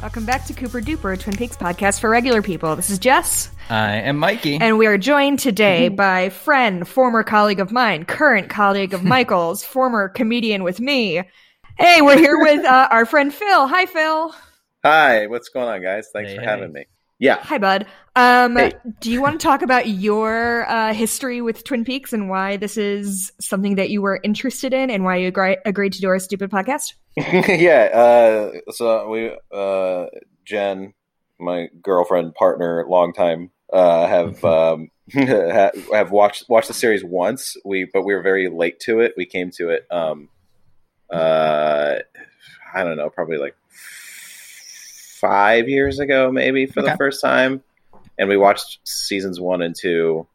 Welcome back to Cooper Duper, a Twin Peaks podcast for regular people. This is Jess, I am Uh, Mikey. and we are joined today by friend, former colleague of mine, current colleague of Michael's, former comedian with me. Hey, we're here with uh, our friend Phil. Hi, Phil. Hi, what's going on, guys? Thanks Hey, for hey. having me. Yeah, Hi, bud. Um, Hey. Do you want to talk about your uh, history with Twin Peaks and why this is something that you were interested in and why you agri- agreed to do our stupid podcast? yeah. Uh, so we, uh, Jen, my girlfriend, partner, long time, uh, have um, Mm-hmm. ha- have watched watched the series once. We but we were very late to it. We came to it. Um, uh, I don't know, probably like five years ago, maybe for Okay. the first time, and we watched seasons one and two,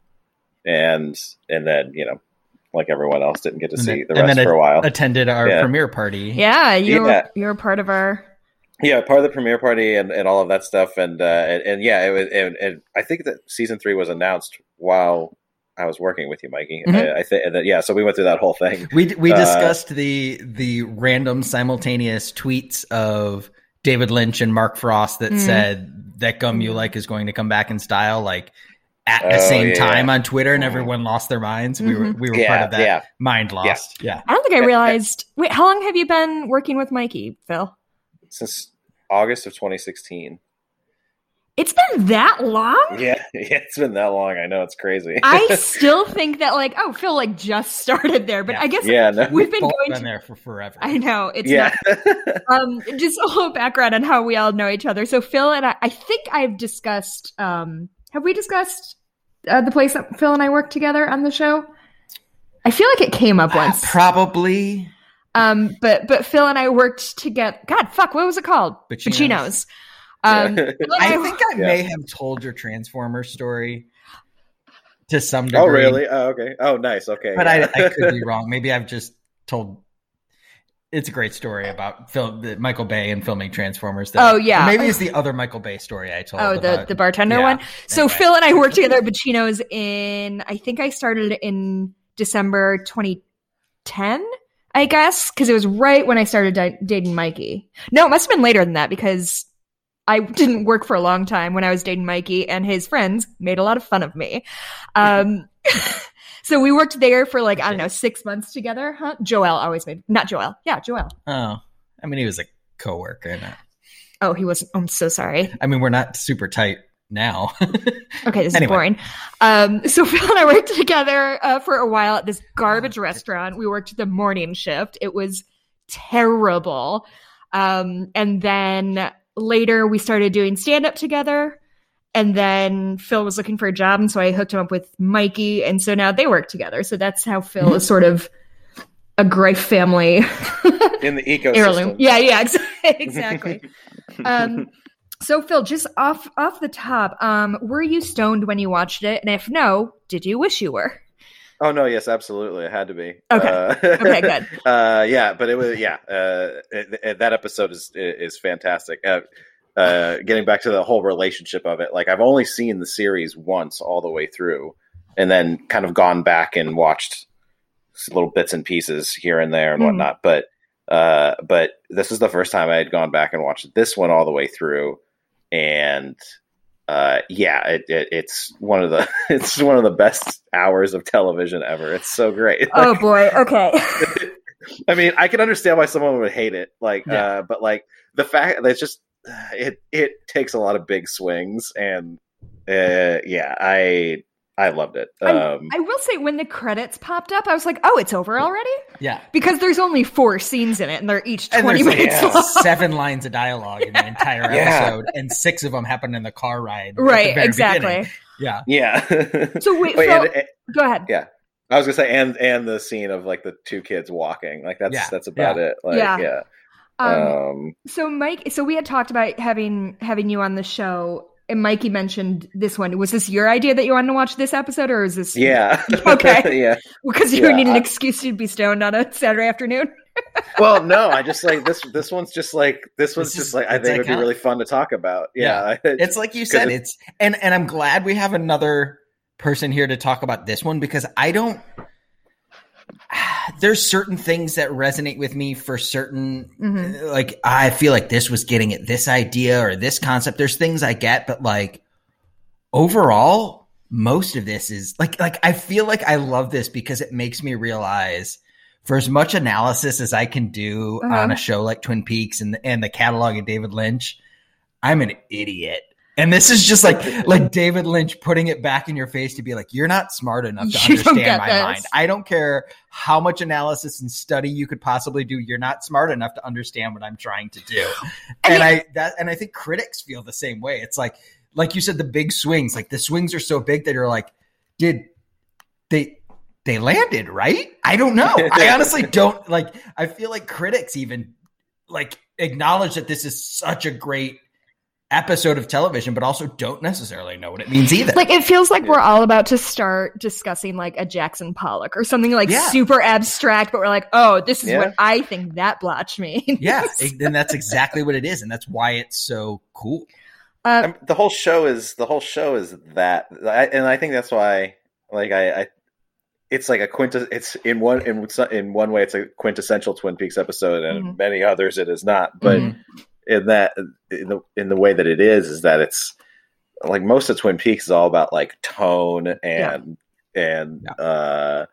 and and then you know, like everyone else, didn't get to And see then- the and rest then for a while. Attended our Yeah. premiere party. Yeah, you're Yeah. you're part of our. yeah part of the premiere party and, and all of that stuff and uh and, and yeah it was and, and i think that season three was announced while i was working with you mikey Mm-hmm. Mhm. i, I think yeah so we went through that whole thing We d- we Uh, discussed the the random simultaneous tweets of David Lynch and Mark Frost that Mm. said that gum you like is going to come back in style like at the Oh, same yeah. time on Twitter and Mhm. everyone lost their minds. We were Mhm. we were part yeah of that yeah mind lost. Yeah. I don't think I Yeah. realized. Wait, how long have you been working with Mikey, Phil? since august of 2016 It's been that long. yeah yeah it's been that long i know it's crazy I still think that like oh Phil like just started there, but Yeah. I guess yeah no we've been Both going. been To, there for forever. I know it's not yeah um, just a little background on how we all know each other. So Phil and I, I think I've discussed. Um, have we discussed uh, the place that Phil and I worked together on the show? I feel like it came up once. Uh, Probably Um, but but Phil and I worked together. God, fuck, what was it called? Pacino's. Pacino's. Um, Yeah. Phil and I I- think I Yeah. may have told your Transformer story to some degree. oh really oh okay oh nice okay but yeah. I, I could be wrong. Maybe I've just told. It's a great story about film, the Michael Bay and filming Transformers. Oh, yeah. Or maybe it's the other Michael Bay story I told. Oh, the, about- the bartender yeah. one. So Anyway. Phil and I worked together at Bacino's in I think I started in December 2010, I guess, because it was right when I started di- dating Mikey. No, it must have been later than that because I didn't work for a long time when I was dating Mikey, and his friends made a lot of fun of me. Um, so we worked there for like I don't know six months together. Huh? Joel always made not Joel, yeah, Joel. Oh, I mean, he was a coworker. Not, Oh, he wasn't. I'm so sorry. I mean, we're not super tight now. Okay, this Anyway. is boring. Um, so Phil and I worked together uh, for a while at this garbage restaurant. We worked the morning shift. It was terrible. Um, and then later we started doing stand up together. And then Phil was looking for a job, and so I hooked him up with Mikey, and so now they work together. So that's how Phil is sort of a Greif family in the ecosystem heirloom. Yeah, yeah, ex- exactly. um, so Phil, just off off the top, um, were you stoned when you watched it? And if no, did you wish you were? Oh no! Yes, absolutely. It had to be. Okay. Uh, Okay, good. Uh, yeah, but it was yeah. Uh, it- it- that episode is is fantastic. Uh, uh, getting back to the whole relationship of it, like I've only seen the series once all the way through, and then kind of gone back and watched s- little bits and pieces here and there and Mhm. whatnot. But uh, but this is the first time I had gone back and watched this one all the way through, and uh, yeah, it, it, it's one of the it's one of the best hours of television ever. It's so great. Oh boy. Okay. I mean, I can understand why someone would hate it, like, Yeah. uh, but like the fact that it's just it it takes a lot of big swings, and uh, yeah, I I loved it. Um, I will say when the credits popped up, I was like, "Oh, it's over already?" yeah. Because there's only four scenes in it, and they're each And 20 there's like minutes yeah. long. seven lines of dialogue in the entire Yeah. episode, and six of them happened in the car ride. at the Right, very exactly. beginning. Yeah. yeah. So wait, Wait, Phil, and- and- go ahead. I was gonna say, and and the scene of like the two kids walking, like that's Yeah. that's about it. Like, Yeah. yeah. Um, um, So Mike, so we had talked about having having you on the show, and Mikey mentioned this one. Was this your idea that you wanted to watch this episode, or is this yeah. Okay. yeah. because you Yeah, need an I- excuse to be stoned on a Saturday afternoon? well, no, I just like this. This one's just like this one's This is- just like I it's think it'd be iconic. really fun to talk about. Yeah, It's like you said, it- it's and and I'm glad we have another person here to talk about this one because I don't there's certain things that resonate with me for certain Mhm. like I feel like this was getting at this idea or this concept. There's things I get, but like overall, most of this is like like I feel like I love this because it makes me realize for as much analysis as I can do Uh-huh. on a show like Twin Peaks and the, and the catalog of David Lynch, I'm an idiot. And this is just like like David Lynch putting it back in your face to be like, you're not smart enough to You don't get understand my this. mind. I don't care how much analysis and study you could possibly do. You're not smart enough to understand what I'm trying to do. I and I that and I think critics feel the same way. It's like like you said, the big swings. Like the swings are so big that you're like, did they they landed right? I don't know. I honestly don't like. I feel like critics even like acknowledge that this is such a great episode of television, but also don't necessarily know what it means either. Like it feels like Yeah. we're all about to start discussing like a Jackson Pollock or something like Yeah. super abstract, but we're like, oh, this is Yeah. what I think that blotch means. yeah, it- and that's exactly what it is, and that's why it's so cool. Uh, I'm, the whole show is the whole show is that, I, and I think that's why, like I, I it's like a quintes. It's in one in so- in one way, it's a quintessential Twin Peaks episode, and in many others, it is not. But Mhm. in that, in the in the way that it is, is that it's like most of Twin Peaks is all about like tone and and uh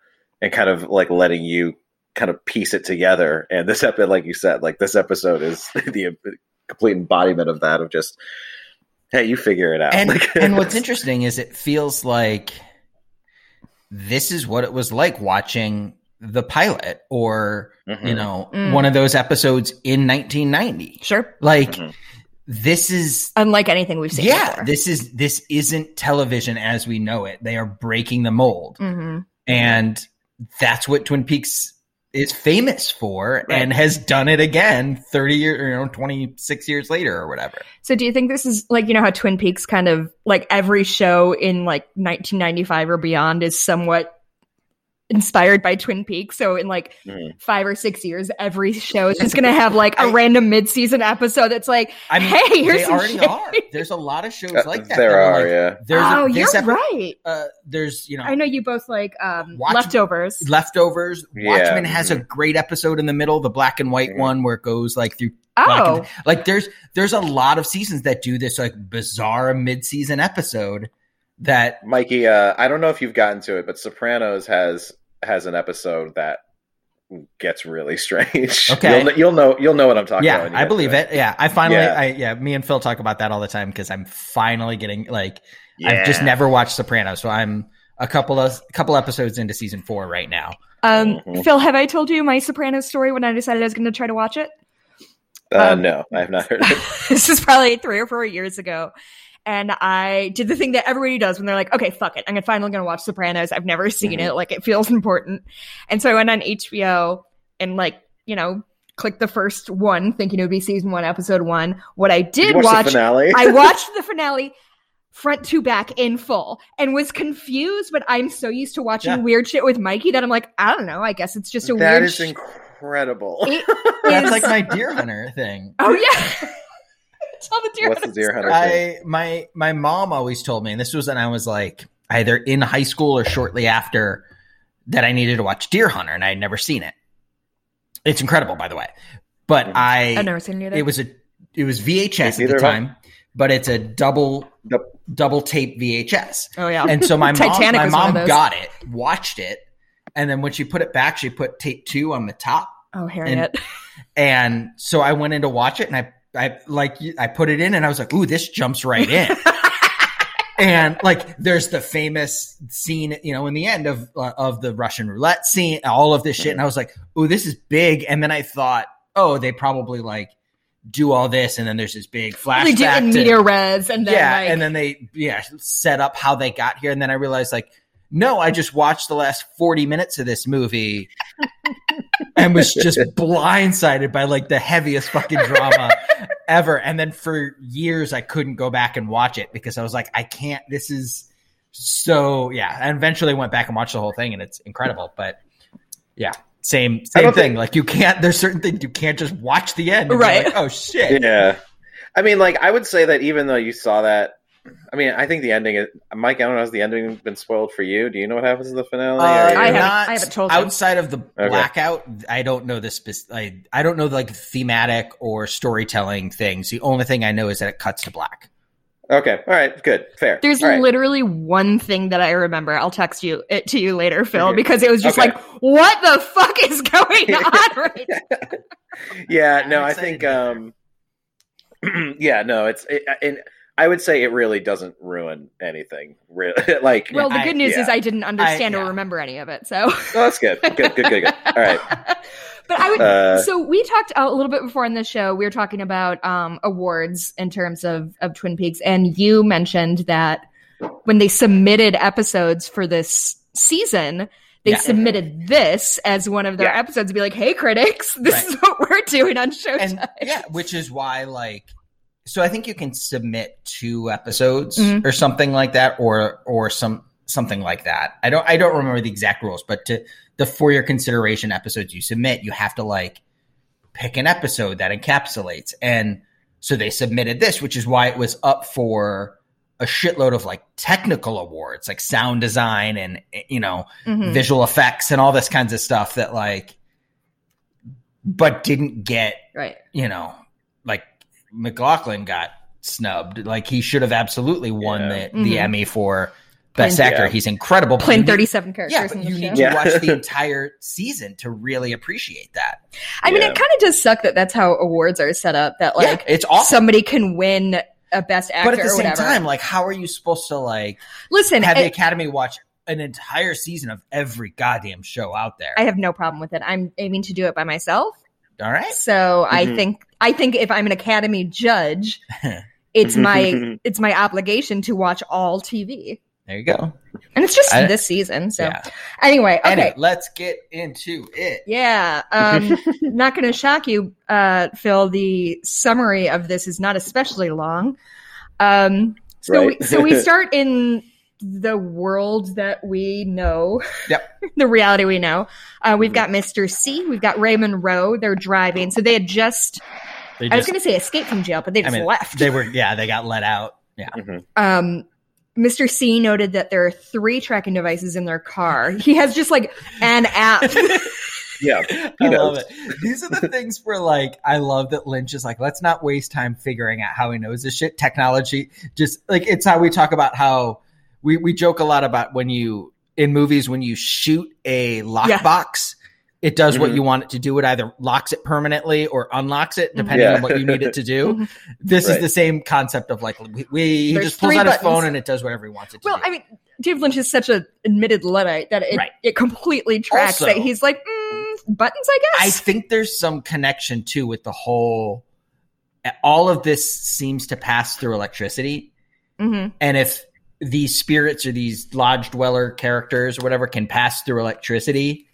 and kind of like letting you kind of piece it together. And this episode, like you said, like this episode is the complete embodiment of that of just hey, you figure it out. And Like, and what's interesting is it feels like this is what it was like watching the pilot or Mhm. you know Mm. one of those episodes in 1990 sure. like Mhm. this is Unlike anything we've seen. yeah Before. this is this isn't television as we know it they are breaking the mold hmm and that's what twin peaks is famous for Right. and has done it again 30 years you know 26 years later or whatever So do you think this is like you know how Twin Peaks kind of like every show in like 1995 or beyond is somewhat inspired by Twin Peaks. So in like Mhm. 5 or 6 years every show is just going to have like a I- random mid-season episode that's like i mean Hey, here's they some already shade. are there's a lot of shows Uh, like that that there were are, like, yeah. there's oh, a, this you're epi- right. uh, there's you know, I know you both like um, Watch- leftovers. leftovers. Yeah, Watchmen has a great episode in the middle, the black and white Mhm. one where it goes like through Oh, like there's there's a lot of seasons that do this like bizarre mid season episode that Mikey, uh, I don't know if you've gotten to it, but Sopranos has has an episode that gets really strange. Okay. you'll, kn- you'll know you'll know what I'm talking yeah about. when you I get to believe it yeah I finally Yeah. I yeah me and Phil talk about that all the time because I'm finally getting like Yeah. I've just never watched Sopranos so I'm a couple of couple episodes into season four right now um, Mm-hmm. Mhm. Phil, have I told you my Sopranos story when I decided I was going to try to watch it? Uh, um, no, I have not heard. Of it. this is probably three or four years ago. And I did the thing that everybody does when they're like, okay, fuck it. I'm gonna- finally going to watch Sopranos. I've never seen Mm-hmm. Mhm. it. Like, it feels important. And so I went on HBO and, like, you know, clicked the first one, thinking it would be season one, episode one. What I you did watch watch, the finale? I watched the finale front to back in full and was confused, but I'm so used to watching Yeah. weird shit with Mikey that I'm like, I don't know. I guess it's just a that weird is sh- incredible. It that's is- like my Deer Hunter thing Oh, yeah. Tell the deer What's the deer hunter? I thing? my my mom always told me, and this was when I was like either in high school or shortly after, that I needed to watch Deer Hunter, and I had never seen it. It's incredible, by the way. But Mhm. I I've never seen it. it was a it was VHS at Neither the have I. time, but it's a double Yep. double tape VHS. Oh yeah. And so my mom, Titanic my was one of mom those. got it, watched it, and then when she put it back, she put tape two on the top, oh Harriet. and so I went in to watch it, and I I like I put it in, and I was like, "Ooh, this jumps right in." and like, there's the famous scene, you know, in the end of uh, of the Russian roulette scene, all of this shit, and I was like, "Ooh, this is big." And then I thought, "Oh, they probably like do all this, and then there's this big flashback." they do in to- meteor res and then yeah, like and then they yeah set up how they got here, and then I realized like, no, I just watched the last forty minutes of this movie and was just blindsided by like the heaviest fucking drama ever. And then for years, I couldn't go back and watch it because I was like, I can't. This is so yeah. And eventually, went back and watched the whole thing, and it's incredible. But yeah, same I same don't thing. like you can't. There's certain things you can't just watch the end. and be Right. like, oh shit. yeah. I mean, like I would say that even though you saw that I mean, I think the ending. Is, Mike, I don't know. Has the ending been spoiled for you? Do you know what happens in the finale? Or- Uh, I haven't- not I haven't told you. outside of the Okay. blackout. I don't know the spec- I, I don't know like thematic or storytelling things. The only thing I know is that it cuts to black. Okay. All right. Good. Fair. There's All right. literally one thing that I remember. I'll text you it to you later, Phil, because it was just Okay. like, what the fuck is going on right now? yeah. I'm No, I excited think. to hear. um Yeah. No, it's it, and I would say it really doesn't ruin anything. Really, like Well, the I- good news yeah. is I didn't understand yeah. or remember any of it. So no, that's good. Good. Good. Good. Good. All right. but I would. Uh, so we talked a little bit before in the show. We were talking about um, awards in terms of of Twin Peaks, and you mentioned that when they submitted episodes for this season. They Yeah. submitted this as one of their Yeah. episodes to be like, "Hey, critics, this Right. is what we're doing on Showtime." And yeah, which is why like so I think you can submit two episodes Mhm. or something like that or or some something like that. I don't I don't remember the exact rules, but to the for your consideration episodes you submit, you have to like pick an episode that encapsulates and so they submitted this, which is why it was up for a shitload of like technical awards, like sound design and eh, you know, Mhm. visual effects and all this kinds of stuff that like but didn't get right? you know like mclaughlin got snubbed like he should have absolutely won Yeah. the, the Mhm. emmy for best Plain- actor Yeah. he's incredible but Playing you need- thirty-seven yeah characters. but in the you show. need to Yeah. watch the entire season to really appreciate that I mean, Yeah. it kind of does suck that that's how awards are set up. That like like it's awesome somebody can win a best actor but at the or same whatever. time like how are you supposed to like Listen, have the I, academy watch an entire season of every goddamn show out there I have no problem with it. I'm aiming to do it by myself. all right So I Mm-hmm. Mhm. think I think if I'm an academy judge, it's my it's my obligation to watch all TV. there you go And it's just I- this season. So yeah anyway, okay. anyway let's get into it Yeah. Um not gonna shock you, uh, Phil, the summary of this is not especially long. Um so Right. we, so we start in the world that we know. Yep. Mm-hmm. the reality we know. Uh, we've Mhm. got Mr. C, we've got Raymond Rowe, they're driving. So they had just They I was going to say escape from jail, but they I just mean, left. they were yeah they got let out yeah um, Mr. C noted that there are three tracking devices in their car. He has just like an app. Yeah. I He knows. love it. These are the things where, like, I love that Lynch is like, let's not waste time figuring out how he knows this shit. Technology, just like it's how we talk about how we we joke a lot about when you in movies when you shoot a lockbox, it does what Mhm. you want it to do. It either locks it permanently or unlocks it, depending Yeah. on what you need it to do. Mhm. this is Right. the same concept of like we, we he There's just pulls three out his buttons. phone and it does whatever he wants it to well, do. I mean, Dave Lynch is such an admitted luddite that it, Right. it completely tracks Also- that he's like mm, buttons, I I guess. think there's some connection too with the whole. All of this seems to pass through electricity, Mhm. and if these spirits or these lodge dweller characters or whatever can pass through electricity,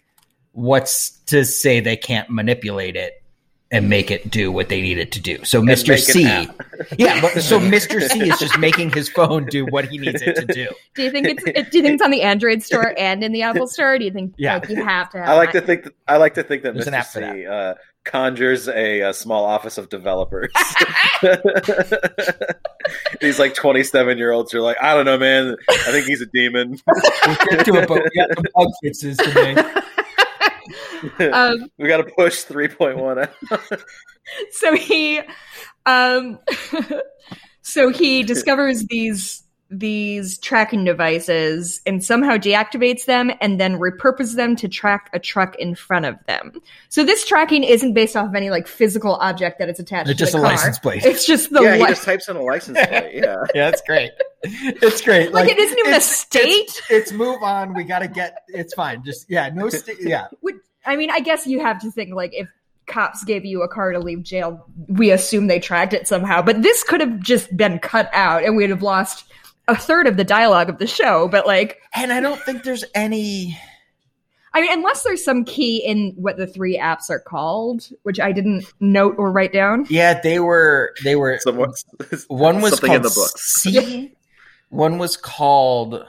what's to say they can't manipulate it and make it do what they need it to do? So make Mr. it C, app. yeah, but, so Mr. C is just making his phone do what he needs it to do. Do you think it's it, do you think it's on the Android store and in the Apple store? Or do you think Yeah. like, you have to? Have I like to that. think that I like to think that There's an Mr. app for C uh, conjures a, uh small office of developers. These like twenty seven year olds are like, I don't know, man. I think he's a demon. to a, we got some bug fixes to make. Uh, Um, we got to push three point one. so he um so he discovers these these tracking devices and somehow deactivates them and then repurposes them to track a truck in front of them. So this tracking isn't based off of any like physical object that it's attached It's to just the a car. license plate. It's just the yeah, he li- just types in a license plate. Yeah, Yeah, it's great. It's great. like, it isn't even a it's- state. It's move on. We gotta get. It's fine. Just yeah. No. St- yeah. Would- I mean, I guess you have to think like if cops gave you a car to leave jail, we assume they tracked it somehow. But this could have just been cut out, and we'd have lost a third of the dialogue of the show. But like, And I don't think there's any. I mean, unless there's some key in what the three apps are called, which I didn't note or write down. Yeah, they were. They were. Someone- one was something called in the book. C. One was called.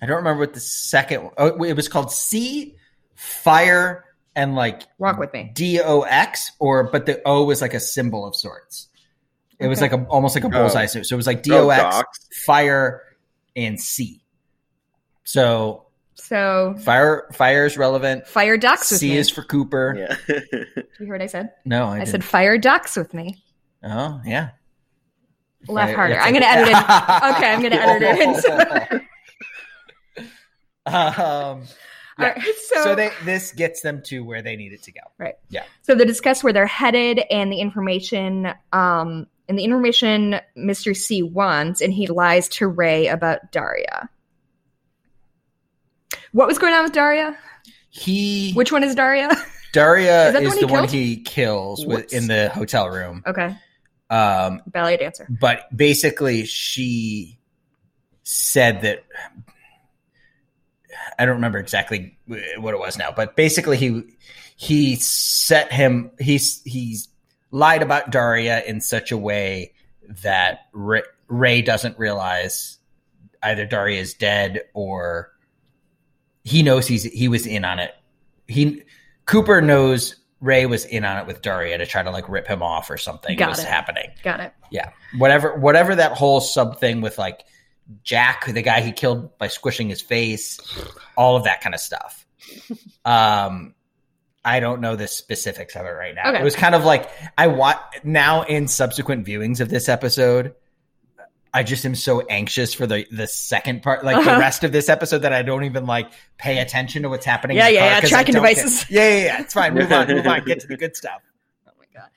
I don't remember what the second. Oh, it was called C. Fire and like Walk with me. D O X or but the O was like a symbol of sorts. It was Okay. like a almost like a bullseye suit. So it was like Oh, DOX, docs. fire, and C. So So fire fire is relevant. fire ducks with C me. is for Cooper. Yeah. Did you hear what I said? No, I, I, didn't. said fire ducks with me. Oh yeah. Laugh Fire- harder. it's I'm like- gonna edit it. Okay, I'm gonna edit it. um, Yeah. All right, so, so, they this gets them to where they need it to go. so they discuss where they're headed and the information um and the information Mr. C wants, and he lies to Ray about Daria. What was going on with Daria? He Which one is Daria? Daria Is that the is one the he one killed? he kills with, Whoops. in the hotel room. Okay, Um, ballet dancer. but basically, she said that I don't remember exactly what it was now, but basically he he set him he he lied about Daria in such a way that Ray, Ray doesn't realize either Daria is dead or he knows he's he was in on it. He Cooper knows Ray was in on it with Daria to try to like rip him off or something Got was it. happening Got it. whatever whatever that whole sub thing with like Jack, the guy he killed by squishing his face, all of that kind of stuff. Um, I don't know the specifics of it right now. Okay. It was kind of like I want now in subsequent viewings of this episode. I just am so anxious for the the second part, like the Uh-huh. rest of this episode, that I don't even like pay attention to what's happening. Yeah, in the yeah, car yeah, 'cause I tracking don't care. devices. Yeah, yeah, yeah. It's fine. Move on, move on. Get to the good stuff. Oh my god.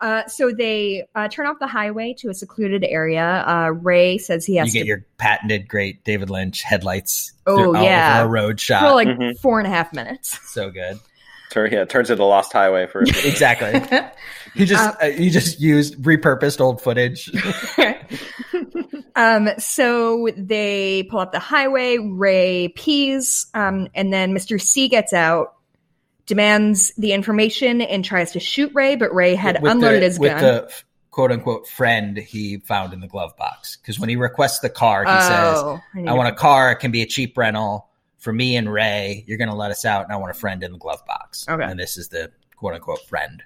Uh, so they uh, turn off the highway to a secluded area. Uh, Ray says he has you get to your patented great David Lynch headlights. Oh, through- all yeah. over a road shot. for like Mhm. four and a half minutes. so good. Turn, yeah, turns into Lost Highway for Exactly. He just Uh, uh, he just used repurposed old footage. um, so they pull up the highway. Ray pees, um, and then Mr. C gets out, demands the information, and tries to shoot Ray. But Ray had With unloaded the- his with gun. the quote unquote friend he found in the glove box because when he requests the car, Oh, he says, "I want a car. It can be a cheap rental for me and Ray. You're going to let us out, and I want a friend in the glove box." Okay. and this is the quote unquote friend.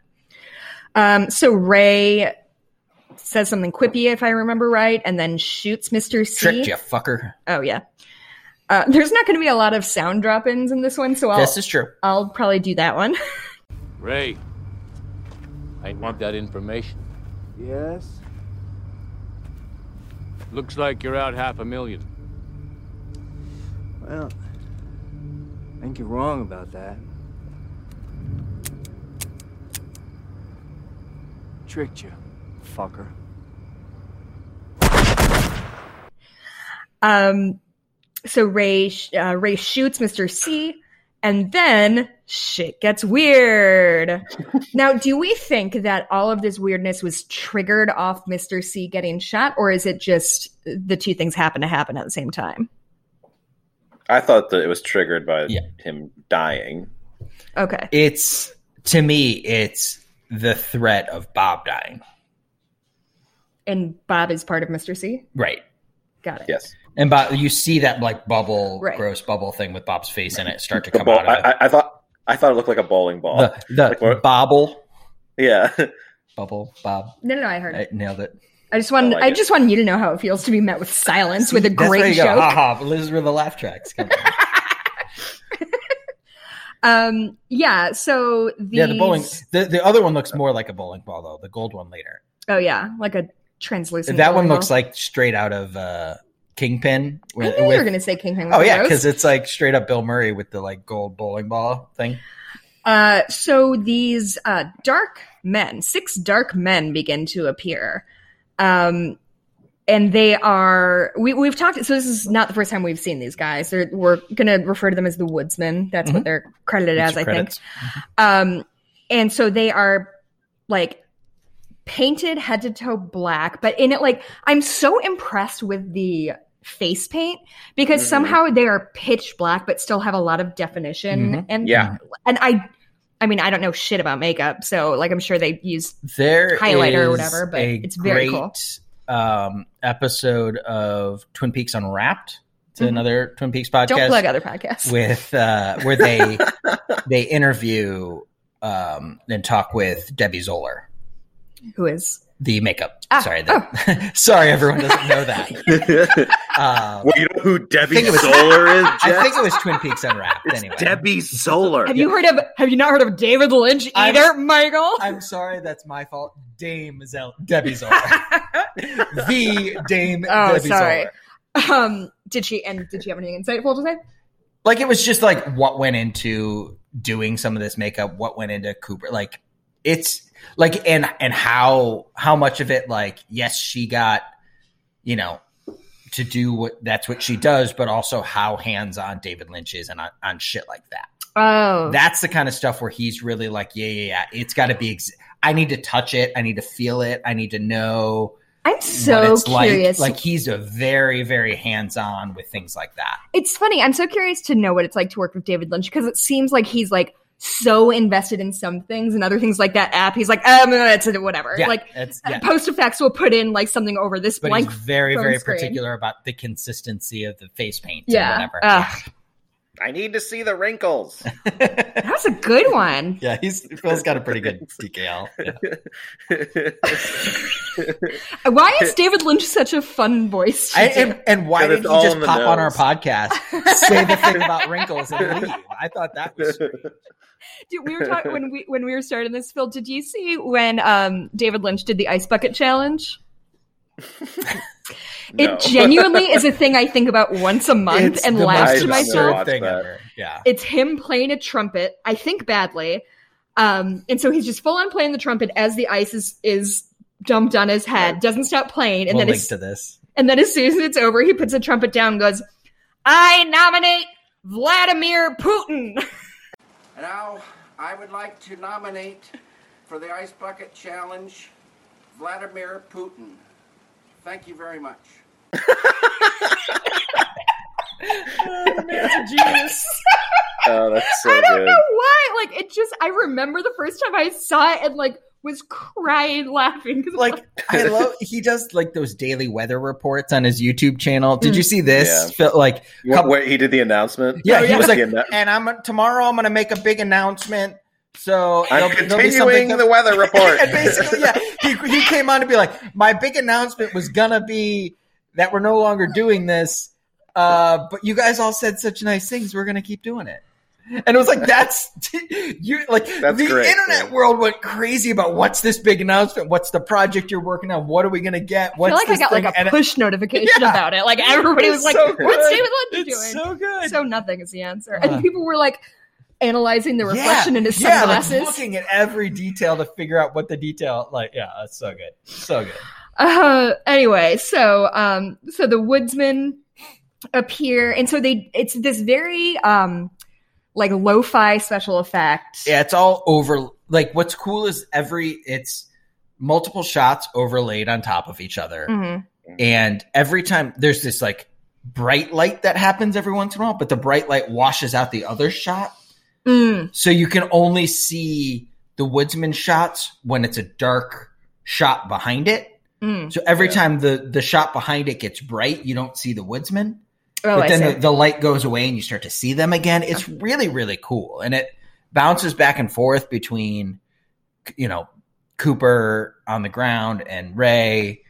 Um, so Ray says something quippy, if I remember right, and then shoots Mr. C. Tricked you, fucker. Oh yeah. Uh, there's not going to be a lot of sound drop-ins in this one, so I'll this is true. I'll probably do that one. Ray, I want that information. Yes? Looks like you're out half a million. Well, I think you're wrong about that. Tricked you, fucker. Um, so Ray sh- uh, Ray shoots Mr. C, and then shit gets weird. now, do we think that all of this weirdness was triggered off Mr. C getting shot, or is it just the two things happen to happen at the same time? I thought that it was triggered by Yeah. him dying. Okay, It's to me, it's the threat of Bob dying. and Bob is part of Mr. C. Right. Got it. Yes. And Bob, you see that like bubble, Right. gross bubble thing with Bob's face in it start to The come ball, out of it. I, I- I thought I thought it looked like a bowling ball. the the Like what? bobble, yeah. bubble, Bob. No, no, no I heard. I Oh, It. nailed it. I just wanted. I I, like it. just wanted you to know how it feels to be met with silence with a That's where great you go, joke. Ha ha! But This is where the laugh tracks come. from. Um, yeah. So these, yeah, the bowling. The, the other one looks more like a bowling ball though. The gold one later. Oh yeah, like a translucent. that one volleyball. looks like straight out of uh, Kingpin. I with- knew you with- were going to say King Hang. oh yeah, Rose. because it's like straight up Bill Murray with the like gold bowling ball thing. uh, so these uh, dark men, six dark men, begin to appear, um, and they are. We, we've talked. So this is not the first time we've seen these guys. They're, we're going to refer to them as the Woodsmen. That's what they're credited as, Extra I think. Mm-hmm. credits. Um, and so they are like painted head to toe black, but in it, like I'm so impressed with the face paint because Mm-hmm. Mhm. somehow they are pitch black, but still have a lot of definition. Mhm. And Yeah. and I, I mean, I don't know shit about makeup, so like I'm sure they use there highlighter or is whatever, but a it's very great, cool. Um, episode of Twin Peaks Unwrapped. It's Mhm. another Twin Peaks podcast. don't plug other podcasts. with uh, where they they interview um, and talk with Debbie Zoller, Who is the makeup. Ah, sorry, the, sorry, everyone doesn't know that. Um, Well, you know who Debbie think it was- Solar is? Jeff? I think it was Twin Peaks Unwrapped. it's anyway, Debbie Solar. Have you heard of? Have you not heard of David Lynch I'm- either, Michael? I'm sorry, that's my fault. Dame Zel- Debbie Zoller, the Dame Oh, Debbie sorry. Zoller. um, did she? And did she have anything insightful to say? Like it was just like what went into doing some of this makeup, what went into Cooper. Like it's like and and how how much of it like yes, she got you know to do what that's what she does, but also how hands on David Lynch is and on, on shit like that. Oh, that's the kind of stuff where he's really like, yeah, yeah, yeah. It's got to be. Ex- I need to touch it. I need to feel it. I need to know I'm what so it's curious. like. Like he's a very, very hands on with things like that. it's funny. I'm so curious to know what it's like to work with David Lynch because it seems like he's like so invested in some things and other things like that app. He's like, um, it's whatever. Yeah, Like uh, that's yeah. post effects will put in like something over this But blank. he's very, phone very screen. particular about the consistency of the face paint. Yeah. Yeah. whatever. Ugh, I need to see the wrinkles. that was a good one. yeah. He's Phil's got a pretty good DKL. Why is David Lynch such a fun voice? To I, do? and, and why But did it's he all just in the pop on our nose. podcast, say the thing about wrinkles, and leave? I thought that was Dude, we were talking when we when we were starting this, Phil. Did you see when um, David Lynch did the ice bucket challenge? No. It genuinely is a thing I think about once a month It's and the laugh most to absurd myself. absurd thing Watch that. ever. Yeah. It's him playing a trumpet, I think badly, um, and so he's just full on playing the trumpet as the ice is is dumped on his head. Doesn't stop playing, and we'll then link as, to this. and then as soon as it's over, he puts the trumpet down and goes, "I nominate Vladimir Putin." Now, I would like to nominate for the Ice Bucket Challenge Vladimir Putin. Thank you very much. Oh, that's so I don't good. know why. Like it just I remember the first time I saw it and like was crying laughing because Like I love he does like those daily weather reports on his YouTube channel. Did Mm. you see this? Felt Like Wh- Wait, he did the announcement. yeah, he yeah. was like, Oh, Yeah, that- and I'm tomorrow I'm gonna make a big announcement. So I'm there'll be- there'll be something continuing the weather report. and basically, yeah, he, he came on to be like, my big announcement was gonna be that we're no longer doing this, uh, but you guys all said such nice things, we're gonna keep doing it. And it was like that's you like That's the great, internet yeah. world went crazy about what's this big announcement? What's the project you're working on? What are we gonna get? I What's feel like I this got thing? like And a it- push notification Yeah. about it. Like everybody was It's like, so "What's good. David Lynch it's doing?" so good. So nothing is the answer, Uh. and people were like analyzing the Yeah. reflection in his yeah, like, sunglasses. looking at every detail to figure out what the detail like. Yeah, that's so good, so good. uh anyway so um so the woodsmen appear and so they it's this very um like lo-fi special effect Yeah, it's all over. Like, what's cool is every it's multiple shots overlaid on top of each other, Mhm. and every time there's this like bright light that happens every once in a while, but the bright light washes out the other shot, Mm. so you can only see the woodsman shots when it's a dark shot behind it. Mm. So every Yeah. time the the shot behind it gets bright, you don't see the woodsman oh but I see. Oh. then the, the light goes away and you start to see them again. It's really, really cool. And it bounces back and forth between, you know, Cooper on the ground and Ray.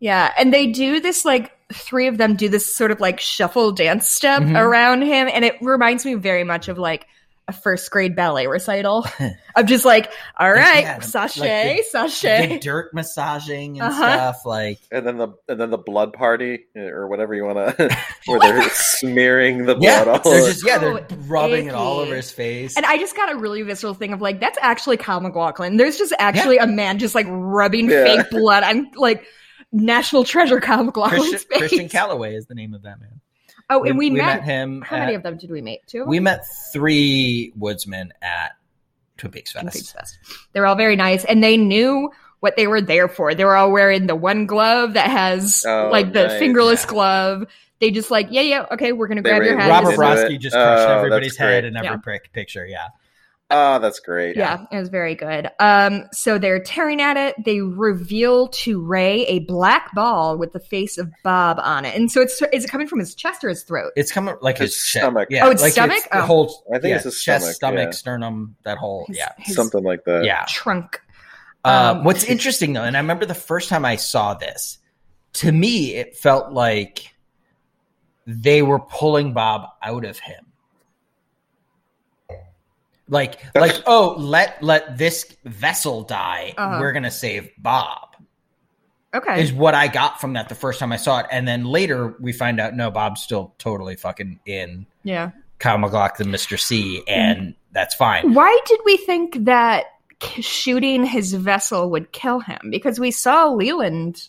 Yeah, and they do this like three of them do this sort of like shuffle dance step Mhm. around him, and it reminds me very much of like a first grade ballet recital of just like, all Like, right, yeah, the- sachet, like The sachet. dirt massaging and Uh-huh. stuff. Like, And then the and then the blood party uh, or whatever you want to, where they're smearing the yeah, blood all. they're over. just, yeah, they're Oh, rubbing it all icky. over his face. and I just got a really visceral thing of like, that's actually Kyle McLaughlin. There's just actually a man just like rubbing Yeah. fake blood. I'm like national treasure Kyle McLaughlin's Christian, face. Christian Calloway is the name of that man. oh, and we, met, him. how many at- of them did we meet? Two of them? We met three woodsmen at Twin Peaks Fest. Twin Peaks Fest. They were all very nice, and they knew what they were there for. They were all wearing the one glove that has Oh, like the nice. fingerless Yeah. glove. They just like, yeah, yeah, okay, we're gonna They grab were your able hat. to and Robert just- do it. Brodsky just Oh, crushed that's everybody's head great. in every Yeah. prick picture. Yeah. Oh, that's great. yeah. it was very good. Um, so they're tearing at it. They reveal to Ray a black ball with the face of Bob on it, and so it's is it coming from his chest or his throat? It's coming like his, His shit. stomach. Yeah, Oh, it's like stomach? the Oh. whole. I think yeah, it's his chest, stomach, stomach, yeah. Uh, sternum. That whole. His- yeah, his something like that. yeah. trunk. Uh, Um, what's interesting though, and I remember the first time I saw this, to me it felt like they were pulling Bob out of him. Like, like, oh, let let this vessel die. Uh-huh. We're gonna save Bob. Okay. Is what I got from that the first time I saw it, and then later we find out no, Bob's still totally fucking in yeah. Kyle McLaughlin, Mister C, and that's fine. Why did we think that k- shooting his vessel would kill him? Because we saw Leland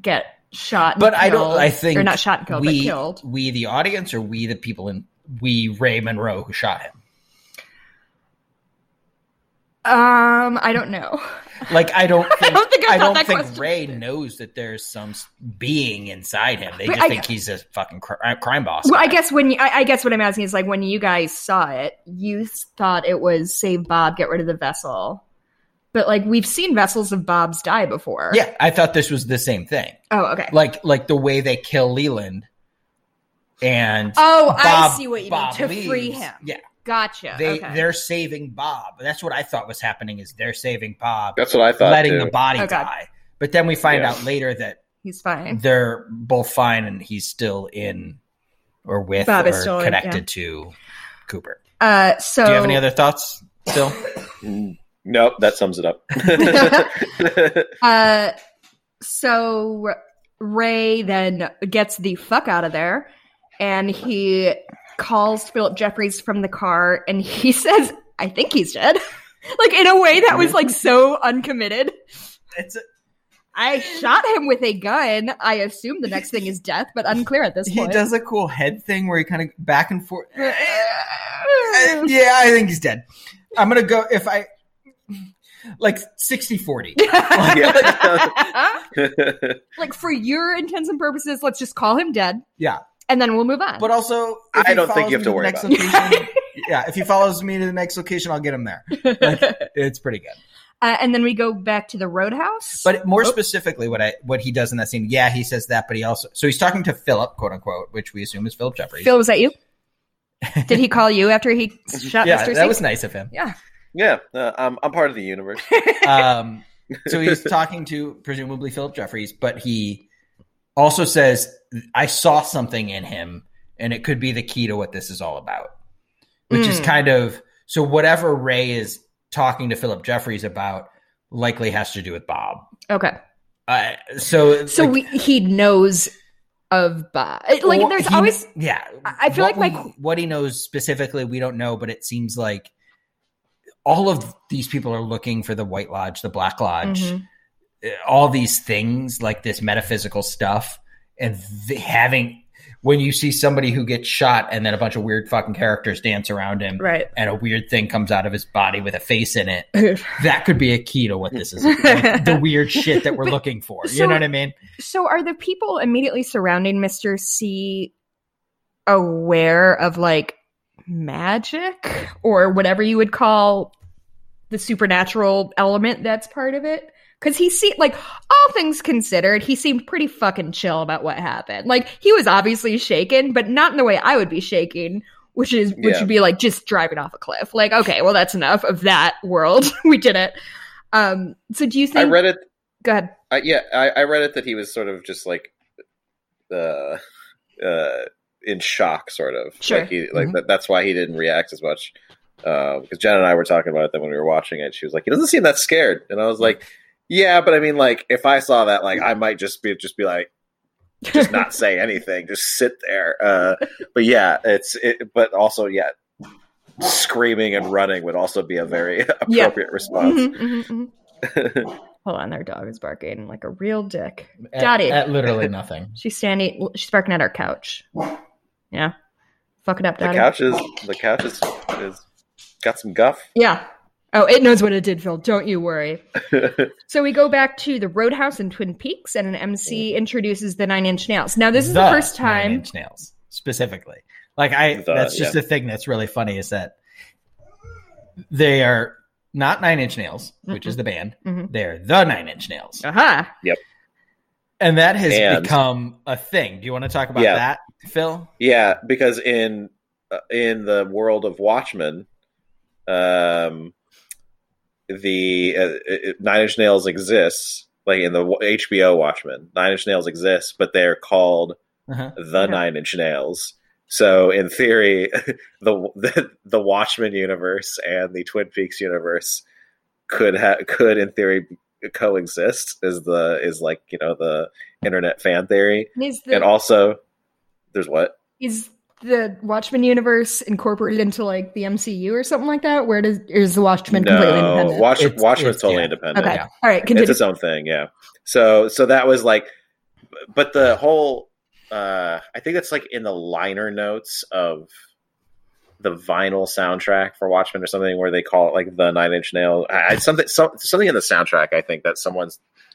get shot. and but I don't. killed- I think or not shot and killed, we, but killed. We the audience, or we the people in we Ray Monroe who shot him. Um, I don't know. Like I don't. Think, I don't think I thought don't that think question- Ray knows that there's some s- being inside him. They But just I- think he's a fucking cr- uh, crime boss. Well, I guy. guess when you, I, I guess what I'm asking is like when you guys saw it, you s- thought it was save Bob, get rid of the vessel. But like we've seen vessels of Bob's die before. Yeah, I thought this was the same thing. Oh, okay. Like like the way they kill Leland. And Oh, Bob- I see what you Bob mean. To free leaves. him. Yeah, Gotcha. they okay. they're saving Bob. That's what I thought was happening. Is they're saving Bob, That's what I thought. letting too. the body Okay. die. But then we find Yeah. out later that He's fine. they're both fine and he's still in or with Bob or is still in, connected yeah. to Cooper. Uh, so Do you have any other thoughts still? Mm. Nope, that sums it up. Uh, so R- Ray then gets the fuck out of there, and he calls Philip Jeffries from the car, and he says, "I think he's dead." like in a way that was like so uncommitted. it's a, I shot him with a gun. I assume the next thing is death, but unclear at this he point. does a cool head thing where he kind of back and forth. Eh, yeah, I think he's dead. I'm going to go if I like 60 40. Yeah. like for your intents and purposes, let's just call him dead. Yeah. and then we'll move on. But also, I he don't think you follows have to me the worry next about location- yeah, if he follows me to the next location, I'll get him there. Like, it's pretty good. uh, and then we go back to the roadhouse. But more specifically, what I what he does in that scene, yeah, he says that, but he also so he's talking to Philip, quote unquote, which we assume is Philip Jeffries. Phil, was that you? Did he call you after he shot yeah, Mr. that C? was nice of him. yeah, uh, I'm, I'm part of the universe. Um, so he's talking to presumably Philip Jeffries, but he also says, "I saw something in him, and it could be the key to what this is all about," which is Mm. kind of so whatever Ray is talking to Philip Jeffries about likely has to do with Bob. okay. Uh, so So like, we, he knows of Bob. Like, Or there's he- always. yeah. I- I feel What like we- my- what he knows specifically, we don't know, but it seems like all of these people are looking for the White Lodge, the Black Lodge, Mhm. uh, all these things like this metaphysical stuff, and th- having when you see somebody who gets shot and then a bunch of weird fucking characters dance around him. Right. And a weird thing comes out of his body with a face in it. That could be a key to what this is. like, the weird shit that we're But- looking for. You so- know what I mean? So are the people immediately surrounding Mr. C aware of, like, magic or whatever you would call the supernatural element that's part of it? Because he seemed like all things considered, he seemed pretty fucking chill about what happened. Like he was obviously shaken, but not in the way I would be shaking, which is which Yeah. would be like just driving off a cliff. Like, okay, well that's enough of that world. we did it. Um so do you I think read it. go ahead. I, yeah, I, I read it that he was sort of just like, uh, uh, in shock, sort of. Sure. Like he, like that, that's why he didn't react as much. Because Jen and I were talking about it then when we were watching it, she was like, "He doesn't seem that scared," and I was like, "Yeah, but I mean, like, if I saw that, like, I might just be just be like, just not say anything, just sit there." Uh, but yeah, it's it, but also yeah, screaming and running would also be a very appropriate response. Mhm, mhm, mhm. Hold on, their dog is barking like a real dick. At- Daddy. at literally nothing. She's standing. She's barking at our couch. Yeah, fuck it up, The Daddy. couch is the couch is, is got some guff. Yeah. Oh, it knows what it did, Phil. Don't you worry. so we go back to the Roadhouse in Twin Peaks, and an MC introduces the Nine Inch Nails. Now, this is the, first Nine time. Inch Nails specifically. Like I, The- that's just yeah. the thing that's really funny is that they are not Nine Inch Nails, which is the band. Mhm. They're the Nine Inch Nails, Aha. and that has And- become a thing. Do you want to talk about Yeah. that, Phil? Yeah, because in uh, in the world of Watchmen, um, the uh, it- it- Nine Inch Nails exists, like in the w- HBO Watchmen, Nine Inch Nails exists, but they're called Uh-huh. the Nine Inch Nails. So in theory, the the, the Watchmen universe and the Twin Peaks universe could ha- could in theory coexist is the is like you know the internet fan theory Is and the, also there's what is the Watchmen universe incorporated into like the MCU or something like that? Where does is the Watchmen completely no independent? Watch, It's- Watchmen's it's- totally yeah. independent okay, yeah. all right, it's continue. its own thing yeah so so that was like but the whole uh i think that's like in the liner notes of the vinyl soundtrack for watchmen or something where they call it like the nine inch nail I, I- something some, something in the soundtrack i think that someone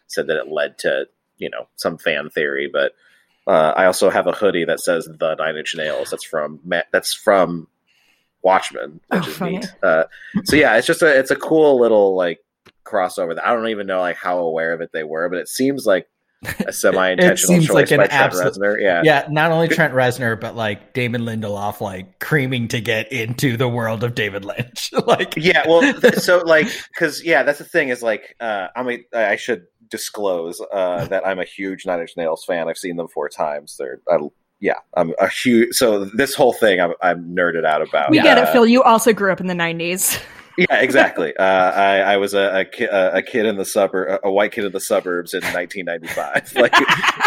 said that it led to you know some fan theory but uh, i also have a hoodie that says the nine inch nails that's from Ma- that's from watchmen which Oh, is funny. neat uh, so yeah it's just a it's a cool little like crossover. I don't even know like how aware of it they were, but it seems like a semi-intentional seems choice like an by Trent absolute- Reznor. Yeah. Yeah, not only Trent Reznor, but like Damon Lindelof, like creaming to get into the world of David Lynch. like, Yeah, well, th- so like, because yeah, that's the thing is like, uh, I'm a, I should disclose uh, that I'm a huge Nine Inch Nails fan. I've seen them four times. They're, I, yeah, I'm a huge. So this whole thing, I'm, I'm nerded out about. we get Uh, it, Phil. You also grew up in the '90s. Yeah, exactly. Uh, I, I was a, a, ki- a a kid in the suburb, a white kid in the suburbs in 1995. like,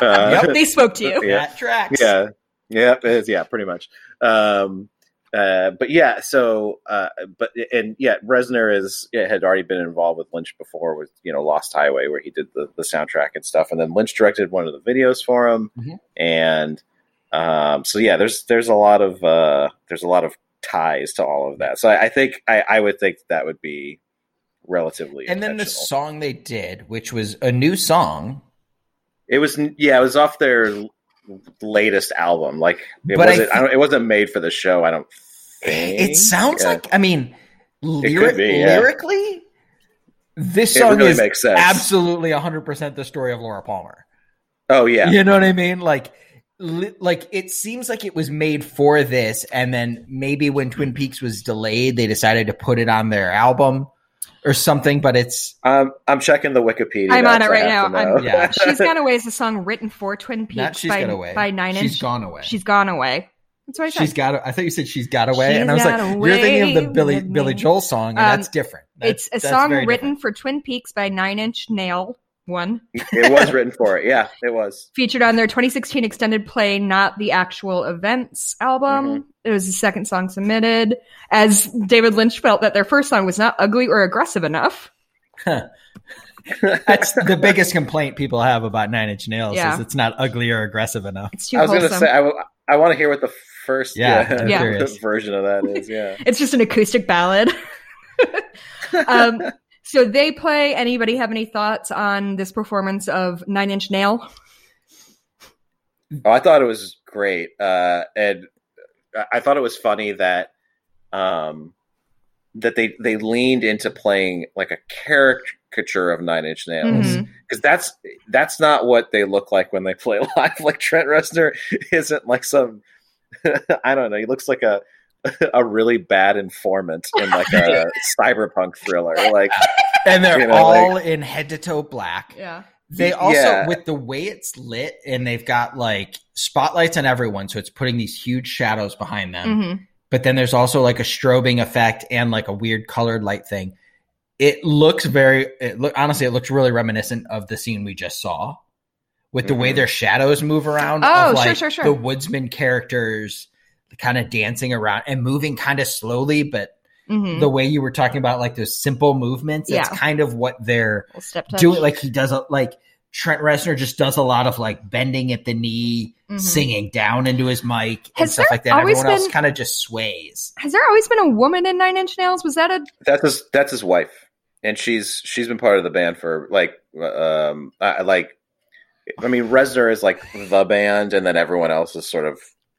uh, Yep. they spoke to you. yeah. that tracks. yeah yeah it is, yeah pretty much um uh but yeah so uh but and yeah Reznor is yeah, had already been involved with Lynch before with you know Lost Highway where he did the, the soundtrack and stuff and then Lynch directed one of the videos for him Mhm. and um so yeah there's there's a lot of uh there's a lot of ties to all of that so I, I think I I would think that would be relatively And then the intentional. song they did, which was a new song, It was yeah, it was off their l- latest album. Like it But I wasn't. I, think- don't, it wasn't made for the show. I don't think It sounds Yeah. like I mean, lyric, be, yeah. lyrically, this It song really is makes sense. absolutely 100% the story of Laura Palmer. Oh yeah, You know what I mean? Like li- like it seems like it was made for this and then maybe when Twin Peaks was delayed, they decided to put it on their album or something, but it's um, I'm checking the Wikipedia. I'm on now, it so I right have now. to I'm- know. yeah. She's Gone Away is a song written for Twin Peaks not she's by, got away. by Nine She's Inch. gone away. She's gone away. That's what I said. She's got. I thought you said she's got away, She's and I was like, got "You're thinking of the away Billy with me. Billy Joel song, and Um, that's different." That's- it's a that's song very written different. for Twin Peaks by Nine Inch Nail One, it was written for it. Yeah, it was. featured on their 2016 extended play, not the actual events album. Mm-hmm. It was the second song submitted, as David Lynch felt that their first song was not ugly or aggressive enough. That's the biggest complaint people have about Nine Inch Nails Yeah. is it's not ugly or aggressive enough. It's too I was going to wholesome. say I, w- I want to hear what the first uh, Yeah, I'm Yeah. curious. version of that is. Yeah, It's just an acoustic ballad. um, so they play. Anybody have any thoughts on this performance of Nine Inch Nail? Oh, I thought it was great, uh, and I- I thought it was funny that um, that they they leaned into playing like a caricature of Nine Inch Nails Mhm. because that's that's not what they look like when they play live. Like Trent Reznor isn't like some I don't know. He looks like a a really bad informant in like a cyberpunk thriller. Like And they're You know, all in head to toe black. Yeah. They also Yeah. with the way it's lit, and they've got like spotlights on everyone, so it's putting these huge shadows behind them. hmm But then there's also like a strobing effect and like a weird colored light thing. It looks very. It look honestly, it looks really reminiscent of the scene we just saw, with the way Mhm. their shadows move around. Oh, of, sure, like, sure, sure. The woodsman characters kind of dancing around and moving kind of slowly, but hmm the way you were talking about like those simple movements that's Yeah. kind of what they're We'll step touch. doing like he does a, like Trent Reznor just does a lot of like bending at the knee, Mhm. singing down into his mic and Has stuff there like that. always Everyone else been- kind of just sways. Has there always been a woman in Nine Inch Nails? Was that a that's his that's his wife and she's she's been part of the band for like um I, I like i mean Reznor is like the band and then everyone else is sort of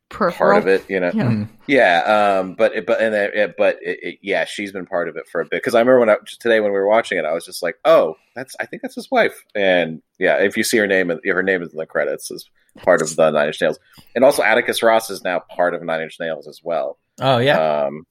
peripheral? part of it you know Yeah. Mhm. yeah, um but it, but and then it, but it, it, yeah she's been part of it for a bit because i remember when i today when we were watching it i was just like oh that's i think that's his wife and yeah if you see her name her name is in the credits is part of the nine inch nails and also atticus ross is now part of nine inch nails as well Oh yeah. um,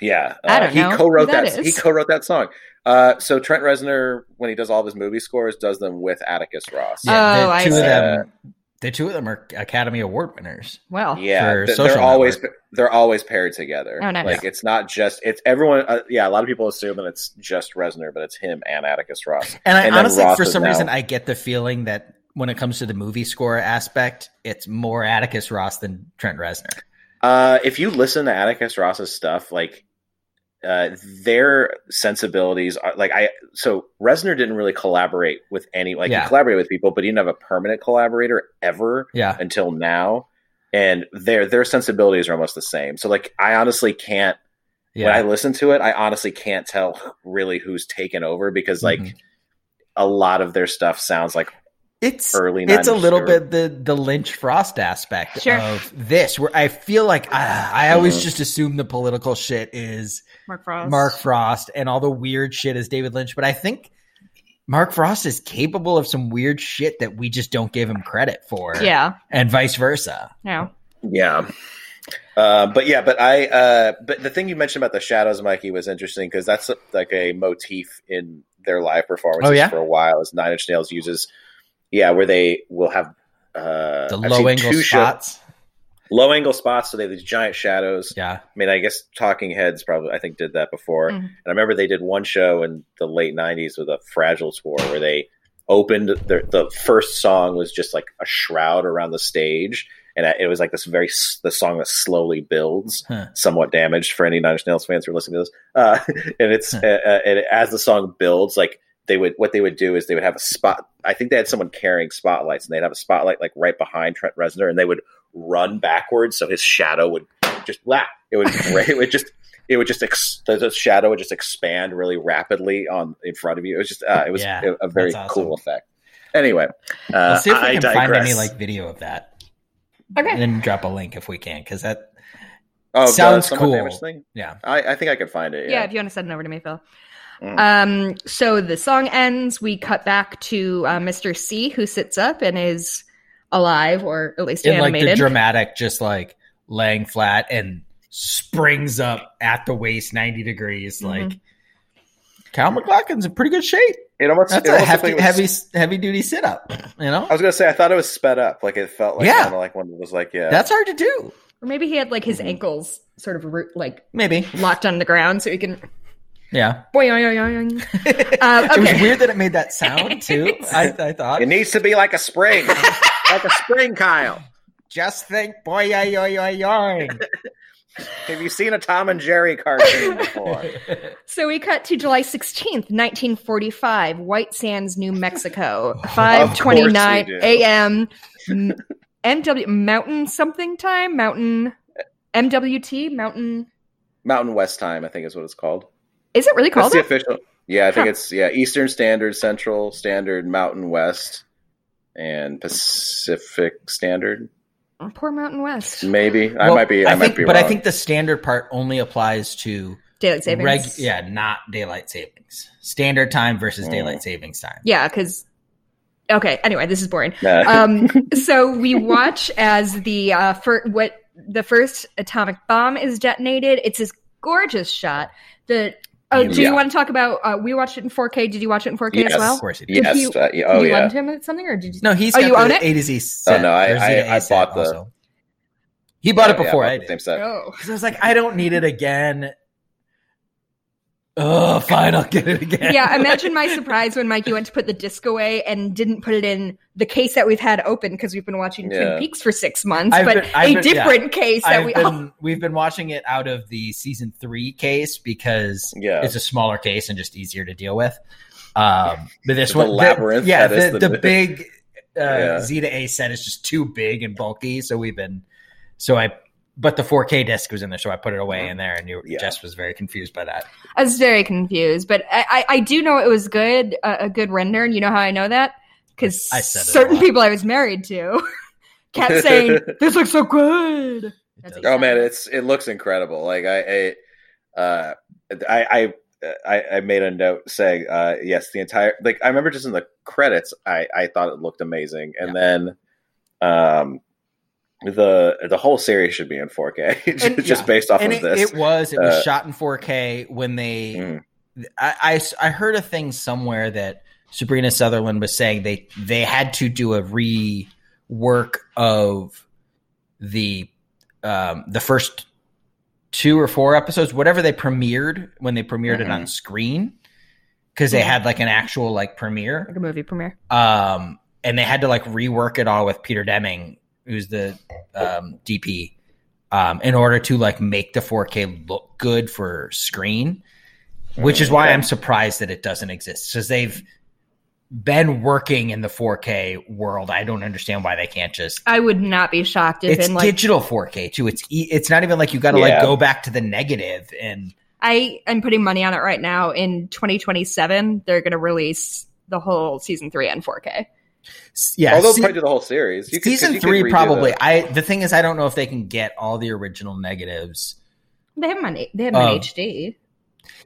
yeah, I don't he know co-wrote who that that. He is. co-wrote that song. Uh, so Trent Reznor, when he does all of his movie scores, does them with Atticus Ross. Yeah, Oh, the I two of see. them. The two of them are Academy Award winners. Well, yeah, Oh. for th- Social they're always Network. they're always paired together. Oh, nice. Like it's not just it's everyone. Uh, yeah, a lot of people assume that it's just Reznor, but it's him and Atticus Ross. And I And then honestly, Ross for is some now- reason, I get the feeling that when it comes to the movie score aspect, it's more Atticus Ross than Trent Reznor. Uh, if you listen to Atticus Ross's stuff, like uh, their sensibilities are like I. So Reznor didn't really collaborate with any. Like Yeah. he collaborated with people, but he didn't have a permanent collaborator ever. Yeah. until now and their their sensibilities are almost the same so like i honestly can't when i Yeah. listen to it i honestly can't tell really who's taken over because like Mhm. a lot of their stuff sounds like It's early it's a 90s little era. bit the the Lynch Frost aspect Sure. of this, where I feel like ah, I always Mhm. just assume the political shit is Mark Frost. Mark Frost and all the weird shit is David Lynch, but I think Mark Frost is capable of some weird shit that we just don't give him credit for, Yeah. and vice versa. No. yeah uh, but yeah but i uh, but the thing you mentioned about the shadows mikey was interesting because that's like a motif in their live performances Oh, yeah? for a while as nine inch nails uses yeah where they will have uh, The I've low seen angle two sho- shots, low angle spots, so they have these giant shadows. yeah, I mean, I guess Talking Heads probably I think did that before, Mhm. and I remember they did one show in the late '90s with a Fragile tour where they opened their, the first song was just like a shroud around the stage, and it was like this very s- the song that slowly builds, Huh. somewhat damaged for any Nine Inch Nails fans who are listening to this. Uh, and it's uh, uh, and as the song builds, like they would what they would do is they would have a spot. I think they had someone carrying spotlights, and they'd have a spotlight like right behind Trent Reznor, and they would run backwards so his shadow would just blah. It would it would just it would just ex- the the shadow would just expand really rapidly on in front of you. It was just uh, it was Yeah, a, a very that's awesome. cool effect. Anyway, uh, Let's see if we I can find digress. any like video of that, and Okay. then drop a link if we can, because that oh, the sounds somewhat cool. damaged Thing? yeah, I, I think I could find it. Yeah. Yeah, if you want to send it over to me, Phil. Mm. Um, so the song ends. We cut back to uh, Mr. C, who sits up and is alive, or at least in like animated. the dramatic, just like laying flat and springs up at the waist ninety degrees, Mhm. like. Cal McLaughlin's in pretty good shape. it almost That's it a almost looked hefty, like it was- heavy, heavy duty sit up. You know, I was gonna say I thought it was sped up. Like it felt like Yeah. kind of like when it was like yeah. that's hard to do. or maybe he had like his Mhm. Mm-hmm. ankles sort of root, like Maybe, locked on the ground, so he can. yeah. Boing, boing, Uh, It was okay. weird that it made that sound too. I, I thought. it needs to be like a spring, like a spring, Kyle. Just think, boy, yo, yo, yo, yo. Have you seen a Tom and Jerry cartoon before? So we cut to July 16th, 1945, White Sands, New Mexico, 5:29 we do. a.m. M- MW Mountain something time, Mountain MWT, Mountain Mountain West Time, I think is what it's called. Is it really That's called the that? official. Yeah, I think Huh. it's yeah Eastern Standard, Central Standard, Mountain West, and Pacific Standard. Poor Mountain West. Maybe I might be. I, might think, be. But wrong. I think the standard part only applies to Daylight savings. reg. Yeah, not daylight savings. Standard time versus Mm. daylight savings time. Yeah, cuz Okay, anyway, this is boring. Nah. Um so we watch as the uh fir- what the first atomic bomb is detonated. It's this gorgeous shot. The Oh, do Yeah. you want to talk about? Uh, we watched it in 4K. Did you watch it in 4K Yes. as well? Of course, it is. yes. you- uh, yeah, oh Did you yeah. lend him something or did you? No, he's Oh, got you the own it? A to Z set. no, I- or Z to I- A I set bought the- also. He bought Oh, Yeah, it yeah, before about I the did. Same set. Oh, Because I was like, I don't need it again. Oh, fine, I'll get it again. yeah. Imagine my surprise when Mikey went to put the disc away and didn't put it in the case that we've had open because we've been watching Yeah. Twin Peaks for six months, I've but been- I've a been- different case that I've we been, all. we've been watching it out of the season three case because Yeah. it's a smaller case and just easier to deal with. Um, but this The one, labyrinth the, yeah, that is the, the- the, big uh, Yeah. Z to A set is just too big and bulky, so we've been so I. But the 4K disc was in there, so I put it away in there, and you, Mm-hmm. Yeah. Jess was very confused by that. I was very confused, but I, I, I do know it was good, uh, a good render, and you know how I know that because I said it a certain lot. people I was married to kept saying this looks so good. It That's does- exactly- Oh man, it's it looks incredible. Like I, I, uh, I, I, I, I made a note saying, uh, yes, the entire like I remember just in the credits, I I thought it looked amazing, and then, um, the the whole series should be in 4K just And- yeah. based off and of it, this. it was it was Uh, shot in 4K when they Mm. I, I s- I heard a thing somewhere that Sabrina Sutherland was saying they they had to do a rework of the um, the first two or four episodes, whatever they premiered when they premiered Mm-hmm. it on screen, because they had like an actual like premiere, like a movie premiere. um, and they had to like rework it all with Peter Deming, who's the um, DP, um, in order to like make the 4K look good for screen, which Mm. is why I'm surprised that it doesn't exist because they've been working in the 4K world. I don't understand why they can't just. I would not be shocked if It's in like digital 4K too. It's e- it's not even like you got to like Yeah. go back to the negative and I am putting money on it right now. In 2027, they're going to release the whole season three on 4K. s- yeah. Although see- probably do the whole series. You could- 'cause season you could three redo probably. the- I the thing is I don't know if they can get all the original negatives. They have them on, they have them on Um, HD.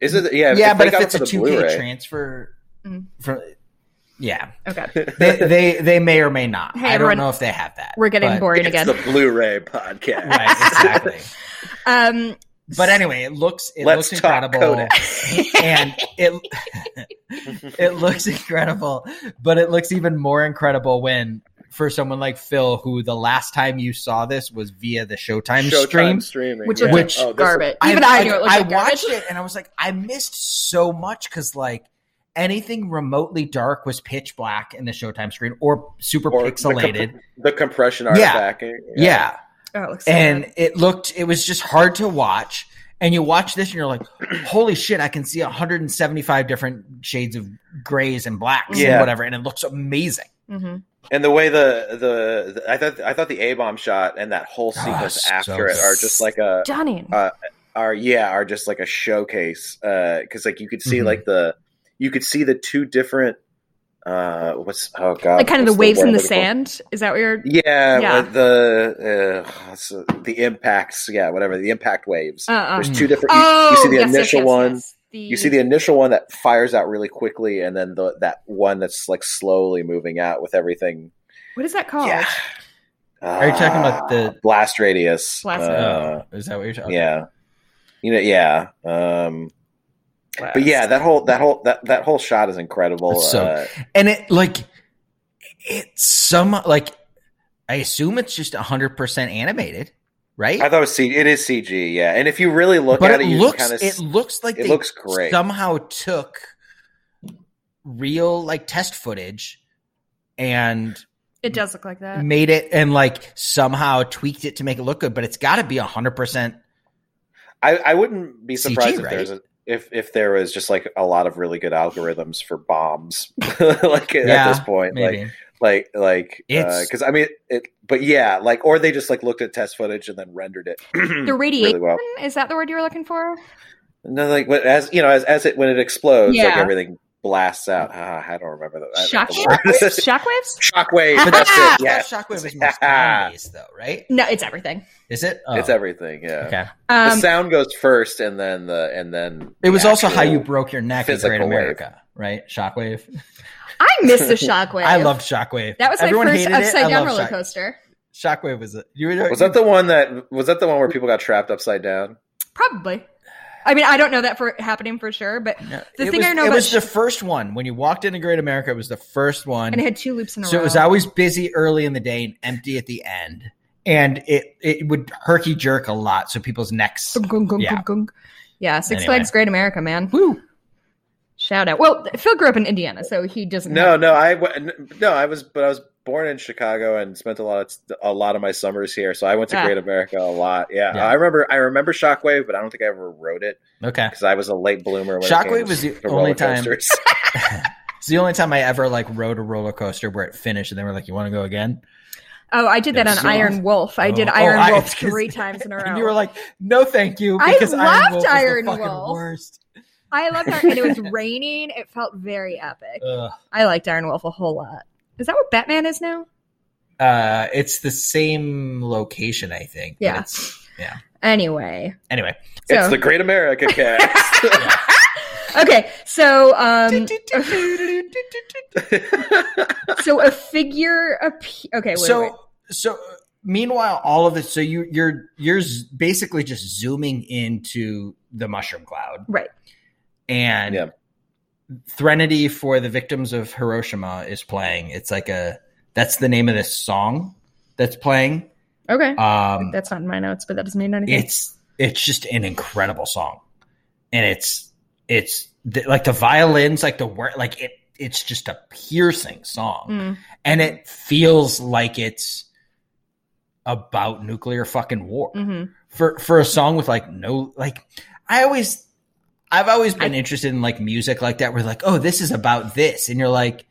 Is it? Yeah, yeah, they but if got it's a it for the two K Blu-ray. transfer, Mm. from yeah, Okay, they, they they may or may not. Hey, I don't everyone, know if they have that. we're getting but- boring it's again. the Blu-ray podcast. Right, exactly. um, but anyway, it looks it Let's looks talk, incredible, and it it looks incredible. But it looks even more incredible when for someone like Phil, who the last time you saw this was via the Showtime, Showtime stream. streaming, which yeah. looked Which- Oh, this- garbage. Even I, knew it looked I like watched garbage. it and I was like, I missed so much because like anything remotely dark was pitch black in the Showtime screen or super Or the pixelated. the compression Yeah. artifact. yeah. Oh, it looks so And good. it looked, it was just hard to watch. And you watch this and you're like, holy shit, I can see 175 different shades of grays and blacks and Yeah. whatever. And it looks amazing. Mhm. and the way the, the the I thought I thought the A bomb shot and that whole Oh, sequence so after it are just like a stunning. uh, are yeah are just like a showcase because like you could see Mhm. like the you could see the two different uh what's oh god like kind of the what's waves word in the I'm looking for? sand. Is that what you're? yeah, Yeah. with the uh, so the impacts yeah whatever the impact waves Uh, uh. there's two different you, you Oh, see the yes, yes, initial yes, one yes. The, you see the initial one that fires out really quickly and then the, that one that's like slowly moving out with everything what is that called? yeah Are you talking about the- Ah, blast radius Blast Uh, Oh, is that what you're talking yeah you know yeah um Wow. but yeah that whole that whole that, that whole shot is incredible That's so- uh, and it like it's some like i assume it's just 100% animated right i thought it was cg it is cg yeah and if you really look but at it it, you looks kind of it looks like it they looks great. somehow took real like test footage and it does look like Mm, that. made it and like somehow tweaked it to make it look good but it's got to be 100% I, I wouldn't be CG, surprised if right? there's a if if there was just like a lot of really good algorithms for bombs like at Yeah, this point like maybe like like It's- because I mean it, but yeah, like or they just like looked at test footage and then rendered it The radiation really well. is that the word you were looking for? No, like when- as you know, as as it when it explodes, like Yeah. everything blasts out. Ah, I don't remember that. I don't know the word. Shockwaves. Shockwaves? Shockwaves. but that's that's it. I Yeah, thought shockwave is more Yeah. sound based though right No, it's everything. is it it's Oh, everything. Yeah, okay the Um, sound goes first, and then the and then it was the also how actual- you broke your neck in physical great wave. america right shockwave I miss the shockwave. I loved Shockwave. that was my Everyone first hated it. I upside down loved roller Shock- coaster. Shockwave was a, you were Was that the one that was that the one where people got trapped upside down? Probably. I mean, I don't know that for happening for sure, but the the thing was, I know It about was Sh- the first one when you walked into Great America. It was the first one, and it had two loops in a so row. it was always busy early in the day and empty at the end, and it it would herky jerk a lot, so people's necks. Gung, gung, gung, Yeah. gung, gung. yeah, Six Anyway. Flags Great America, man. Woo! Shout out. Well, Phil grew up in Indiana, so he doesn't. No, have- no, I wa- no, I was, but I was born in Chicago and spent a lot of a lot of my summers here. So I went to Ah. Great America a lot. Yeah, Yeah. I remember, I remember Shockwave, but I don't think I ever rode it Okay, because I was a late bloomer. When Shockwave it came was the to only roller time- coasters. it's the only time I ever like rode a roller coaster where it finished and they were like, "You want to go again?" Oh, I did that Yeah, on so- Iron Wolf. I did Oh, oh, Iron I- Wolf three times in a row. And you were like, "No, thank you." I Because loved Iron Wolf was Iron the fucking Wolf. worst. I loved Iron, and it was raining. It felt very epic. Ugh. I liked Iron Wolf a whole lot. Is that what Batman is now? Uh, it's the same location, I think. but Yeah. it's- yeah. Anyway, Anyway, it's so the Great America cast. okay, so um, so a figure appe Okay, wait, so wait. so meanwhile all of this so you you're you're z- basically just zooming into the mushroom cloud Right. and Yeah. Threnody for the victims of Hiroshima is playing. It's like a that's the name of this song that's playing. Okay. Um, That's not in my notes, but that doesn't mean anything. it's it's just an incredible song, and it's it's the, like the violins, like the word, like it. It's just a piercing song, Mm. and it feels like it's about nuclear fucking war hmm for for a song with like no like I always I've always been interested in like music like that where like oh this is about this and you're like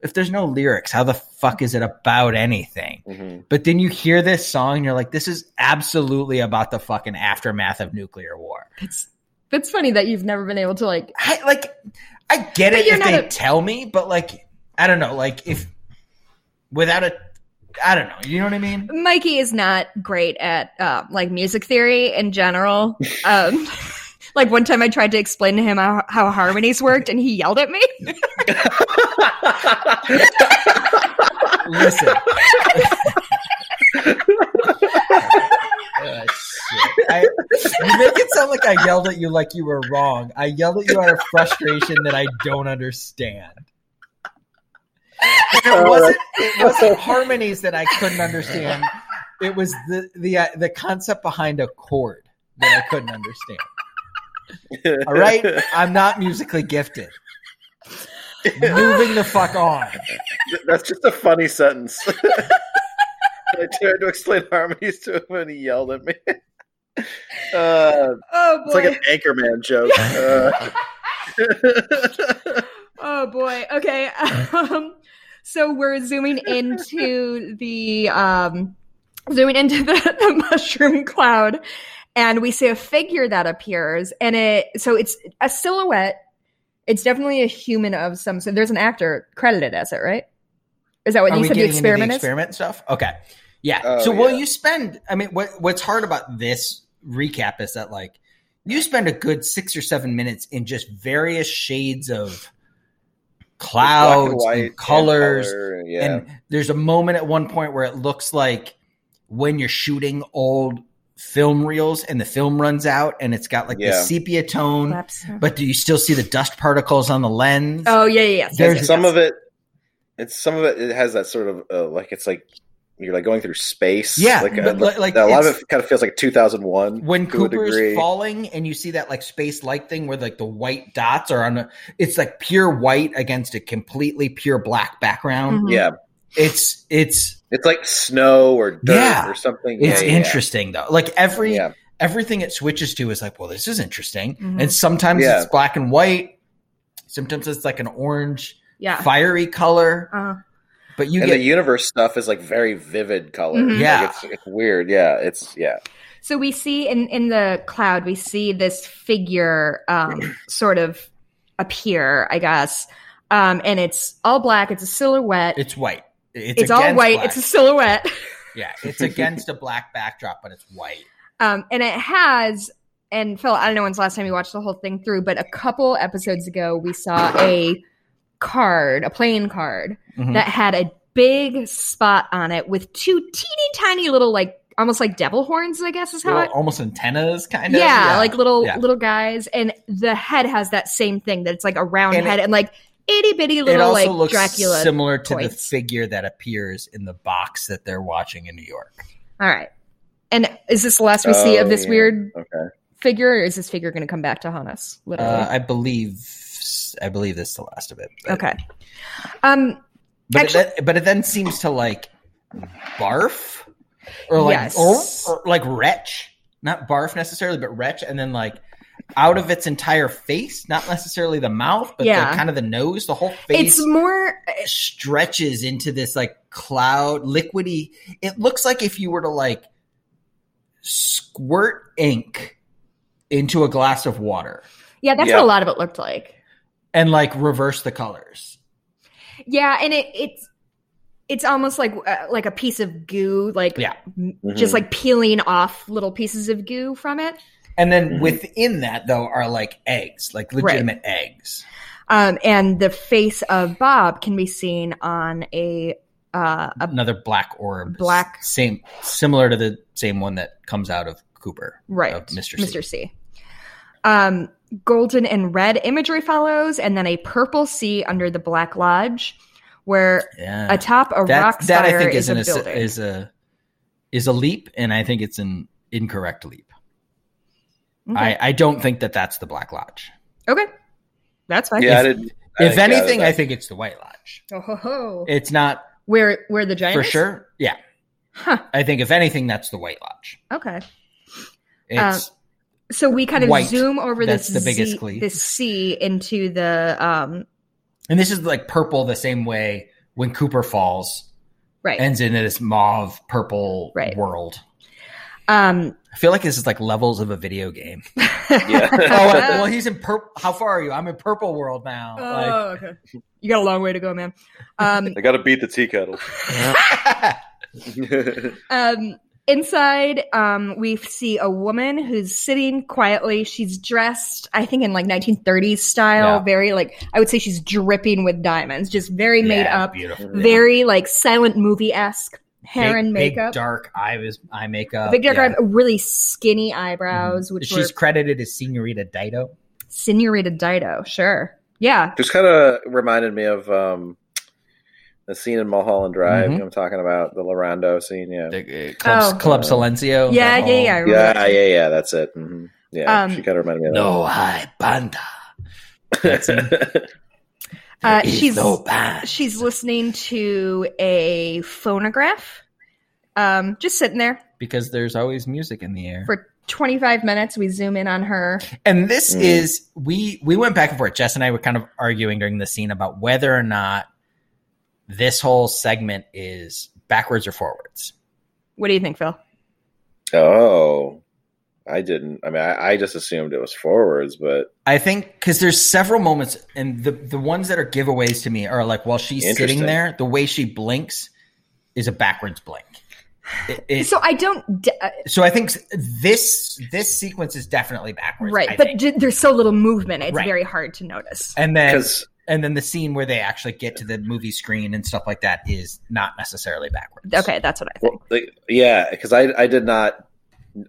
if there's no lyrics how the fuck is it about anything Mhm. but then you hear this song and you're like this is absolutely about the fucking aftermath of nuclear war That's funny that you've never been able to like. I like I get But it you're if not they a- tell me but like I don't know like if without a I don't know you know what I mean Mikey is not great at uh, like music theory in general. Um, like one time I tried to explain to him how, how harmonies worked, and he yelled at me. Listen. Oh, shit. I, you make it sound like I yelled at you like you were wrong. I yelled at you out of frustration that I don't understand. And it wasn't it wasn't harmonies that I couldn't understand. It was the the uh, the concept behind a chord that I couldn't understand. All right, I'm not musically gifted. Moving the fuck on. That's just a funny sentence. I tried to explain harmonies to him and he yelled at me. Uh, Oh it's boy! like an Anchorman joke. Uh, oh boy! Okay. Um, so we're zooming into the um, zooming into the, the mushroom cloud, and we see a figure that appears, and it so it's a silhouette. It's definitely a human of some. So there's an actor credited as it, right? Is that what Are you we said the getting into experiment the is? experiment stuff? Okay. Yeah. Oh, so will yeah. you spend I mean what what's hard about this recap is that like you spend a good 6 or 7 minutes in just various shades of black clouds and, white colors and, color, yeah. there's a moment at one point where it looks like when you're shooting old film reels and the film runs out and it's got like the Yeah. sepia tone Perhaps. but do you still see the dust particles on the lens? Oh yeah, yeah. yeah. There's- And some of it, it's some of it. It has that sort of uh, like it's like you're like going through space. Yeah, like, uh, but li- like a lot of it's- it kind of feels like 2001 when to a Cooper's degree. falling and you see that like space light thing where like the white dots are on a, it's like pure white against a completely pure black background. Mhm. Yeah, It's it's it's like snow or dirt Yeah. or something. it's Yeah, yeah, interesting though. Like every Yeah. everything it switches to is like, well, this is interesting. Mhm. And sometimes Yeah. it's black and white. Sometimes it's like an orange Yeah. fiery color, Uh, but you and get the universe stuff is like very vivid color. Mhm. Like, Yeah. it's, it's weird. Yeah, it's yeah. So we see in in the cloud, we see this figure um, sort of appear, I guess, um, and it's all black. It's a silhouette. It's, it's white. It's, all against white. black. It's a silhouette, yeah, it's against a black backdrop, but it's white. um, and it has. And Phil, I don't know when's the last time you watched the whole thing through, but a couple episodes ago, we saw a card, a playing card Mhm. that had a big spot on it with two teeny tiny little, like almost like devil horns. I guess is how They're I, almost antennas, kind of. yeah, like little Yeah. little guys, and the head has that same thing that it's like a round And it- head and like itty bitty little like Dracula. similar to the points. figure that appears in the box that they're watching in New York. All right, and is this the last we see Oh, of this yeah. weird Okay. figure, or is this figure going to come back to haunt us? Literally, Uh, I believe, I believe that's the last of it. But, okay. Um, but Actually- it, then- but it then seems to like barf or like Yes. or, or like retch, not barf necessarily, but retch, and then like out of its entire face, not necessarily the mouth, but Yeah. the, kind of the nose, the whole face. it's more. stretches into this like cloud liquidy it looks like if you were to like squirt ink into a glass of water Yeah, that's Yeah. what a lot of it looked like. and like reverse the colors Yeah, and it it's it's almost like uh, like a piece of goo, like Yeah. m- Mm-hmm. just like peeling off little pieces of goo from it. and then Mm-hmm. Mhm. within that though are like eggs like legitimate eggs Um, and the face of Bob can be seen on a uh, a another black orb Black- same similar to the same one that comes out of cooper right, of mr, C. Mr. C. Um, golden and red imagery follows, and then a purple sea under the Black Lodge, where Yeah. atop a rock Ah, that I spire think is, is, an, a is, building. a, is a is a leap, and I think it's an incorrect leap. okay. I, I don't think that that's the Black Lodge. okay, that's fine. Yeah, I didn't. I if didn't gather anything, that. I think it's the White Lodge. Oh, ho, ho. It's not where where the giant for is? sure. Yeah, Huh. I think if anything, that's the White Lodge. Okay. Uh, It's So we kind of White. zoom over That's this the biggest Z- clue. this sea into the um and this is like purple the same way when Cooper Falls right ends in this mauve purple Right. world. um I feel like this is like levels of a video game. Yeah. oh, well, he's in purple. How far are you? I'm in purple world now. Like, Oh, okay. You got a long way to go, man. Um, I got to beat the tea kettle. um, inside, um, we see a woman who's sitting quietly. She's dressed, I think, in like 1930s style. Yeah. Very like I would say she's dripping with diamonds, just very made Yeah, up, beautiful. very like silent movie esque hair Big- and big makeup. dark eye, vis- eye makeup. Big dark yeah. Mm-hmm. eye, really skinny eyebrows, which She's were credited as Senorita Dido. Senorita Dido. Sure, yeah, Just kind of reminded me of um, the scene in Mulholland Drive. Mm-hmm. You know what I'm talking about the Lorando scene. Yeah. Club, Oh. Club Silencio. yeah, that yeah, whole- yeah. I remember Yeah, that. yeah, yeah. That's it. hmm Yeah, Um, she kind of reminded me of No, hi, banda. that. Uh, It's she's no bad. she's listening to a phonograph um just sitting there Because there's always music in the air. for 25 minutes we zoom in on her And this Mm. is we we went back and forth. Jess and I were kind of arguing during the scene about whether or not this whole segment is backwards or forwards. what do you think phil oh, I didn't. I mean, I, I just assumed it was forwards, but I think because there's several moments, and the the ones that are giveaways to me are like while she's sitting Interesting. there, the way she blinks is a backwards blink. It- it- so so, i don't d- uh, I think this this sequence is definitely backwards, right I but think. j- there's so little movement it's Right. very hard to notice and then because and then the scene where they actually get to the movie screen and stuff like that is not necessarily backwards. okay that's what i think well, like, yeah, because I I did not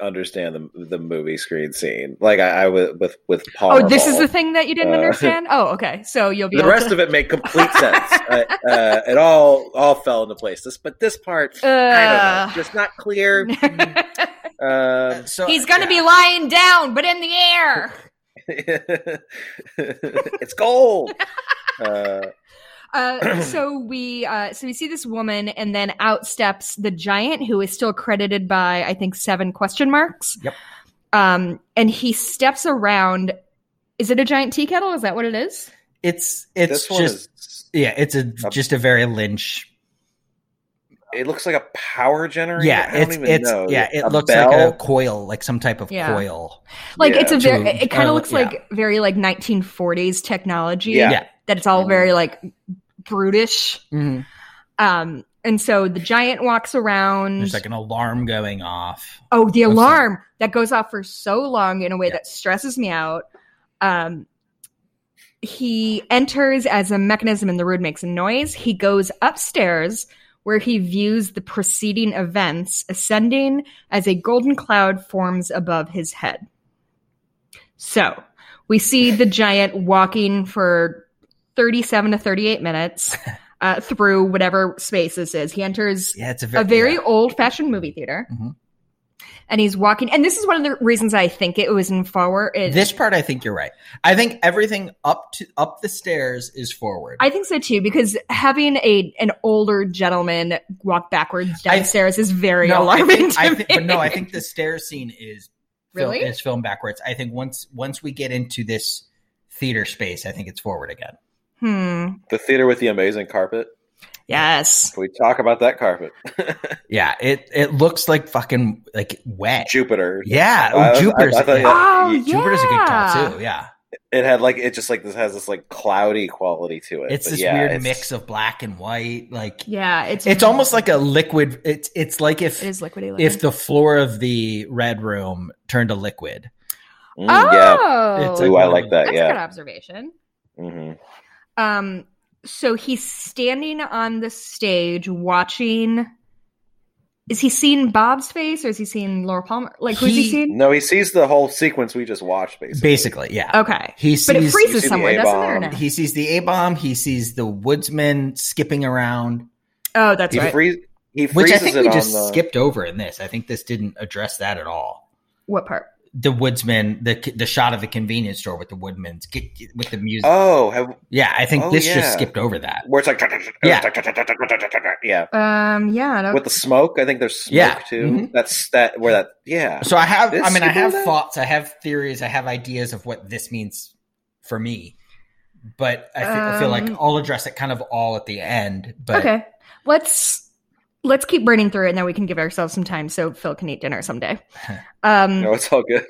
understand the the movie screen scene. Like I, I was with with Paul. oh this is the thing that you didn't Uh, understand oh okay so you'll be The able rest to- of it made complete sense. uh, uh, it all all fell into place. This, but this part, I don't know, uh, just not clear. Um, So he's gonna be lying down but in the air it's gold. Uh, Uh, so we uh, so we see this woman, and then out steps the giant, who is still credited by I think seven question marks. Yep. Um, and he steps around. Is it a giant tea kettle? Is that what it is? it's it's this one just is. yeah, it's a just a very Lynch. It looks like a power generator. I Yeah, don't it's even it's know. yeah, it A looks bell? like a coil, like some type of Yeah. coil. Like Yeah, it's a to very. a- It kind uh, of looks yeah. like very like 1940s technology. Yeah. Yeah. That it's all very like brutish. Um, and so the giant walks around. There's like an alarm going off. Oh, the I'm sorry. alarm that goes off for so long in a way Yeah. that stresses me out. Um, he enters as a mechanism in the room makes a noise. He goes upstairs where he views the preceding events ascending as a golden cloud forms above his head. So we see the giant walking for 37 to 38 minutes uh, through whatever space this is. He enters Yeah, it's a very, a very yeah. old fashioned movie theater. Mhm. And he's walking, and this is one of the reasons I think it was in forward. It, this part. I think you're right. I think everything up to up the stairs is forward. I think so too, because having a an older gentleman walk backwards I- downstairs is very no, I alarming think, to I me. think, but no, I think the stair scene is fil- Really? is filmed backwards. I think once once we get into this theater space, I think it's forward again. Hmm. The theater with the amazing carpet. Yes. Can we talk about that carpet? Yeah, it it looks like fucking like wet. Jupiter. yeah, I- I- oh, I Jupiter's. thought yeah. that- Oh, yeah. Jupiter's a good call too. Yeah, It had like it just like this has this like cloudy quality to it. it's But this yeah, weird it's- mix of black and white. Like Yeah, it's it's almost like a liquid. It's it's like if it is liquidy. looking. if the floor of the red room turned a liquid. Mm, Yeah. oh, It's Ooh, I like that. that's a good yeah. observation. hmm Um, so he's standing on the stage watching is he seeing Bob's face or is he seeing Laura Palmer? Like who's he, He- seeing? No, he sees the whole sequence we just watched, basically. Basically, yeah. Okay, He Oh. but it sees- you freezes see the somewhere, doesn't it? Or no? A-bomb. He sees the A bomb. He sees the woodsman skipping around, oh, that's he, right. freeze, he freezes which I think it we on just the, skipped over in this. I think this didn't address that at all. what part? The woodsman, the the shot of the convenience store with the woodman's with the music. Oh, have, yeah, I think oh, this yeah. just skipped over that. where it's like yeah, Um, yeah, I don't- with the smoke. I think there's smoke Yeah. too. Mhm. That's that where that yeah. So I have, Did it I mean, I skip have over that? thoughts, I have theories, I have ideas of what this means for me, but I, fe- I feel like Um, I'll address it kind of all at the end. But okay. Let's let's keep burning through it, and then we can give ourselves some time so Phil can eat dinner someday. Um, No, it's all good.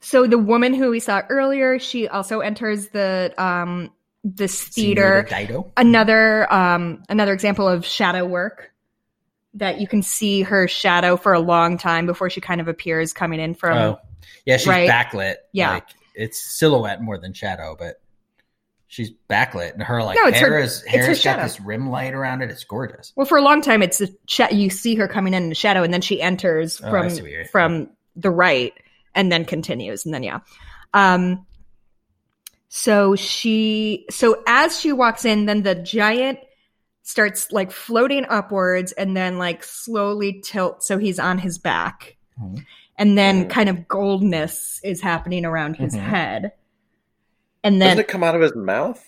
So the woman who we saw earlier, she also enters the um this Senorita theater. Dido. Another um another example of shadow work that you can see her shadow for a long time before she kind of appears coming in from oh, yeah, she's right. backlit. Yeah. like, it's silhouette more than shadow, but she's backlit, and her like No, it's hair her- is hair her has got shadow. this rim light around it. It's gorgeous. Well, for a long time, it's a cha- you see her coming in in the shadow, and then she enters Oh, I from see what you're- from the right, and then continues, and then yeah. Um. So she, so as she walks in, then the giant starts like floating upwards, and then like slowly tilts, so he's on his back, Hmm. and then Hmm. kind of goldness is happening around his Mhm. head, and Doesn't then it come out of his mouth?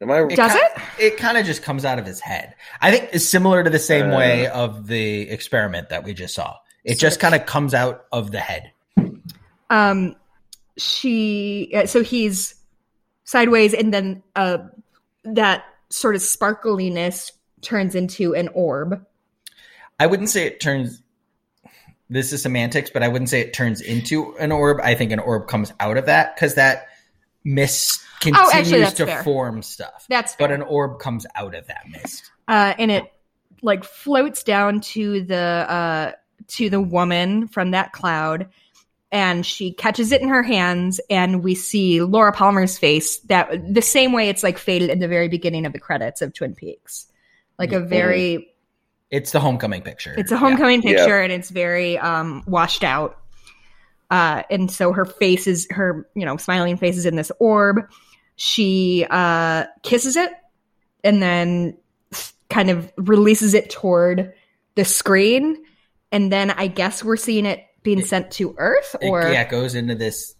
Am I? Does ki- it? It kind of just comes out of his head. I think it's similar to the same Uh. way of the experiment that we just saw. It just kind of comes out of the head. um she uh, so he's sideways and then uh that sort of sparkliness turns into an orb I wouldn't say it turns. This is semantics, but I wouldn't say it turns into an orb. I think an orb comes out of that because that mist Oh, actually, continues that's to fair. form stuff. that's But fair. an orb comes out of that mist. uh and it like floats down to the uh to the woman from that cloud and she catches it in her hands and we see Laura Palmer's face that the same way it's like faded in the very beginning of the credits of Twin Peaks like a very It's the homecoming picture. It's a homecoming Yeah. picture, and it's very um, washed out. Uh, and so her face is her, you know, smiling face is in this orb. She uh, kisses it and then kind of releases it toward the screen. And then I guess we're seeing it being It- sent to Earth, Yeah. It- or yeah, it goes into this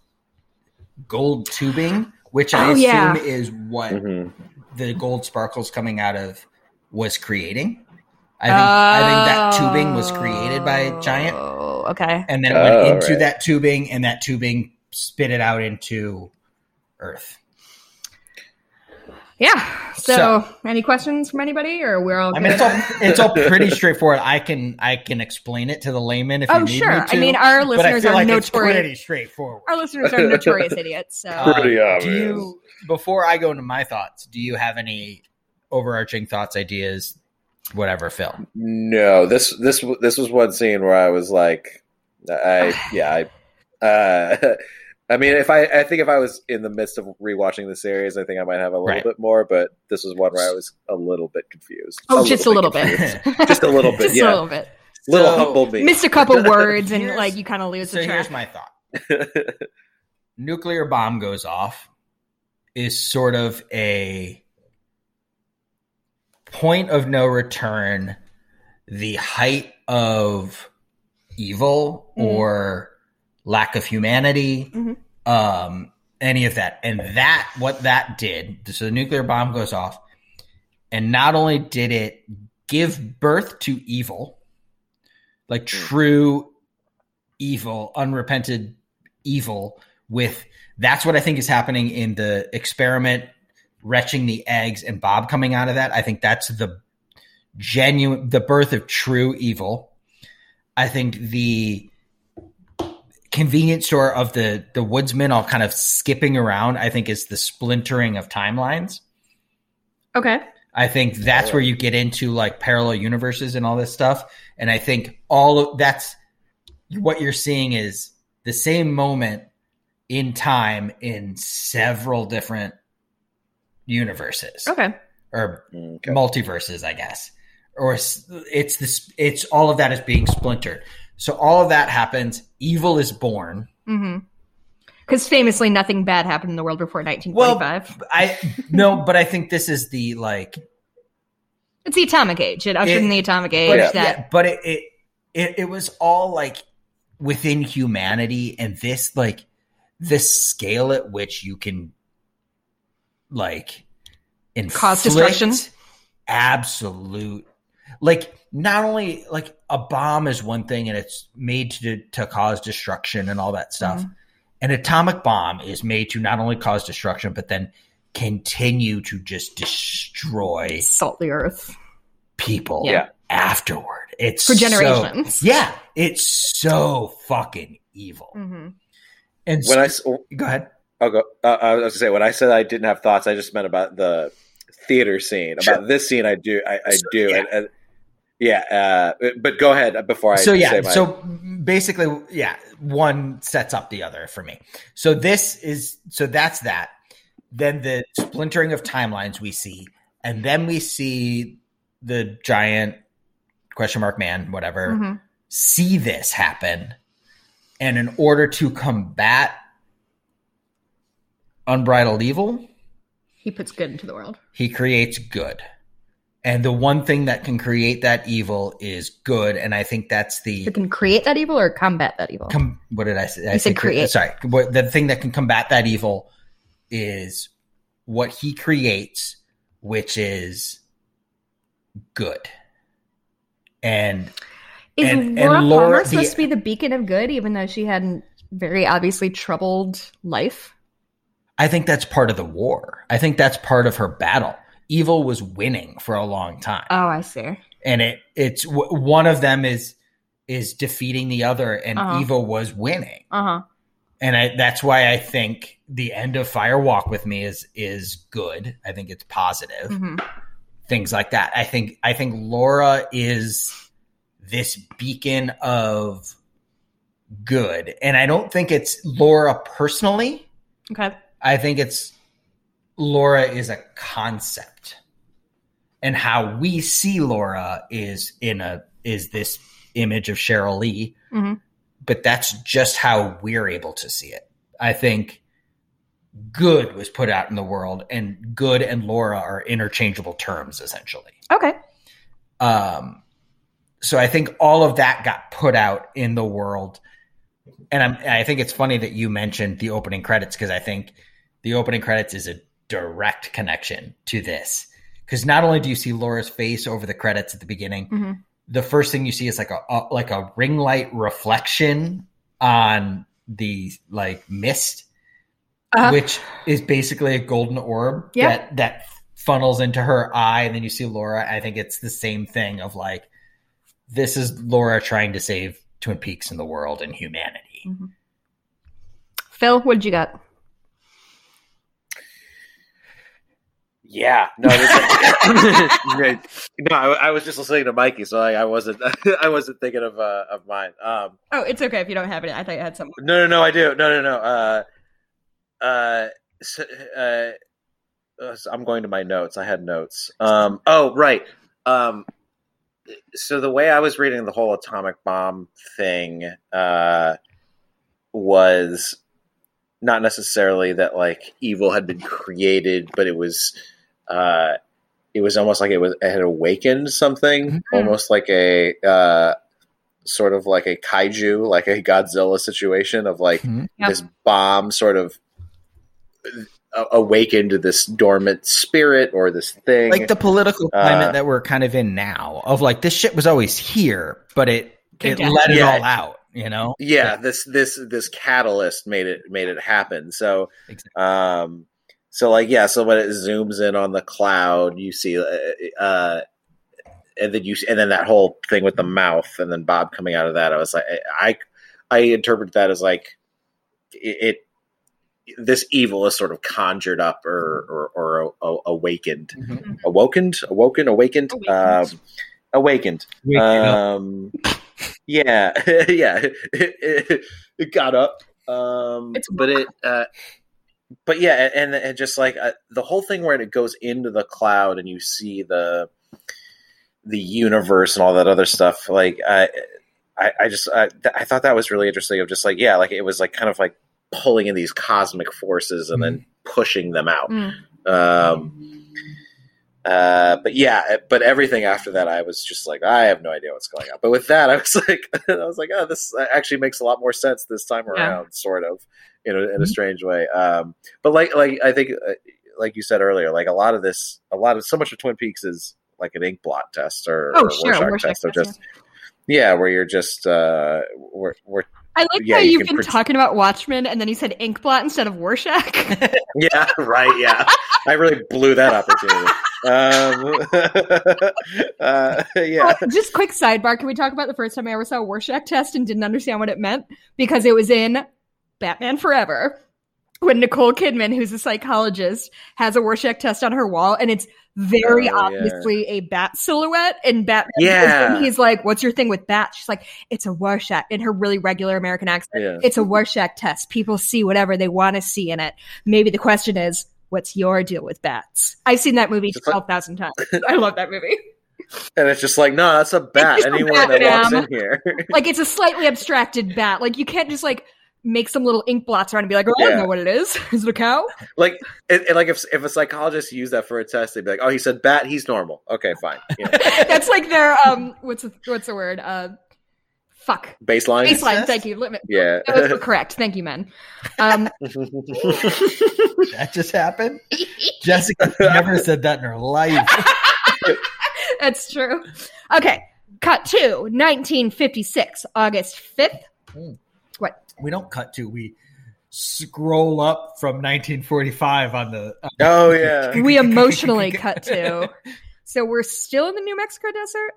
gold tubing, which I Oh, assume yeah. is what Mhm. the gold sparkles coming out of was creating. I think I think that tubing was created by Giant. Oh, okay. and then it went Oh, into right. that tubing, and that tubing spit it out into Earth. Yeah. So, So- any questions from anybody, or we're all? I good? mean, it's all it's all pretty straightforward. I can I can explain it to the layman if oh, you need sure. me to. I mean, our but I listeners feel are like it's notorious. pretty straightforward. Our listeners are notorious idiots. So. Uh, Pretty do obvious. you, before I go into my thoughts, do you have any overarching thoughts, ideas, whatever, Phil? No, this this w- this was one scene where I was like, I yeah, I, uh, I mean, if I I think if I was in the midst of rewatching the series, I think I might have a little Right. bit more. But this was one where I was a little bit confused. Oh, just a little bit. confused. just a little bit, Just yeah, a little, little bit. So- humble me. Missed a couple words and Here's- like you kind of lose So the here's track. my thought. Mm, nuclear bomb goes off is sort of a point of no return, the height of evil Mhm. or lack of humanity, Mhm. um, any of that. And that, what that did, so the nuclear bomb goes off, and not only did it give birth to evil, like true evil, unrepented evil, with that's what I think is happening in the experiment, retching the eggs and Bob coming out of that. I think that's the genuine, the birth of true evil. I think the convenience store of the the woodsman all kind of skipping around. I think is the splintering of timelines. Okay. I think that's where you get into like parallel universes and all this stuff. And I think all of that's what you're seeing is the same moment in time in several different universes Okay. or Okay. multiverses, I guess, or s- it's this it's all of that is being splintered. So all of that happens. Evil is born. Mm-hmm. Because famously, nothing bad happened in the world before 1945. I no, but I think this is the like it's the atomic age. It ushered It- in the atomic age. but, that yeah, but it, it it it was all like within humanity and this like this scale at which you can like Cause inflict destruction? absolute like not only like a bomb is one thing and it's made to to cause destruction and all that stuff Mm-hmm. an atomic bomb is made to not only cause destruction but then continue to just destroy salt the earth. people Yeah. afterward. It's For so- generations. yeah, it's so fucking evil. Mm-hmm. And When so- I s- go ahead. I'll go. Uh, I was gonna say when I said I didn't have thoughts, I just meant about the theater scene. Sure. About this scene, I do. I, I Sure, do. yeah. And, and- yeah. Uh, but go ahead before I. so yeah, Say my, so basically, yeah, one sets up the other for me. So this is so that's that. Then the splintering of timelines we see, and then we see the giant question mark man, whatever, Mm-hmm. see this happen and in order to combat unbridled evil He puts good into the world. he creates good and the one thing that can create that evil is good and i think that's the It can create that evil or combat that evil. com- what did i say You i said said cre- create. sorry what, the thing that can combat that evil is what he creates which is good and Is and- Laura, and Laura- Palmer the- supposed to be the beacon of good, even though she had a very obviously troubled life? I think that's part of the war. I think that's part of her battle. Evil was winning for a long time, Oh, I see. and it it's w- one of them is is defeating the other, and Uh-huh. evil was winning, Uh huh. and I, that's why I think the end of Fire Walk with Me is is good. I think it's positive hmm things like that. I think I think Laura is this beacon of good, and I don't think it's Laura personally. Okay. I think it's Laura is a concept, and how we see Laura is in a is this image of Cheryl Lee, Mhm. but that's just how we're able to see it. I think good was put out in the world, and good and Laura are interchangeable terms essentially. Okay. Um, so I think all of that got put out in the world, and I'm, I think it's funny that you mentioned the opening credits because I think the opening credits is a direct connection to this because not only do you see Laura's face over the credits at the beginning, Mhm. the first thing you see is like a, a like a ring light reflection on the like mist Uh-huh. which is basically a golden orb Yeah. that that funnels into her eye and then you see Laura I think it's the same thing of like this is Laura trying to save Twin Peaks in the world and humanity. Phil, what did you got? yeah. No. this- no, I, I was just listening to Mikey, so I, I wasn't. I wasn't thinking of uh, of mine. Um, Oh, it's okay if you don't have it. I thought you had some. No, no, no, I do. No, no, no. Uh, uh, so, uh, uh, so I'm going to my notes. I had notes. Um, oh, right. Um, so the way I was reading the whole atomic bomb thing uh, was not necessarily that like evil had been created, but it was uh, it was almost like it was it had awakened something, almost like a uh, sort of like a kaiju, like a Godzilla situation of like Mhm. Yep. this bomb sort of uh, awakened this dormant spirit or this thing. Like the political Uh, climate that we're kind of in now of like this shit was always here but it it Kicked out. let it Yeah. all out, you know? yeah, this this this catalyst made it made it happen. So Exactly. um so like yeah, so when it zooms in on the cloud, you see uh, uh and then you and then that whole thing with the mouth and then Bob coming out of that. I was like I I interpret that as like it, it this evil is sort of conjured up or or, or a, awakened. Mhm. Awokened, awoken, awakened, Awakened. Um, awakened Wake it up. um, yeah, yeah, it, it, it got up. Um, It's but it, uh, but yeah, and, and just like uh, the whole thing where it goes into the cloud and you see the the universe and all that other stuff. Like I, I, I just I, th- I thought that was really interesting. Of just like yeah, like it was like kind of like pulling in these cosmic forces and then pushing them out. Mm. Um, uh, but yeah, but everything after that, I was just like, I have no idea what's going on. But with that, I was like, I was like, oh, this actually makes a lot more sense this time around, sort of, you know, Mm-hmm. in a strange way. Um, but like, like I think, uh, like you said earlier, like a lot of this, a lot of so much of Twin Peaks is like an ink blot test or, Oh, or sure, Rorschach Rorschach test, or test, just yeah. where you're just uh, where, where I like Yeah, how you you've can been pret- talking about Watchmen and then you said Inkblot instead of Rorschach. Yeah, right. Yeah, I really blew that opportunity. Um, uh, yeah, Uh, Just quick sidebar. Can we talk about the first time I ever saw a Rorschach test and didn't understand what it meant? Because it was in Batman Forever when Nicole Kidman, who's a psychologist, has a Rorschach test on her wall and it's very Oh, yeah. obviously a bat silhouette and Batman. Yeah. And he's like, What's your thing with bats? She's like, It's a Rorschach in her really regular American accent. yeah, It's a Rorschach test. People see whatever they want to see in it. Maybe the question is, What's your deal with bats? I've seen that movie It's like- 12,000 times. I love that movie. and it's just like, no, that's a bat. just a Anyone bat, that walks ma'am. in here, like it's a slightly abstracted bat. Like you can't just like make some little ink blots around and be like, oh, I Yeah. don't know what it is. Is it a cow? like, it, it- like if if a psychologist used that for a test, they'd be like, oh, he said bat. He's normal. Okay, fine. You know, That's like their um, what's the, what's the word? Uh, fuck. baseline. Baseline. test? Thank you. Limit. Yeah. That was correct. Thank you, men. Um, Uh. that just happened. Jessica never said that in her life. that's true. Okay. Cut to 1956, August 5th. We don't cut to. We scroll up from 1945 on the. uh, on the- oh yeah. We emotionally cut to. So we're still in the New Mexico desert?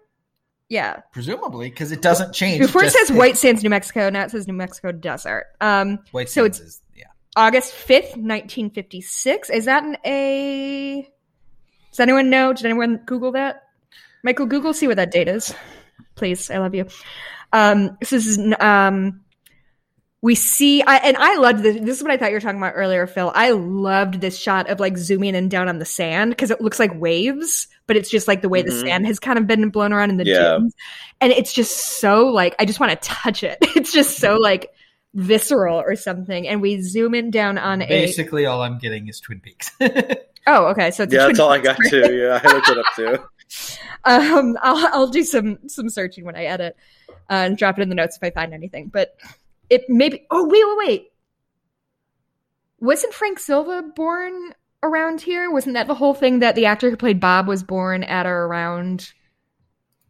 Yeah. Presumably, because it doesn't change. Before it just- says White Sands, New Mexico, now it says New Mexico desert. Um, White so Sands it's is- yeah. August 5th, 1956. Is that an A? Does anyone know? Did anyone Google that? Michael, Google, see what that date is. Please, I love you. Um, so this is, um, we see, I, and I loved this. This is what I thought you were talking about earlier, Phil. I loved this shot of like zooming in down on the sand because it looks like waves, but it's just like the way the Mhm. sand has kind of been blown around in the Yeah. dunes. And it's just so like, I just want to touch it. It's just so like visceral or something. And we zoom in down on a. Basically, all I'm getting is Twin Peaks. Oh, okay. So it's a Yeah, twin that's all I peaks. got too. Yeah, I looked it up too. Um, I'll I'll do some some searching when I edit uh, and drop it in the notes if I find anything. But it maybe. Oh wait, wait, wait. Wasn't Frank Silva born around here? Wasn't that the whole thing that the actor who played Bob was born at or around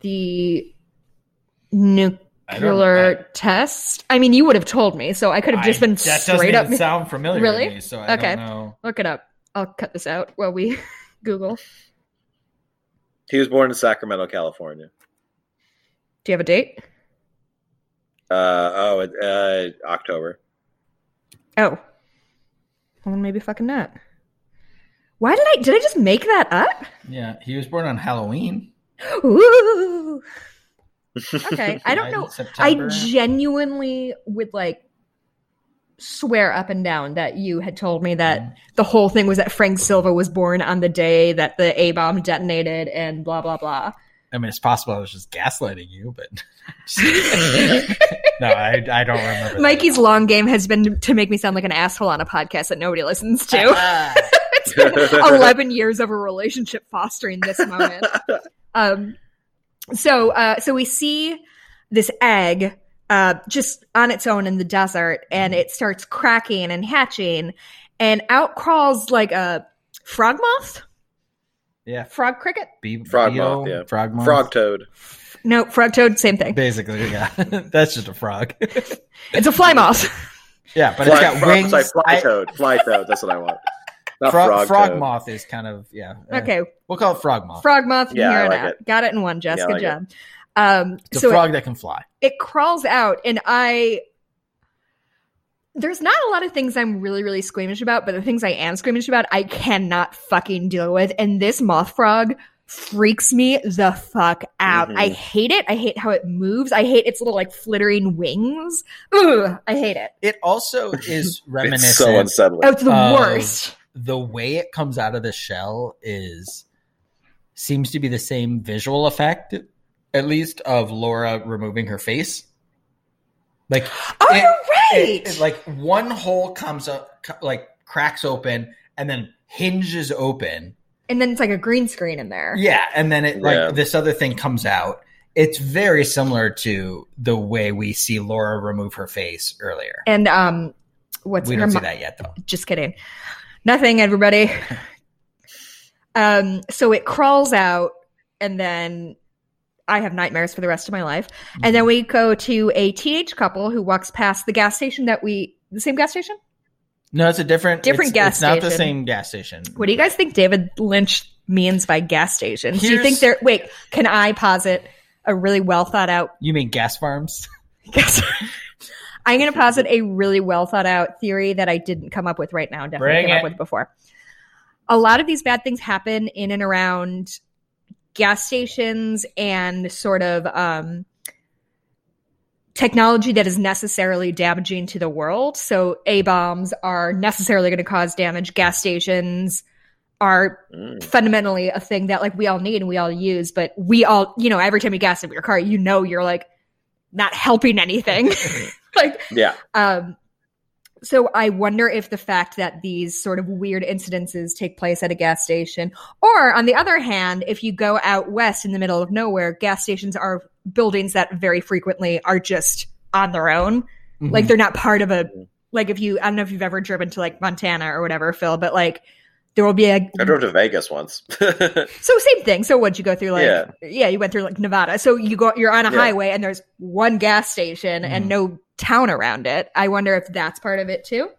the I don't- nuclear test? I mean, you would have told me, so I could have just I- been that doesn't straight even up. sound familiar. Really? To me, so I Okay. don't know. Look it up. I'll cut this out while we Google. He was born in Sacramento, California. Do you have a date? Uh, oh, uh, October. Oh. Well, then maybe fucking not. Why did I did I just make that up? Yeah, he was born on Halloween. Ooh. Okay, I don't Right, know. I September. genuinely would like swear up and down that you had told me that the whole thing was that Frank Silva was born on the day that the A bomb detonated and blah blah blah. I mean, it's possible I was just gaslighting you, but no, I, I don't remember. that. Mikey's long game has been to make me sound like an asshole on a podcast that nobody listens to. it's been 11 years of a relationship fostering this moment. Um, so, uh, so we see this egg uh, just on its own in the desert, and it starts cracking and hatching, and out crawls like a frog moth, yeah, frog cricket. B- Frog B-O, moth, yeah. frog moth, Frog toad. No, frog toad, same thing. Basically, yeah, that's just a frog. It's a fly moth. yeah, but it's fly, got frog- wings. Sorry, fly I- toad. Fly toad. That's what I want. Not frog, frog, frog toad. moth is kind of yeah. uh, Okay, we'll call it frog moth. frog moth. from Yeah, I here on like out. Got it in one, Jess. Yeah, I Good like job. Um, it's a so it- frog that can fly. it crawls out and i there's not a lot of things i'm really really squeamish about but the things i am squeamish about i cannot fucking deal with and this moth frog freaks me the fuck out Mhm. Mm-hmm. i hate it i hate how it moves i hate its little like flittering wings Ugh, i hate it It also is It's so reminiscent. Um, unsettling. oh it's the Uh, worst the way it comes out of the shell is seems to be the same visual effect, at least of Laura removing her face. Like, Oh, it- you're right. it- it, like one hole comes up, co- like cracks open, and then hinges open. and then it's like a green screen in there. Yeah, and then it like Yeah. this other thing comes out. It's very similar to the way we see Laura remove her face earlier. And um, what's we her don't see mo- that yet, though. just kidding. Nothing, everybody. um, so it crawls out, and then I have nightmares for the rest of my life. And then we go to a teenage couple who walks past the gas station that we the same gas station. No, it's a different Different it's, gas It's not the station. same gas station. What do you guys think David Lynch means by gas station? do you Here's- think there? Wait, can I posit a really well thought out You mean gas farms? guess? I'm going to posit a really well thought out theory that I didn't come up with right now. and Definitely Bring came it. up with before. A lot of these bad things happen in and around gas stations and sort of um, technology that is necessarily damaging to the world. So A bombs are necessarily going to cause damage. Gas stations are Oh. Mm. fundamentally a thing that like we all need and we all use, but we all, you know, every time you gas up your car, you know you're like not helping anything. like Yeah. um so I wonder if the fact that these sort of weird incidences take place at a gas station or on the other hand, if you go out west in the middle of nowhere, gas stations are buildings that very frequently are just on their own like they're not part of a like if you i don't know if you've ever driven to like montana or whatever phil but like there will be a I drove to Vegas once. so same thing so what'd you go through like yeah, Yeah. you went through like nevada so you go you're on a Yeah. highway and there's one gas station and Mhm. no town around it i wonder if that's part of it too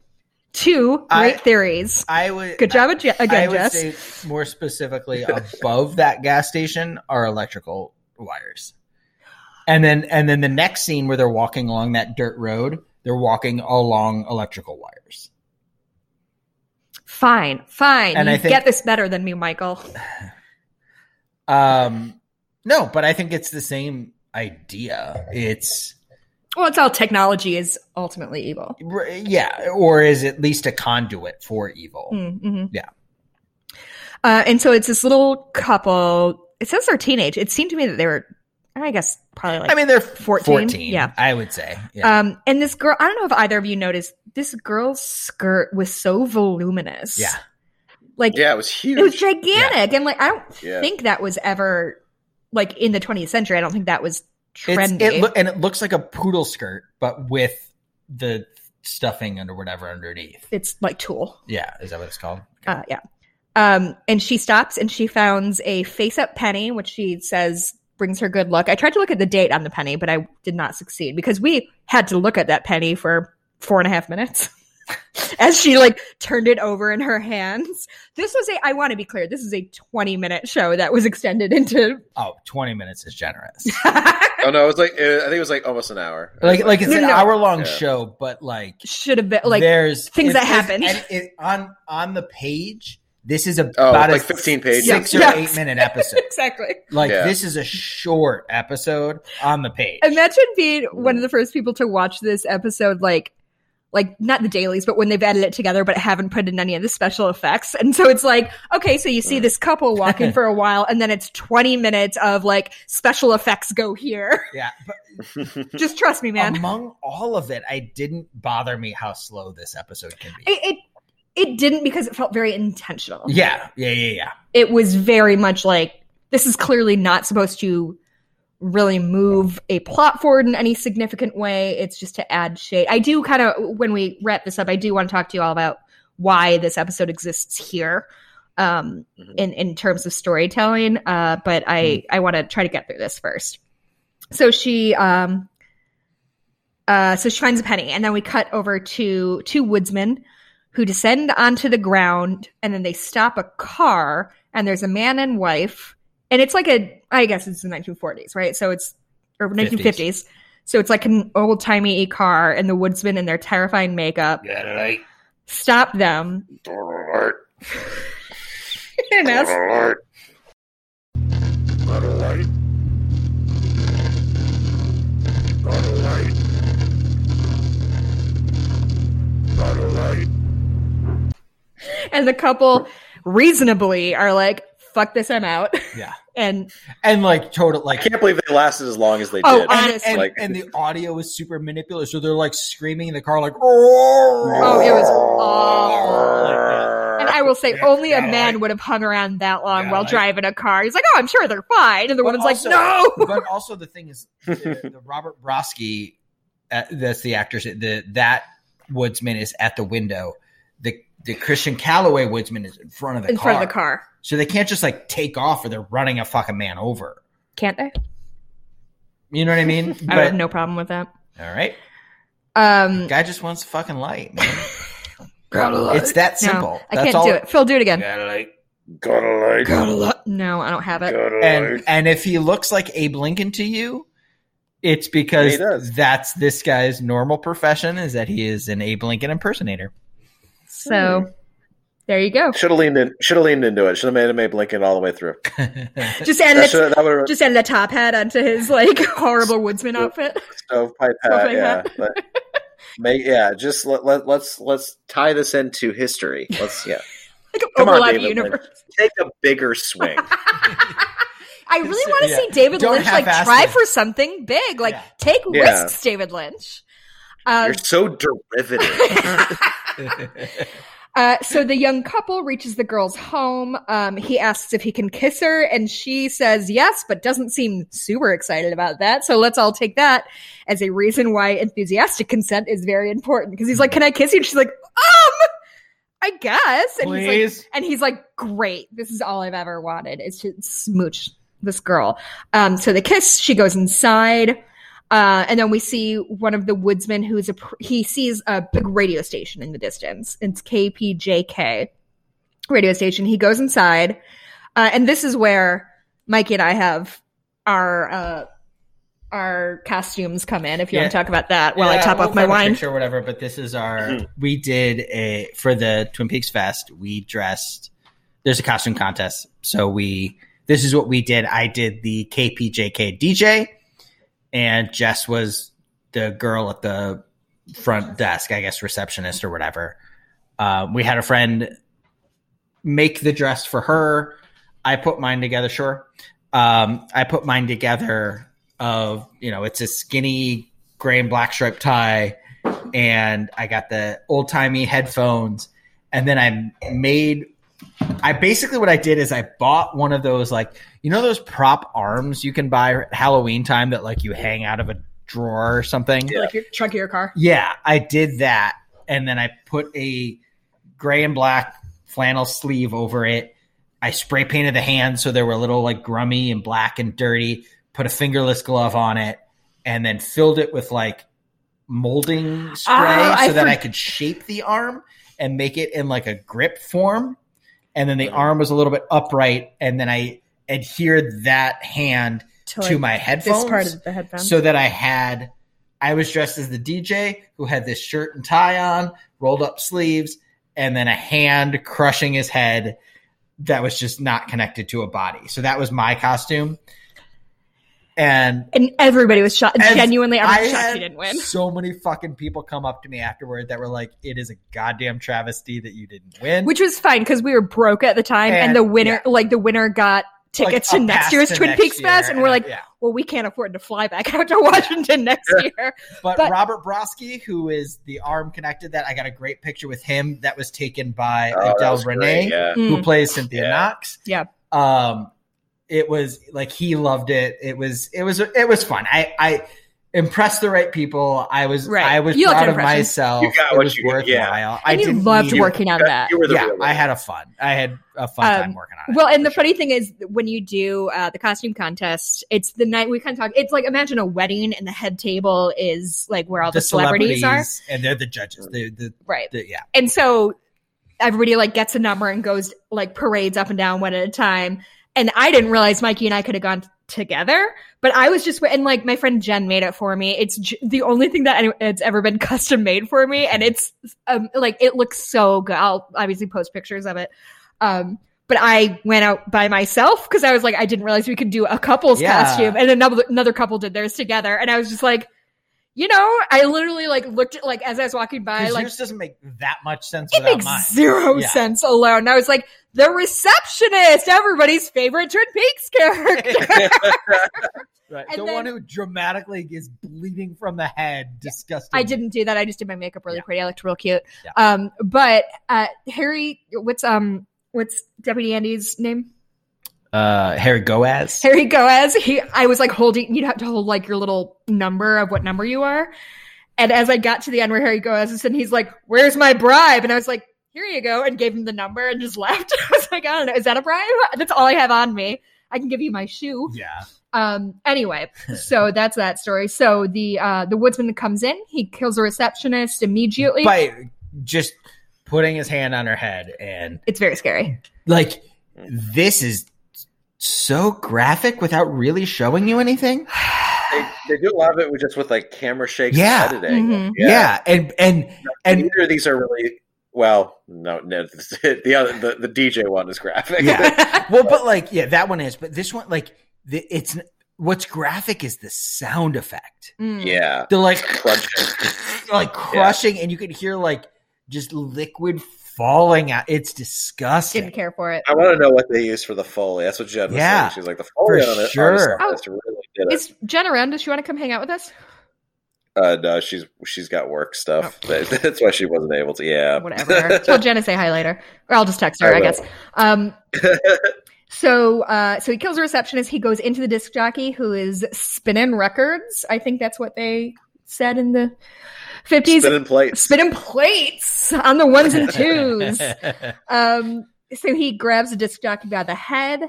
two great I- theories I would. good job ag- I again would jess say more specifically above that gas station are electrical wires. And then and then the next scene where they're walking along that dirt road, they're walking along electrical wires. fine fine And you I think- get this better than me michael Um no, but I think it's the same idea. It's well it's all technology is ultimately evil yeah, or is at least a conduit for evil. Mm-hmm. Yeah. Uh, and so it's this little couple. It says they're teenage. It seemed to me that they were, I guess, probably like. I mean they're 14? 14, Yeah. I would say. Yeah. um, and this girl, I don't know if either of you noticed, this girl's skirt was so voluminous. yeah. Like, yeah, it was huge. it was gigantic. And, like, I don't Yeah. think that was ever, like, in the 20th century, I don't think that was It's, trendy. it loo- and it looks like a poodle skirt but with the stuffing under whatever underneath. it's like tulle. Yeah, is that what it's called? Uh, yeah. Um, and she stops and she founds a face up penny, which she says brings her good luck. I tried to look at the date on the penny, but I did not succeed because we had to look at that penny for four and a half minutes as she like turned it over in her hands. This was a, I want to be clear, this is a 20 minute show that was extended into. Oh, 20 minutes is generous. oh no, it was like uh, I think it was like almost an hour. like like it's No, an no, no. hour long Yeah. show, but like Should have been like, there's things that it's- it's- happened. and it, on on the page, this is a, oh, about it's like a 15 pages. six Yeah. or Yes. eight minute episode. exactly. Like Yeah. this is a short episode on the page. imagine being one of the first people to watch this episode like like not the dailies but when they've edited it together but haven't put in any of the special effects and so it's like okay so you see this couple walking for a while and then it's 20 minutes of like special effects go here yeah, but Um, just trust me man among all of it, I didn't bother me how slow this episode can be. it, it it didn't because it felt very intentional yeah, yeah, yeah, yeah. it was very much like this is clearly not supposed to really move a plot forward in any significant way. It's just to add shade. I do kind of when we wrap this up, I do want to talk to you all about why this episode exists here um Mhm. in in terms of storytelling uh but i i want to try to get through this first so she um uh so she finds a penny and then we cut over to two woodsmen who descend onto the ground and then they stop a car and there's a man and wife and it's like a i guess it's the 1940s right so it's or 1950s so it's like an old-timey car and the woodsman in their terrifying makeup Got it right. stop them and ask and the couple reasonably are like fuck this, I'm out. Yeah. And and like total I like can't believe they lasted as long as they Oh, did. I- and, Honestly. and, Like- and the audio was super manipulative, so they're like screaming in the car, like oh, oh, it was awful. And I will say, Yeah, only a yeah, man like- would have hung around that long Yeah, while like- driving a car. He's like, "Oh, I'm sure they're fine," and the But woman's like, also- "No." But also the thing is, the, the Robert Brosky, uh, that's the actors. The that woodsman is at the window. The the Christian Calloway woodsman is in front of the In car. front of the car, so they can't just like take off, or they're running a fucking man over. can't they? You know what I mean? I would have no problem with that. All right, Um, guy just wants fucking light. Man. it's It's that simple. I That's can't all. do it. Phil, do it again. Gotta like, gotta like, gotta like, No, I don't have it. And and if he looks like Abe Lincoln to you, it's He because does. that's this guy's normal profession is that he is an Abe Lincoln impersonator. So there you go. Should have leaned in. Should have leaned into it. Should have made him Abe Lincoln all the way through. Just added That it. should that would have Just added a top hat onto his like horrible woodsman outfit. stovepipe hat. Stovepipe yeah, hat. Let- make yeah. Just let, let let's let's tie this into history. Let's yeah. Like an Come on, overlap David Lynch. universe. Take a bigger swing. I really want to Yeah. see David Don't Lynch like half-ass try it. for something big, like Yeah. take Yeah. risks, David Lynch. Um, You're so derivative. Oh, uh, so the young couple reaches the girl's home. Um, he asks if he can kiss her, and she says yes, but doesn't seem super excited about that. So let's all take that as a reason why enthusiastic consent is very important. Because he's like, "Can I kiss you?" And she's like, "Um, I guess." And he's like, Please. And he's like, great. This is all I've ever wanted is to smooch this girl. Um, so they kiss. She goes inside. Uh, and then we see one of the woodsmen who's a, pr- he sees a big radio station in the distance. It's KPJK radio station. He goes inside. Uh, and this is where Mikey and I have our, uh, our costumes come in if you want to Yeah. talk about that while I Yeah, top we'll off my find a wine. picture or whatever. But this is our we did a for the Twin Peaks Fest. We dressed. There's a costume contest, so we this is what we did. I did the KPJK DJ, and Jess was the girl at the front desk, I guess receptionist or whatever. Uh, we had a friend make the dress for her. I put mine together. Sure, um, I put mine together. Of you know, it's a skinny gray and black striped tie, and I got the old timey headphones, and then I made. I basically what I did is I bought one of those like you know those prop arms you can buy at Halloween time that like you hang out of a drawer or something. Like your trunk of your car. Yeah, I did that, and then I put a gray and black flannel sleeve over it. I spray painted the hands so they were a little like grummy and black and dirty. Put a fingerless glove on it, and then filled it with like molding spray Ah, I so that for- I could shape the arm and make it in like a grip form. And then the arm was a little bit upright, and then I adhered that hand to, like, my headphones. This part of the headphone. So that I had, I was dressed as the DJ who had this shirt and tie on, rolled up sleeves, and then a hand crushing his head that was just not connected to a body. So that was my costume. And and everybody was shocked. Ev- Genuinely, I everyone was shocked had she didn't win. so many fucking people come up to me afterward that were like, it is a goddamn travesty that you didn't win. Which was fine because we were broke at the time, and, And- the winner, like the winner, got Like, tickets a to next pass year's to Twin next Peaks Fest, year. and we're like, yeah. well, we can't afford to fly back out to Washington next year. But, But- Robert Brosky, who is the arm connected, that I got a great picture with him that was taken by Oh, that Adele was great, Renee, Yeah. Mm. who plays Cynthia Yeah. Knox. Hmm. Yeah. Um, it was like he loved it. It was it was it was fun. I I impressed the right people. I was Right. I was You looked proud of impressed. myself. You got it what was you- worthwhile. yeah. I and you didn't loved need- working on that. You were the Yeah, real one. I had a fun. I had a fun Um, time working on it. Well, and the for sure. funny thing is, when you do uh, the costume contest, it's the night we kind of talk. It's like imagine a wedding, and the head table is like where all the, celebrities, are, and they're the judges. The the, are, right? the yeah. and so everybody like gets a number and goes like parades up and down one at a time and i didn't realize mikey and i could have gone t- together but i was just and like my friend jen made it for me it's j- the only thing that any- it's ever been custom made for me and it's um, like it looks so good i'll obviously post pictures of it um but I went out by myself because I was like, I didn't realize we could do a couple's Yeah. costume, and another another couple did theirs together, and I was just like, you know, I literally like looked at like as I was walking by, 'Cause like yours doesn't make that much sense it without makes mine. zero Yeah. sense alone. I was like, the receptionist, everybody's favorite Twin Peaks character. Right. And the then- one who dramatically is bleeding from the head. Disgusting. I didn't do that. I just did my makeup really Yeah. pretty. I looked real cute. Yeah. Um, but uh, Harry, what's um, what's Deputy Andy's name? Uh, Harry Goaz. Harry Goaz. He, I was like holding. You'd have to hold like your little number of what number you are. And as I got to the end where Harry Goaz is, and he's like, "Where's my bribe?" And I was like, "Here you go," and gave him the number and just left. I was like, "I don't know. Is that a bribe? That's all I have on me. I can give you my shoe." yeah. Um. Anyway, so that's that story. So the uh the woodsman comes in. He kills a receptionist immediately. By just putting his hand on her head and it's very scary. like this is so graphic without really showing you anything. They, they do a lot of it with just with like camera shakes Yeah. and editing. Mhm. Yeah. And and And and neither of these are really well. No, no. The other, the, the DJ one is graphic. yeah. well, but like yeah, that one is, but this one like the, it's what's graphic is the sound effect. Mm. yeah. They're like Crunching. like crushing, and you could hear like just liquid falling out. It's disgusting. Didn't care for it. I want to know what they use for the foley. That's what Jen was Yeah, saying. She's like the foley for on it. sure. Sure. really did it. Is Jen around? Does she want to come hang out with us? Uh, no, she's she's got work Oh. stuff. That- That's why she wasn't able to. Yeah. Whatever. Tell Jen to say hi later, or I'll just text her. Uh, I I, will. guess. Um. so, uh, so he kills a receptionist. He goes into the disc jockey who is spinning records. I think that's what they said in the fifties. Spinning plates. Spinning plates on the ones and twos. Um, so he grabs a disc jockey by the head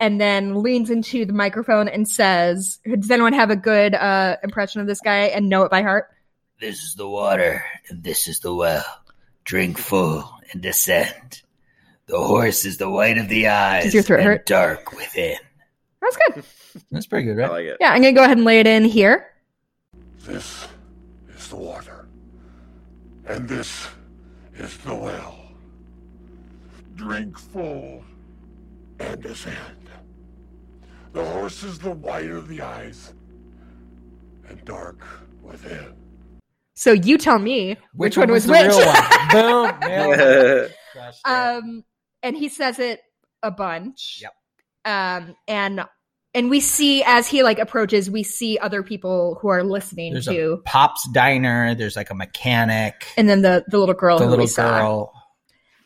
and then leans into the microphone and says, "Does anyone have a good uh, impression of this guy and know it by heart?" This is the water, and this is the well. Drink full and descend. The horse is the white of the eyes, Does your throat and hurt? dark within. That's good. That's pretty good, I right? like it. Yeah, I'm gonna go ahead and lay it in here. This is the water. And this is the well. Drink full and descend. The horse is the white of the eyes and dark within. So you tell me which, one, was the which. real one? Boom. nailed it. Crushed it. um, and he says it a bunch. Yep. Um, and and we see as he like approaches, we see other people who are listening There's to, a Pop's diner. There's like a mechanic. and then the the little girl. the who little we saw. girl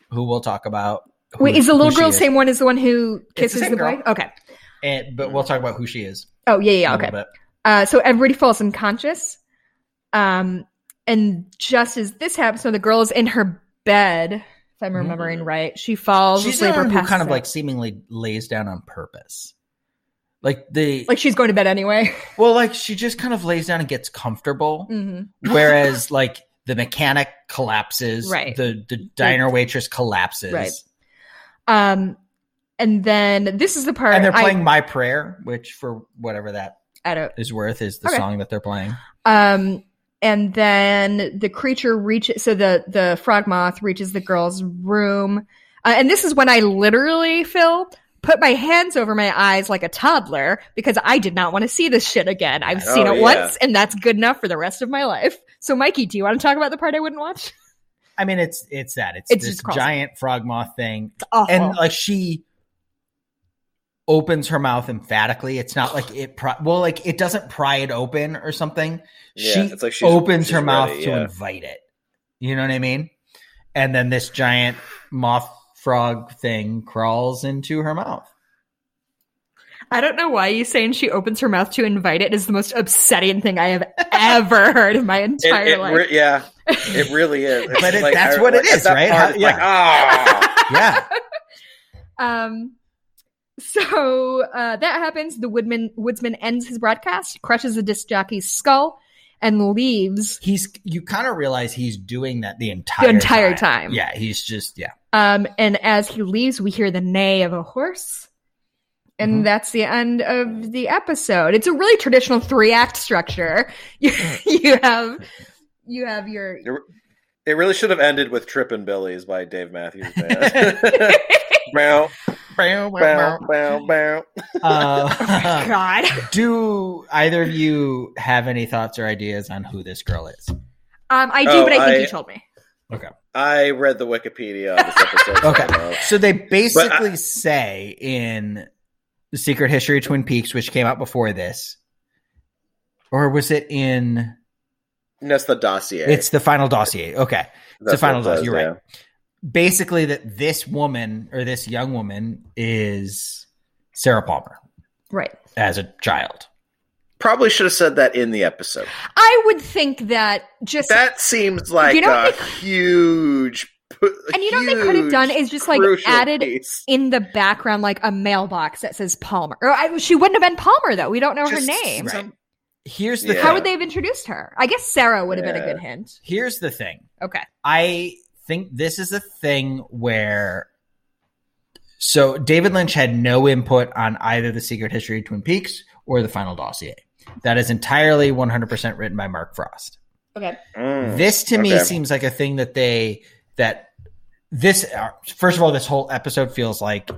who we'll talk about. who- Wait, is the little who she girl the same one as the one who the kisses the, boy? same girl. Okay. And, but we'll talk about who she is. Oh yeah, yeah, a okay. little bit. Uh, so everybody falls unconscious. Um, and just as this happens, so the girl is in her bed, if I'm remembering right, she falls Mm-hmm. She's the asleep or one who passes kind of out. like seemingly lays down on purpose. Like the like she's going to bed anyway. well, like she just kind of lays down and gets comfortable. hmm Whereas like the mechanic collapses, Right. The the diner waitress collapses, Right. Um, and then this is the part And they're playing I, "My Prayer," which for whatever that I don't. is worth is the Okay. song that they're playing. Um, and then the creature reaches. So the the frog moth reaches the girl's room, uh, and this is when I literally, Phil, put my hands over my eyes like a toddler because I did not want to see this shit again. I've seen Oh, it yeah. once, and that's good enough for the rest of my life. So, Mikey, do you want to talk about the part I wouldn't watch? I mean, it's it's that it's, It's this just crossing. giant frog moth thing It's awful. and uh, like she opens her mouth emphatically it's not like it pri- well like it doesn't pry it open or something Yeah, she it's like she's- opens she's her mouth ready, to yeah. invite it you know what i mean and then this giant moth frog thing crawls into her mouth I don't know why you saying she opens her mouth to invite it is the most upsetting thing I have ever heard in my It- entire it life. re- yeah, it really is. It's But it- that's what it at is, that right? part, How- it's like, ah. yeah Um, so uh, that happens. The woodman woodsman ends his broadcast, crushes the disc jockey's skull, and leaves. he's you kind of realize he's doing that the entire entire time. yeah he's just yeah Um, and as he leaves, we hear the neigh of a horse. And Mhm. that's the end of the episode. It's a really traditional three act structure. You, you have you have your It really should have ended with "Trippin' Billies" by Dave Matthews Band. bow, bow, bow, bow. Oh Uh, God. Do either of you have any thoughts or ideas on who this girl is? Um, I do, Oh, but I think I- you told me. Okay. I read the Wikipedia on this episode. so Okay. I know. So they basically say in The Secret History of Twin Peaks, which came out before this, or was it in And that's the dossier. it's the final dossier. Okay. it's That's the final what it dossier. was, You're right. yeah. Basically that this woman or this young woman is Sarah Palmer Right. as a child. Probably should have said that in the episode. I would think that just That seems like You don't a think- huge. pu- And you know what they could have huge, done is just, like, crucial added- piece. in the background like a mailbox that says Palmer. Or I, she wouldn't have been Palmer though. We don't know Just her name. some- Here's the Yeah. How thing. would they have introduced her? I guess Sarah would have been a Yeah. good hint. Here's the thing. Okay. I think this is a thing where so David Lynch had no input on either the Secret History of Twin Peaks or the Final Dossier. That is entirely 100% written by Mark Frost. Okay. Mm. This to me okay. seems like a thing that they that this uh, first of all this whole episode feels like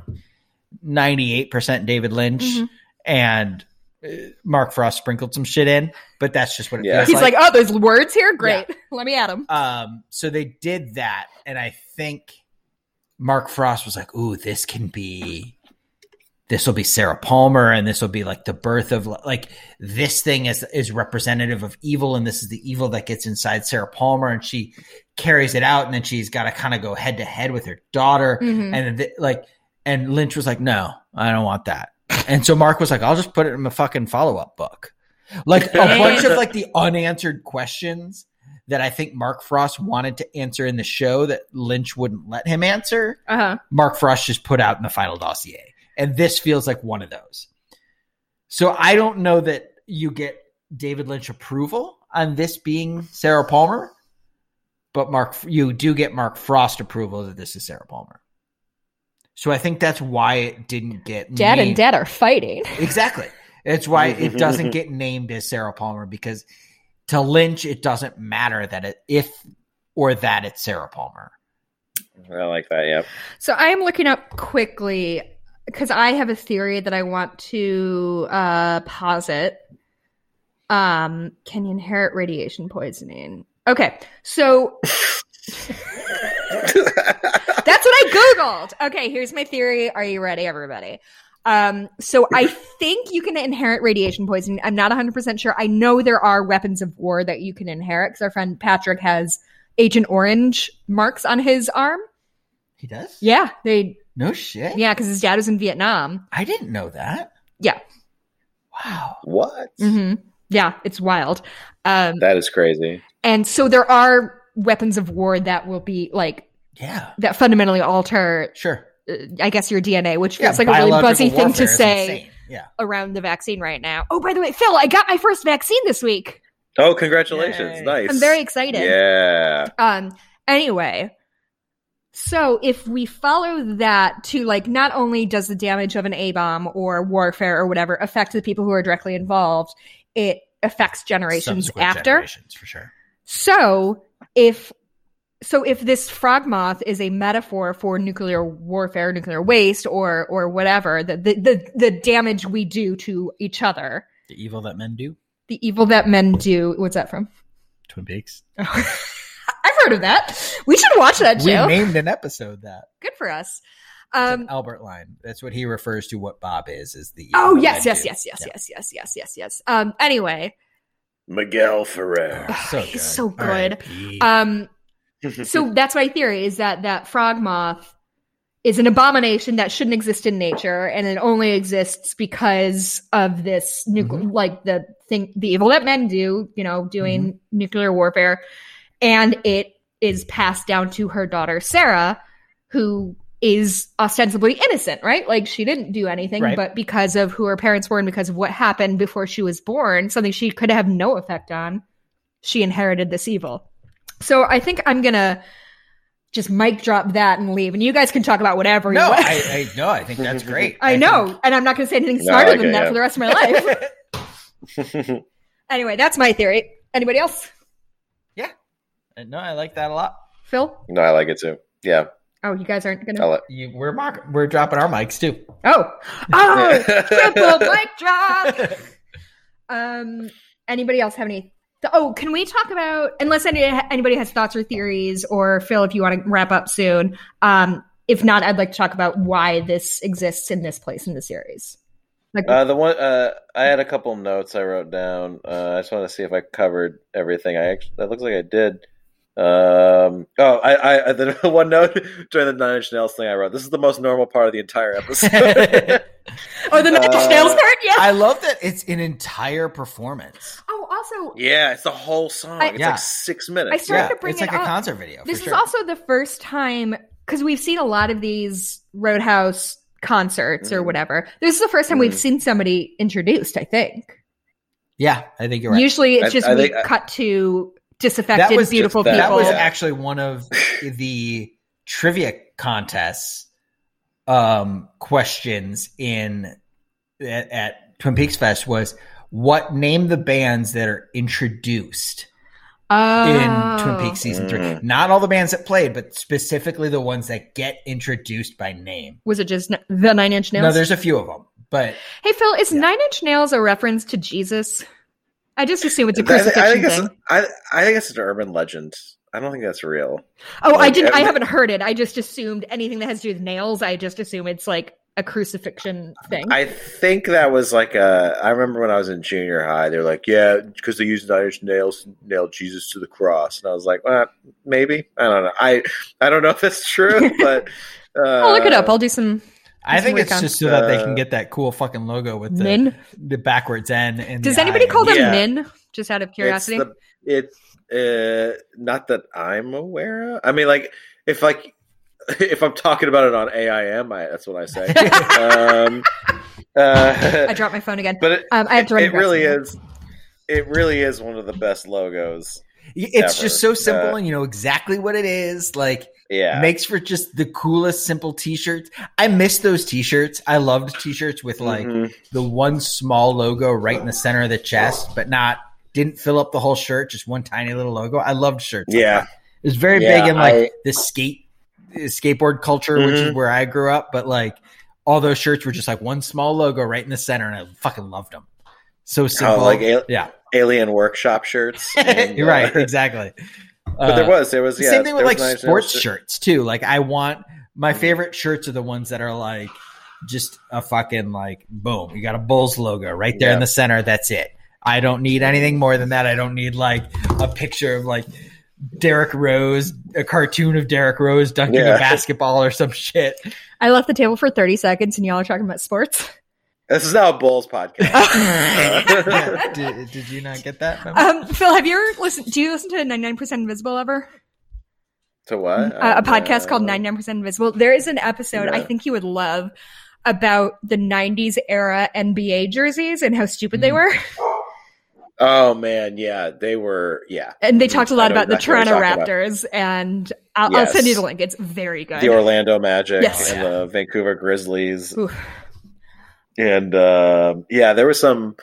98% David Lynch Mhm. and uh, Mark Frost sprinkled some shit in, but that's just what it Yeah. feels He's like, oh, there's words here. Great. Let me add them. um, so they did that, and I think Mark Frost was like, "Ooh, this can be, this will be Sarah Palmer, and this will be like the birth of like this thing is is representative of evil, and this is the evil that gets inside Sarah Palmer, and she carries it out, and then she's got to kind of go head to head with her daughter, Mm-hmm. Mhm. and th- like, and Lynch was like, "No, I don't want that," and so Mark was like, "I'll just put it in a fucking follow up book." Like a bunch of like the unanswered questions that I think Mark Frost wanted to answer in the show that Lynch wouldn't let him answer. Uh huh. Mark Frost just put out in the final dossier. And this feels like one of those. So I don't know that you get David Lynch approval on this being Sarah Palmer, but Mark you do get Mark Frost approval that this is Sarah Palmer. So I think that's why it didn't get Dad and named- dad are fighting. Exactly. It's why it doesn't get named as Sarah Palmer because to Lynch it doesn't matter that it if or that it's Sarah Palmer. I like that. Yeah. So I'm looking up quickly because I have a theory that I want to uh, posit. Um, can you inherit radiation poisoning? Okay, so that's what I googled. Okay, here's my theory. Are you ready, everybody? Um, so I think you can inherit radiation poisoning. I'm not 100% sure. I know there are weapons of war that you can inherit because our friend Patrick has Agent Orange marks on his arm. He does? Yeah, they No shit. yeah, because his dad was in Vietnam. I didn't know that. Yeah. Wow. what? hmm Mm-hmm. Yeah, it's wild. Um, That is crazy. and so there are weapons of war that will be like Yeah. that fundamentally alter, Sure. uh, I guess, your DNA, which Yeah. feels like a really biological buzzy thing warfare to is say insane. Yeah. around the vaccine right now. Oh, by the way, Phil, I got my first vaccine this week. Oh, congratulations! Yay. Nice. I'm very excited. Yeah. Um. Anyway, so if we follow that to like, not only does the damage of an A bomb or warfare or whatever affect the people who are directly involved, it affects generations Subsequent after. generations, for sure. So if so if this frog moth is a metaphor for nuclear warfare, nuclear waste, or or whatever, the the the, the damage we do to each other, The evil that men do. the evil that men do. What's that from? Twin Peaks. I've heard of that. We should watch that Oh. We show. named an episode that Good for us. It's Um, an Albert line. That's what he refers to. What Bob is is the. Oh evil yes, that yes, men do. yes, yes, Yeah. yes, yes, yes, yes, yes. Um. Anyway, Miguel Ferrer. Ugh, So Oh, he's good. so good. R.I.P.. um. So that's my theory: is that that frog moth is an abomination that shouldn't exist in nature, and it only exists because of this nuclear, like the thing, the evil that men do. You know, doing nuclear warfare, and it is passed down to her daughter Sarah, who is ostensibly innocent, right? Like she didn't do anything, Right. but because of who her parents were and because of what happened before she was born, something she could have no effect on, she inherited this evil. So I think I'm gonna just mic drop that and leave, and you guys can talk about whatever. you No, want. I, I no, I think that's great. Um, I know, and I'm not gonna say anything No, smarter I than get that it. for the rest of my life. That's anyway, that's my theory. Anybody else? think- uh, no, I like that a lot. Phil? no, I like it too. Yeah. Oh, you guys aren't I gonna. like. You, we're mock, we're dropping our mics too. Oh, oh, triple mic drop. Um, anybody else have any The- oh, can we talk about? Unless any, anybody has thoughts or theories, or Phil, if you want to wrap up soon. Um, if not, I'd like to talk about why this exists in this place in the series. Like, Uh, the one uh, I had a couple notes I wrote down. Uh, I just want to see if I covered everything. I actually that looks like I did. Um, oh, I, I the one note during the Nine Inch Nails thing I wrote. This is the most normal part of the entire episode. oh, the Nine Inch uh, Nails part, yeah. I love that it's an entire performance. oh, also, yeah, it's the whole song. I- it's Yeah. like six I minutes. started Yeah, to bring it's it like up. a concert video. this is for sure. also the first time because we've seen a lot of these Roadhouse concerts or Mhm. whatever. This is the first time we've Mhm. seen somebody introduced. I think. yeah, I think you're right. Usually, it's I- just I we think- I- cut to disaffected, was just- beautiful that That people. was Yeah. actually one of the trivia contests um, questions in at, at Twin Peaks Fest was what name the bands that are introduced oh. in Twin Peaks season three. Mm. Not all the bands that played, but specifically the ones that get introduced by name. Was it just n- the Nine Inch No, Nails? there's a few of them, but hey, Phil, is Nine Inch Nails a reference to Jesus? I just assume it's a I, think- crucifixion I think it's thing. I, I think it's an urban legend. I don't think that's real. Oh, I like, didn't. I every- haven't heard it. I just assumed anything that has to do with nails. I just assume it's like a crucifixion thing. I think that was like a. I remember when I was in junior high, they were like, "Yeah, because they used nine inch nails to nail Jesus to the cross," and I was like, "Well, maybe I don't know. I I don't know if it's true, but uh, I'll look it up. I'll do some I Let's think work it's on- just so that they Uh, can get that cool fucking logo with the, min. the backwards N. And Does the anybody I. call them Yeah. min? Just out of curiosity. It's, the, it's uh, not that I'm aware of. I mean, like if like if I'm talking about it on AIM, I, that's what I say. um, uh, I dropped my phone again. but it, Um, I have to run. it and grab really something. is. It really is one of the best logos. It's ever. just so simple, Uh, and you know exactly what it is. Like Yeah. makes for just the coolest simple t-shirts. I miss those t-shirts. I loved t-shirts with like Mhm. the one small logo right in the center of the chest, but not didn't fill up the whole shirt, just one tiny little logo. I loved shirts. like Yeah. that. It was very Yeah, big in like I- Mm-hmm. the skate skateboard culture, which is where I grew up, but like all those shirts were just like one small logo right in the center and I fucking loved them. So simple. Oh, like a- yeah. alien workshop shirts. and, You're uh, right, exactly. But there Uh, was, there was, yeah. Same thing with there like was Nine Inch sports Nails. shirts too. Like I want my favorite shirts are the ones that are like just a fucking like boom. You got a Bulls logo right there in Yeah. the center. That's it. I don't need anything more than that. I don't need like a picture of like Derek Rose, a cartoon of Derek Rose dunking Yeah. a basketball or some shit. I left the table for thirty seconds, and y'all are talking about sports. This is now a Bulls Uh, podcast. Yeah. Did, did you not get that? memo? Um, Phil, have you ever listened? Do you listen to Ninety Nine Percent Invisible ever? to what? Uh, a podcast called 99% Invisible. There is an episode I No. think you would love about the 90s era NBA jerseys and how stupid they Mm. were. Oh man, yeah, they were. Yeah, And they talked a I lot know about the exactly what Toronto you're talking Raptors. And I'll, I'll send you the Yes. link. It's very good. the Orlando Magic Yes. and the Vancouver Grizzlies, Oof. and um yeah, there was some.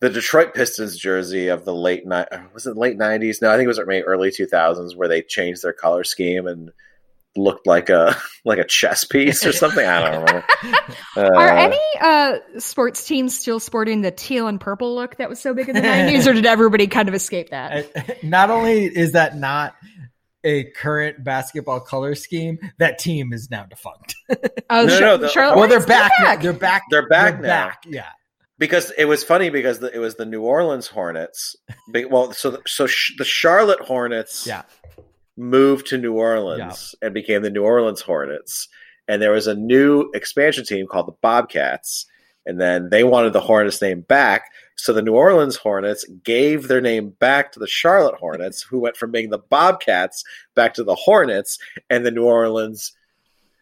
The Detroit Pistons jersey of the late night was it late nineties? No, I think it was maybe early two thousands where they changed their color scheme and looked like a like a chess piece or something. I don't know. Are Uh, any uh, sports teams still sporting the teal and purple look that was so big in the 90s, or did everybody kind of escape that? I- not only is that not a current basketball color scheme, that team is now defunct. Oh, No, Char- no, the- Charlotte Well, they're Hornets? back. They're back. They're back now. Yeah. because it was funny because the, it was the New Orleans Hornets. Big, well, so the, so sh- the Charlotte Hornets Yeah. moved to New Orleans and became the New Orleans Hornets, and there was a new expansion team called the Bobcats, and then they wanted the Hornets name back. So the New Orleans Hornets gave their name back to the Charlotte Hornets, who went from being the Bobcats back to the Hornets, and the New Orleans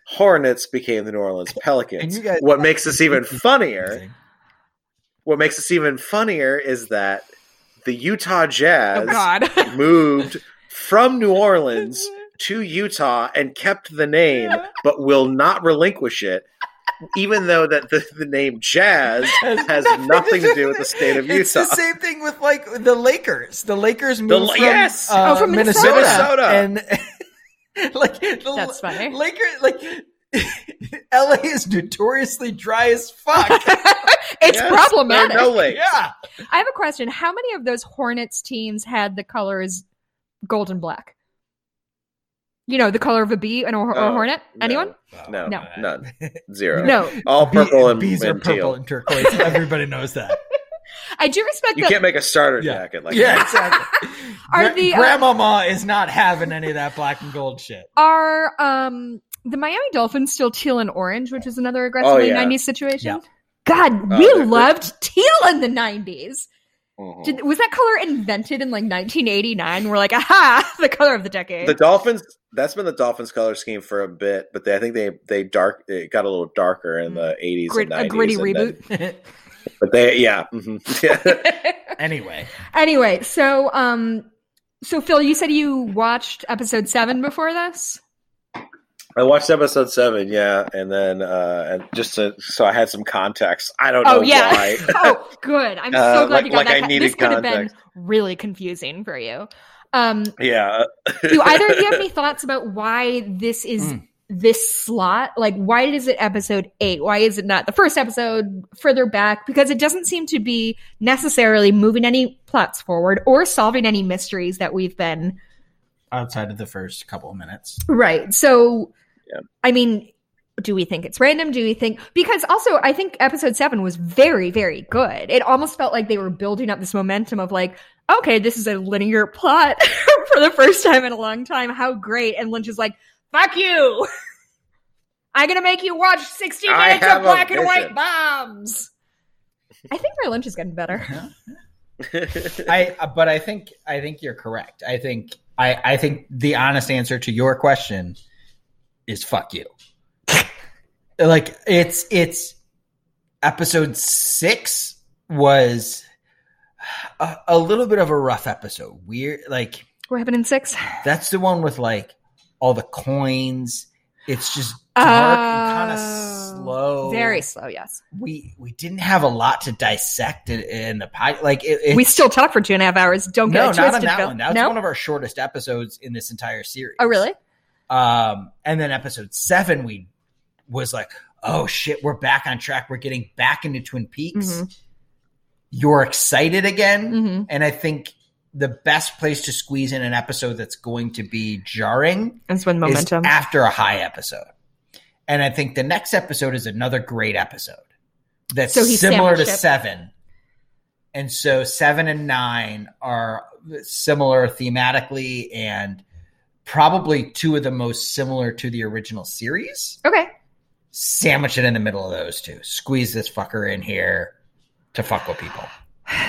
Hornets became the New Orleans Pelicans. And you guys- what makes this even funnier Amazing. what makes this even funnier is that the Utah Oh, Jazz God. moved from New Orleans to Utah and kept the name, but will not relinquish it, even though that the, the name Jazz has nothing to do with the state of It's the Utah. same thing with like the Lakers. The Lakers moved La- from, yes! uh, Oh, from Minnesota. Minnesota. and like the That's funny. Lakers, like LA is notoriously dry as fuck. It's Yes, problematic. There are no legs. Yeah. I have a question. How many of those Hornets teams had the colors gold and black? You know, the color of a bee and a, or a Oh, hornet? Anyone? No, No. none, zero. No. All Bee- purple and, bees are and purple teal. and turquoise. Everybody knows that. I do respect You that. can't make a starter Yeah. jacket like yeah, that. exactly. Are Gra- the, uh, grandmama is not having any of that black and gold shit. Are um the Miami Dolphins still teal and orange, which was another aggressively Oh, yeah. 90s situation? Yeah. God, Uh, we they're- they're- loved teal in the 90s. Mhm. Did, was that color invented in like 1989? We're like, aha, the color of the decade. The Dolphins. That's been the Dolphins' color scheme for a bit, but they, I think they they dark it got a little darker in the eighties Mm. Grit- and nineties. a gritty reboot. but they yeah, mhm. yeah. anyway, anyway, so um so Phil, you said you watched episode 7 before this? I watched episode seven, yeah, and then uh, and just to, so I had some context. I don't know Oh yeah. why. oh, good. I'm so Uh, glad like- you got like that. I con- needed this could have context. been really confusing for you. Um yeah. do either of you have any thoughts about why this is this slot? Like, why is it episode eight? Why is it not the first episode further back? Because it doesn't seem to be necessarily moving any plots forward or solving any mysteries that we've been. outside of the first couple of minutes, Right. So, Yeah. I mean, do we think it's random? Do we think because also I think episode seven was very, very good. It almost felt like they were building up this momentum of like, okay, this is a linear plot for the first time in a long time. How great. And Lynch is like, fuck you. I'm gonna make you watch 60 I minutes have of a black and white vision." bombs. I think my lunch is getting better. I uh, but I think I think you're correct. I think I I think the honest answer to your question is fuck you. like it's it's episode 6 was a, a little bit of a rough episode. Weird like We're having in six. that's the one with like all the coins. It's just dark and kind of Oh. slow. Very slow, yes. we we didn't have a lot to dissect in, in the pod. Like it, it's- we still talk for two and a half hours. Don't get no, it not twisted. on that Phil. one. That was no? one of our shortest episodes in this entire series. oh, really? Um, and then episode seven, we was like, oh shit, we're back on track. We're getting back into Twin Peaks. Mhm. You're excited again, Mm-hmm. and I think the best place to squeeze in an episode that's going to be jarring That's when is momentum. after a high episode. And I think the next episode is another great episode that's So he similar to sandwiched it. seven. And so seven and nine are similar thematically and probably two of the most similar to the original series. okay. Sandwich it in the middle of those two. Squeeze this fucker in here to fuck with people.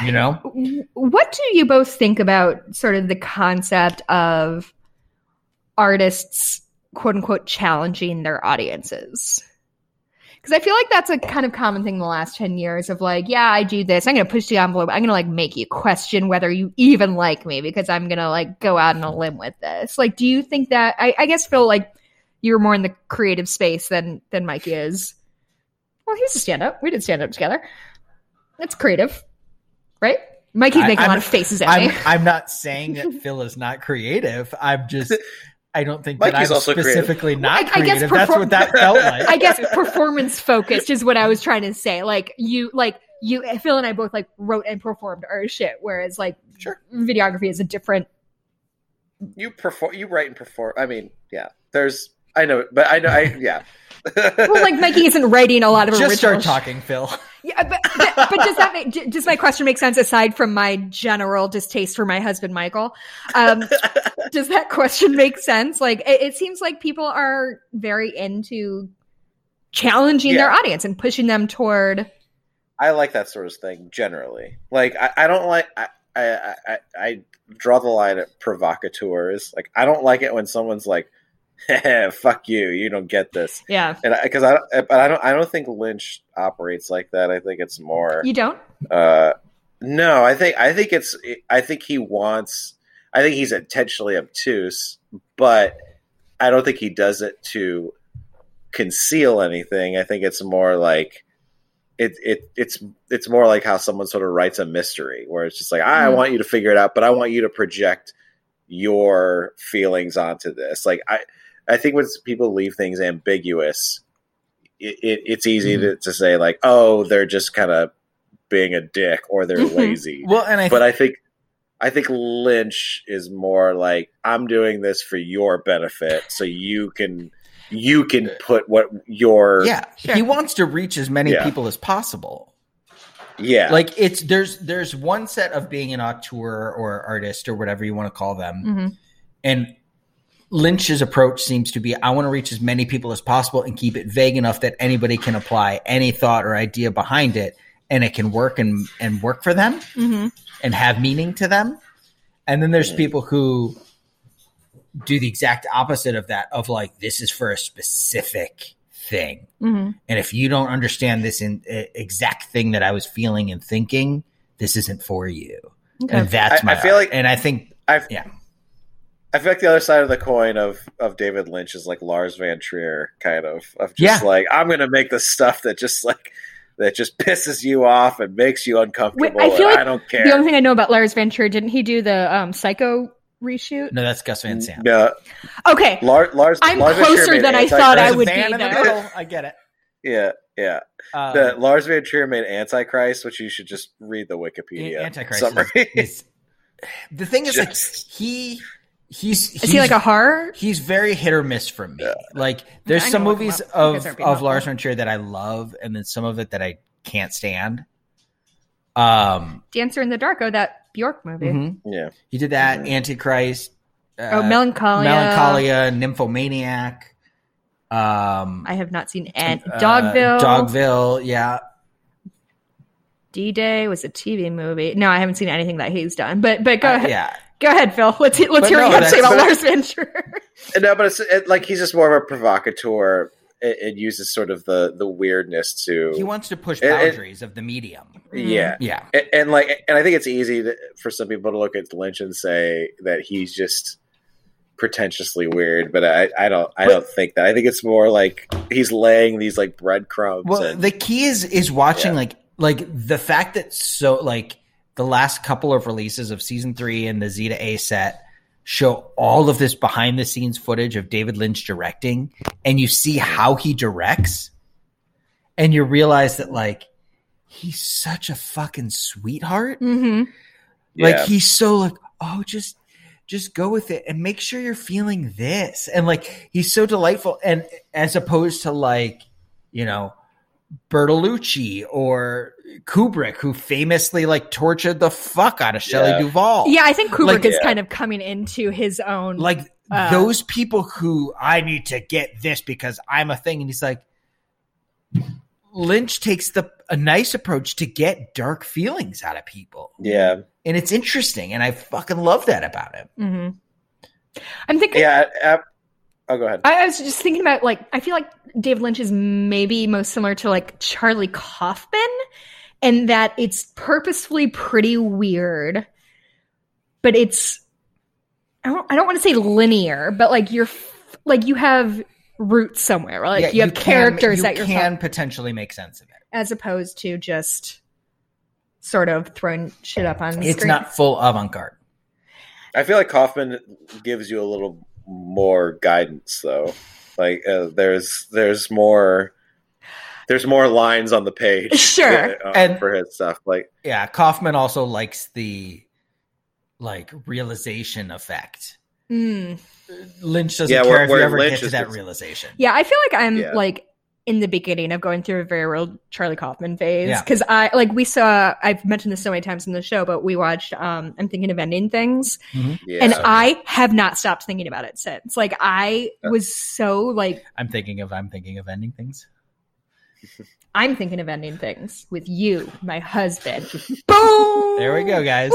You know? W- What do you both think about sort of the concept of artists, quote unquote, challenging their audiences? Because I feel like that's a kind of common thing in the last 10 years of like, yeah, I do this. I'm going to push the envelope. I'm going to like make you question whether you even like me because I'm going to like go out on a limb with this. Like, do you think that, I, I guess, Phil, like you're more in the creative space than, than Mike is. Well, he's a stand up. We did stand up together. That's creative, right? Mikey's I- making a I'm- lot of faces at I'm me. I'm not saying that Phil is not creative. I'm just I don't think that Mikey's I'm also creative. specifically not I- I guess creative. That's perfor- what that felt like. I guess performance focused is what I was trying to say. Like you, like you, Phil and I both like wrote and performed our shit, whereas like Sure. videography is a different. you perform. You write and perform. I mean, yeah. There's. I know, but I know. I yeah. Well, like Mikey isn't writing a lot of Just original. start talking, Phil. sh- yeah, but, but, but does that make, d- does my question make sense aside from my general distaste for my husband Michael? Um, does that question make sense? Like it, it seems like people are very into challenging their Yeah. audience and pushing them toward. I like that sort of thing generally. Like I, I don't like I, I I I draw the line at provocateurs. Like I don't like it when someone's like, "Fuck you, you don't get this." Yeah, And because I, don't but I don't I don't think Lynch operates like that. I think it's more. you don't. Uh, no, I think I think it's I think he wants. I think he's intentionally obtuse, but I don't think he does it to conceal anything. I think it's more like it it it's it's more like how someone sort of writes a mystery where it's just like I Mm. want you to figure it out, but I want you to project your feelings onto this. Like I I think when people leave things ambiguous, it, it, it's easy Mm-hmm. to, to say like, oh, they're just kind of being a dick or they're Mhm. lazy. Well, and I but I think I think Lynch is more like I'm doing this for your benefit, so you can you can Uh, put what your yeah, he wants to reach as many Yeah. people as possible. yeah Like it's there's there's one set of being an auteur or artist or whatever you want to call them, Mhm. and Lynch's approach seems to be I want to reach as many people as possible and keep it vague enough that anybody can apply any thought or idea behind it, and it can work and and work for them. hmm and have meaning to them. And then there's people who do the exact opposite of that of like this is for a specific thing. hmm And if you don't understand this in, uh, exact thing that I was feeling and thinking, this isn't for you. Okay. And that's I- my I feel art. like- and I think I feel like the other side of the coin of of David Lynch is like Lars Van Trier kind of of just Yeah. like I'm gonna make the stuff that just like that just pisses you off and makes you uncomfortable. Wait, I feel and like I don't The only care. thing I know about Lars Ventura, didn't he do the um, Psycho reshoot? no that's Gus Van Sant. No, Okay, Lar- Lars. I'm Lars Van Trier closer made than I Antichrist. thought I There's a would van be in the there. middle. I get it. Yeah, yeah. Um, The Lars Van Trier made Antichrist, which you should just read the Wikipedia Antichrist summary. is- is- the thing is Just- like he he's is he like a horror? he's very hit or miss for me. Like there's I some know, look him movies up. You guys of aren't being of Lars helpful. von Trier that I love, and then some of it that I can't stand. Um, Dancer in the Dark? Oh, that Bjork movie. mhm. Yeah. he did that Mm-hmm. Antichrist, uh, Oh, Melancholia. Melancholia, Nymphomaniac. Um, I have not seen and uh, Dogville. Dogville, yeah. D Day was a TV movie. No, I haven't seen anything that he's done. But but go Uh, ahead. yeah. Go ahead, Phil. Let's let's But hear no, what you have to say that's- about but- Lars Ventura. And No, but it's it, like he's just more of a provocateur. It, it uses sort of the the weirdness to He wants to push It- it- boundaries of the medium. yeah. Yeah, and, and like and i think it's easy to, for some people to look at lynch and say that he's just pretentiously weird but i i don't i don't think that i think it's more like he's laying these like breadcrumbs well and- the key is is watching Yeah. like like the fact that so like the last couple of releases of season three and the zeta a set show all of this behind the scenes footage of david lynch directing and you see how he directs and you realize that like he's such a fucking sweetheart Mm-hmm. yeah. like he's so like, oh, just just go with it and make sure you're feeling this. And like he's so delightful. And as opposed to like, you know, Bertolucci or Kubrick, who famously like tortured the fuck out of Shelley Yeah. Duvall. Yeah, I think Kubrick Like- is Yeah. kind of coming into his own. Like Uh, those people who I need to get this because I'm a thing. And he's like Lynch takes the a nice approach to get dark feelings out of people. yeah And it's interesting. And I fucking love that about him. Mhm. I'm thinking. yeah I, I, oh go ahead I, I was just thinking about like I feel like David Lynch is maybe most similar to like Charlie Kaufman, in that it's purposefully pretty weird, but it's I don't I don't want to say linear, but like you're f- like you have roots somewhere, right? Like Yeah, you have can- characters you that you're can fo- potentially make sense of it. as opposed to just sort of throwing shit up on the It's screen. not full avant garde. I feel like Kaufman gives you a little more guidance, though. Like uh, there's there's more there's more lines on the page, Sure. uh, And- for his stuff. Like Yeah, Kaufman also likes the like realization effect. Mm. Lynch doesn't Yeah, care where- if where you ever Lynch get to is that just- realization. Yeah, I feel like I'm Yeah. like in the beginning of going through a very real Charlie Kaufman phase Yeah. because I like we saw I've mentioned this so many times in the show, but we watched um I'm thinking of ending things yeah, and I have not stopped thinking about it since. Like I was so like I'm thinking of I'm thinking of ending things. I'm thinking of ending things with you, my husband. Boom. There we go, guys.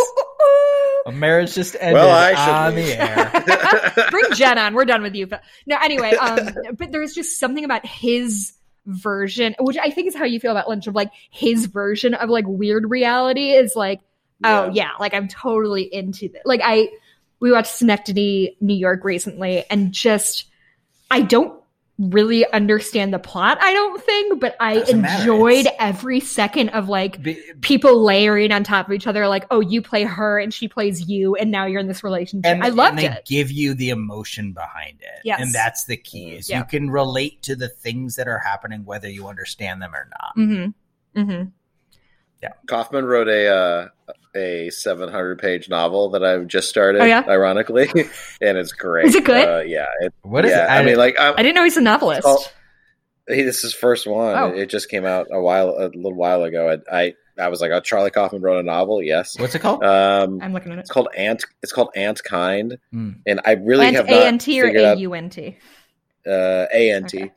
A marriage just ended Well, I should on leave. the air. bring Jen on. We're done with you. But no, anyway, um, but there's just something about his version, which I think is how you feel about Lynch of like his version of like weird reality is like, oh yeah, like I'm totally into this. Like I we watched Synecdoche, New York recently, and just I don't really understand the plot, I don't think, but I Doesn't matter. enjoyed It's- every second of like Be- people layering on top of each other, like, oh, you play her and she plays you, and now you're in this relationship. I loved and they it. give you the emotion behind it. Yes. And that's the key is Yeah. you can relate to the things that are happening, whether you understand them or not. Mm-hmm. Mm-hmm. Kaufman wrote a uh, a 700 page novel that I've just started, Oh, yeah? ironically, and it's great. Is it good? Uh, yeah, it, What is yeah. it? I, mean, like, I'm, I didn't know he's a novelist. Oh, he, this is his first one. Oh. It, it just came out a while, a little while ago. I, I, I was like, oh, Charlie Kaufman wrote a novel. Yes. what's it called? Um, I'm looking at it. it's called Ant. It's called Ant Kind, Hmm. and I really And have not ANT or figured out AUNT? uh, ANT. Okay.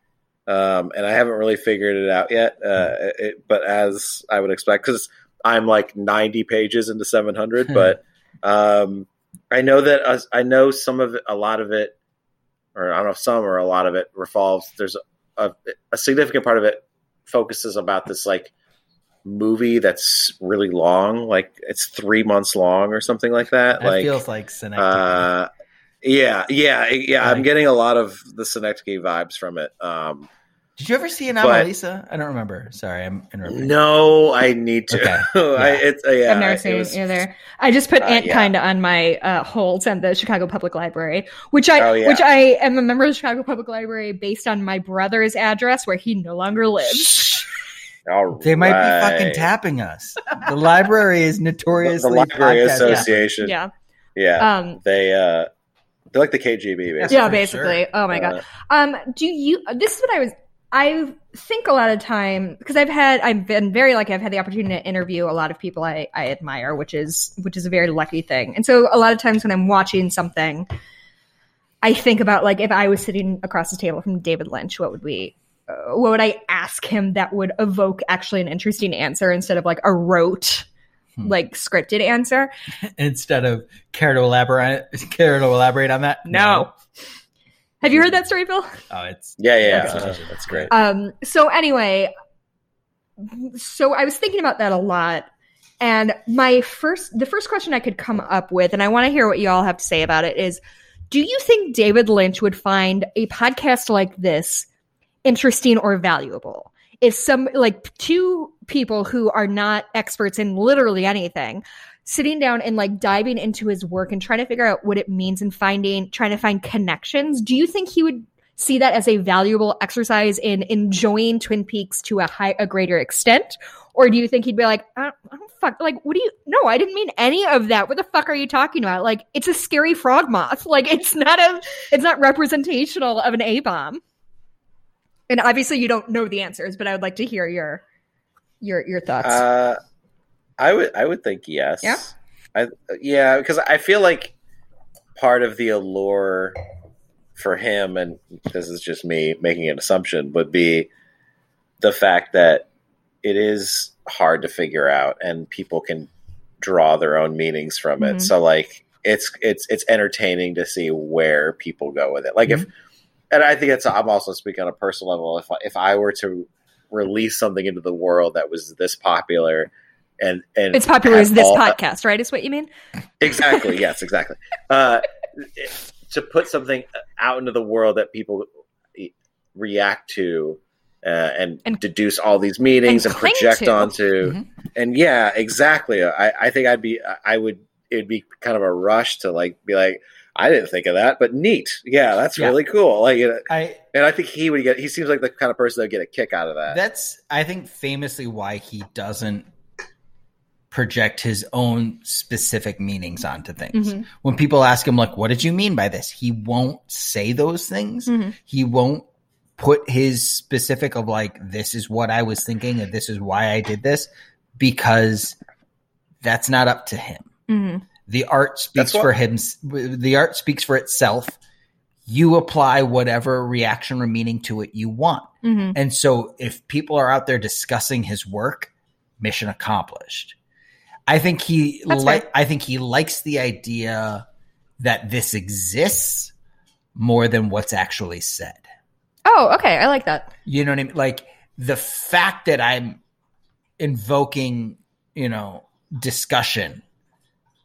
Um, and I haven't really figured it out yet, uh, it, but as I would expect, because I'm like 90 pages into 700, but um, I know that us I know some of it, a lot of it, or I don't know if some or a lot of it revolves. There's a, a significant part of it focuses about this like movie that's really long, like it's three months long or something like that. That like feels like synecdoche. uh, yeah, yeah, yeah. I'm Like- getting a lot of the Synecdoche vibes from it. Um, Did you ever see an but- Annalisa? I don't remember. Sorry, I'm interrupting. no, I need to. Okay, I, yeah. it's, uh, yeah, I've never it seen was- it either. I just put Uh, Ant yeah. Kind on my uh, holds at the Chicago Public Library, which I Oh, yeah. which I am a member of the Chicago Public Library based on my brother's address where he no longer lives. All They might right. be fucking tapping us. The library is The, notoriously the Library podcast- Association. Yeah, yeah. Um they uh, they're like the KGB. Basically. yeah, for basically. sure. Oh my god. Uh, Um, do you? This is what I was. I think a lot of time because I've had I've been very lucky. I've had the opportunity to interview a lot of people I, I admire, which is which is a very lucky thing. And so a lot of times when I'm watching something, I think about like if I was sitting across the table from David Lynch, what would we? uh, What would I ask him that would evoke actually an interesting answer instead of like a rote, Hmm. like scripted answer? Instead of care to elaborate, care to elaborate on that? No. Have you heard that story, Bill? Oh, it's yeah, yeah, Okay. uh, that's great. Um, so anyway, so I was thinking about that a lot, and my first, the first question I could come up with, and I want to hear what you all have to say about it, is: Do you think David Lynch would find a podcast like this interesting or valuable? If some like two people who are not experts in literally anything sitting down and like diving into his work and trying to figure out what it means and finding trying to find connections, do you think he would see that as a valuable exercise in enjoying Twin Peaks to a high, a greater extent? Or do you think he'd be like, I don't, I don't fuck, like, what do you, no, I didn't mean any of that. What the fuck are you talking about? Like, it's a scary frog moth. Like, it's not a, it's not representational of an A bomb. And obviously you don't know the answers, but I would like to hear your, your, your thoughts. Uh, I would I would think yes. Yeah? I yeah, because I feel like part of the allure for him, and this is just me making an assumption, would be the fact that it is hard to figure out, and people can draw their own meanings from it. Mhm. So like it's it's it's entertaining to see where people go with it. Like Mm-hmm. if and I think that's I'm also speaking on a personal level. If I, if I were to release something into the world that was this popular and and it's popular had as this all- podcast, right? Is what you mean? exactly yes exactly uh, it- to put something out into the world that people react to uh, and, And- deduce all these meetings and and, cling project to. Mm-hmm. onto Mhm. and yeah exactly I, I think I'd be I would it'd be kind of a rush to like be like I didn't think of that but neat yeah that's Yeah. really cool like you know, I. and I think he would get he seems like the kind of person that would get a kick out of that That's I think famously why he doesn't project his own specific meanings onto things. Mhm. When people ask him like what did you mean by this? He won't say those things. Mm-hmm. Mhm. He won't put his specific of like this is what I was thinking and this is why I did this because that's not up to him. Mm-hmm. The art speaks That's what- for him. The art speaks for itself. You apply whatever reaction or meaning to it you want. Mm-hmm. And so if people are out there discussing his work, mission accomplished. I think he That's li- fair. I think he likes the idea that this exists more than what's actually said. Oh, okay. I like that. You know what I mean? Like the fact that I'm invoking, you know, discussion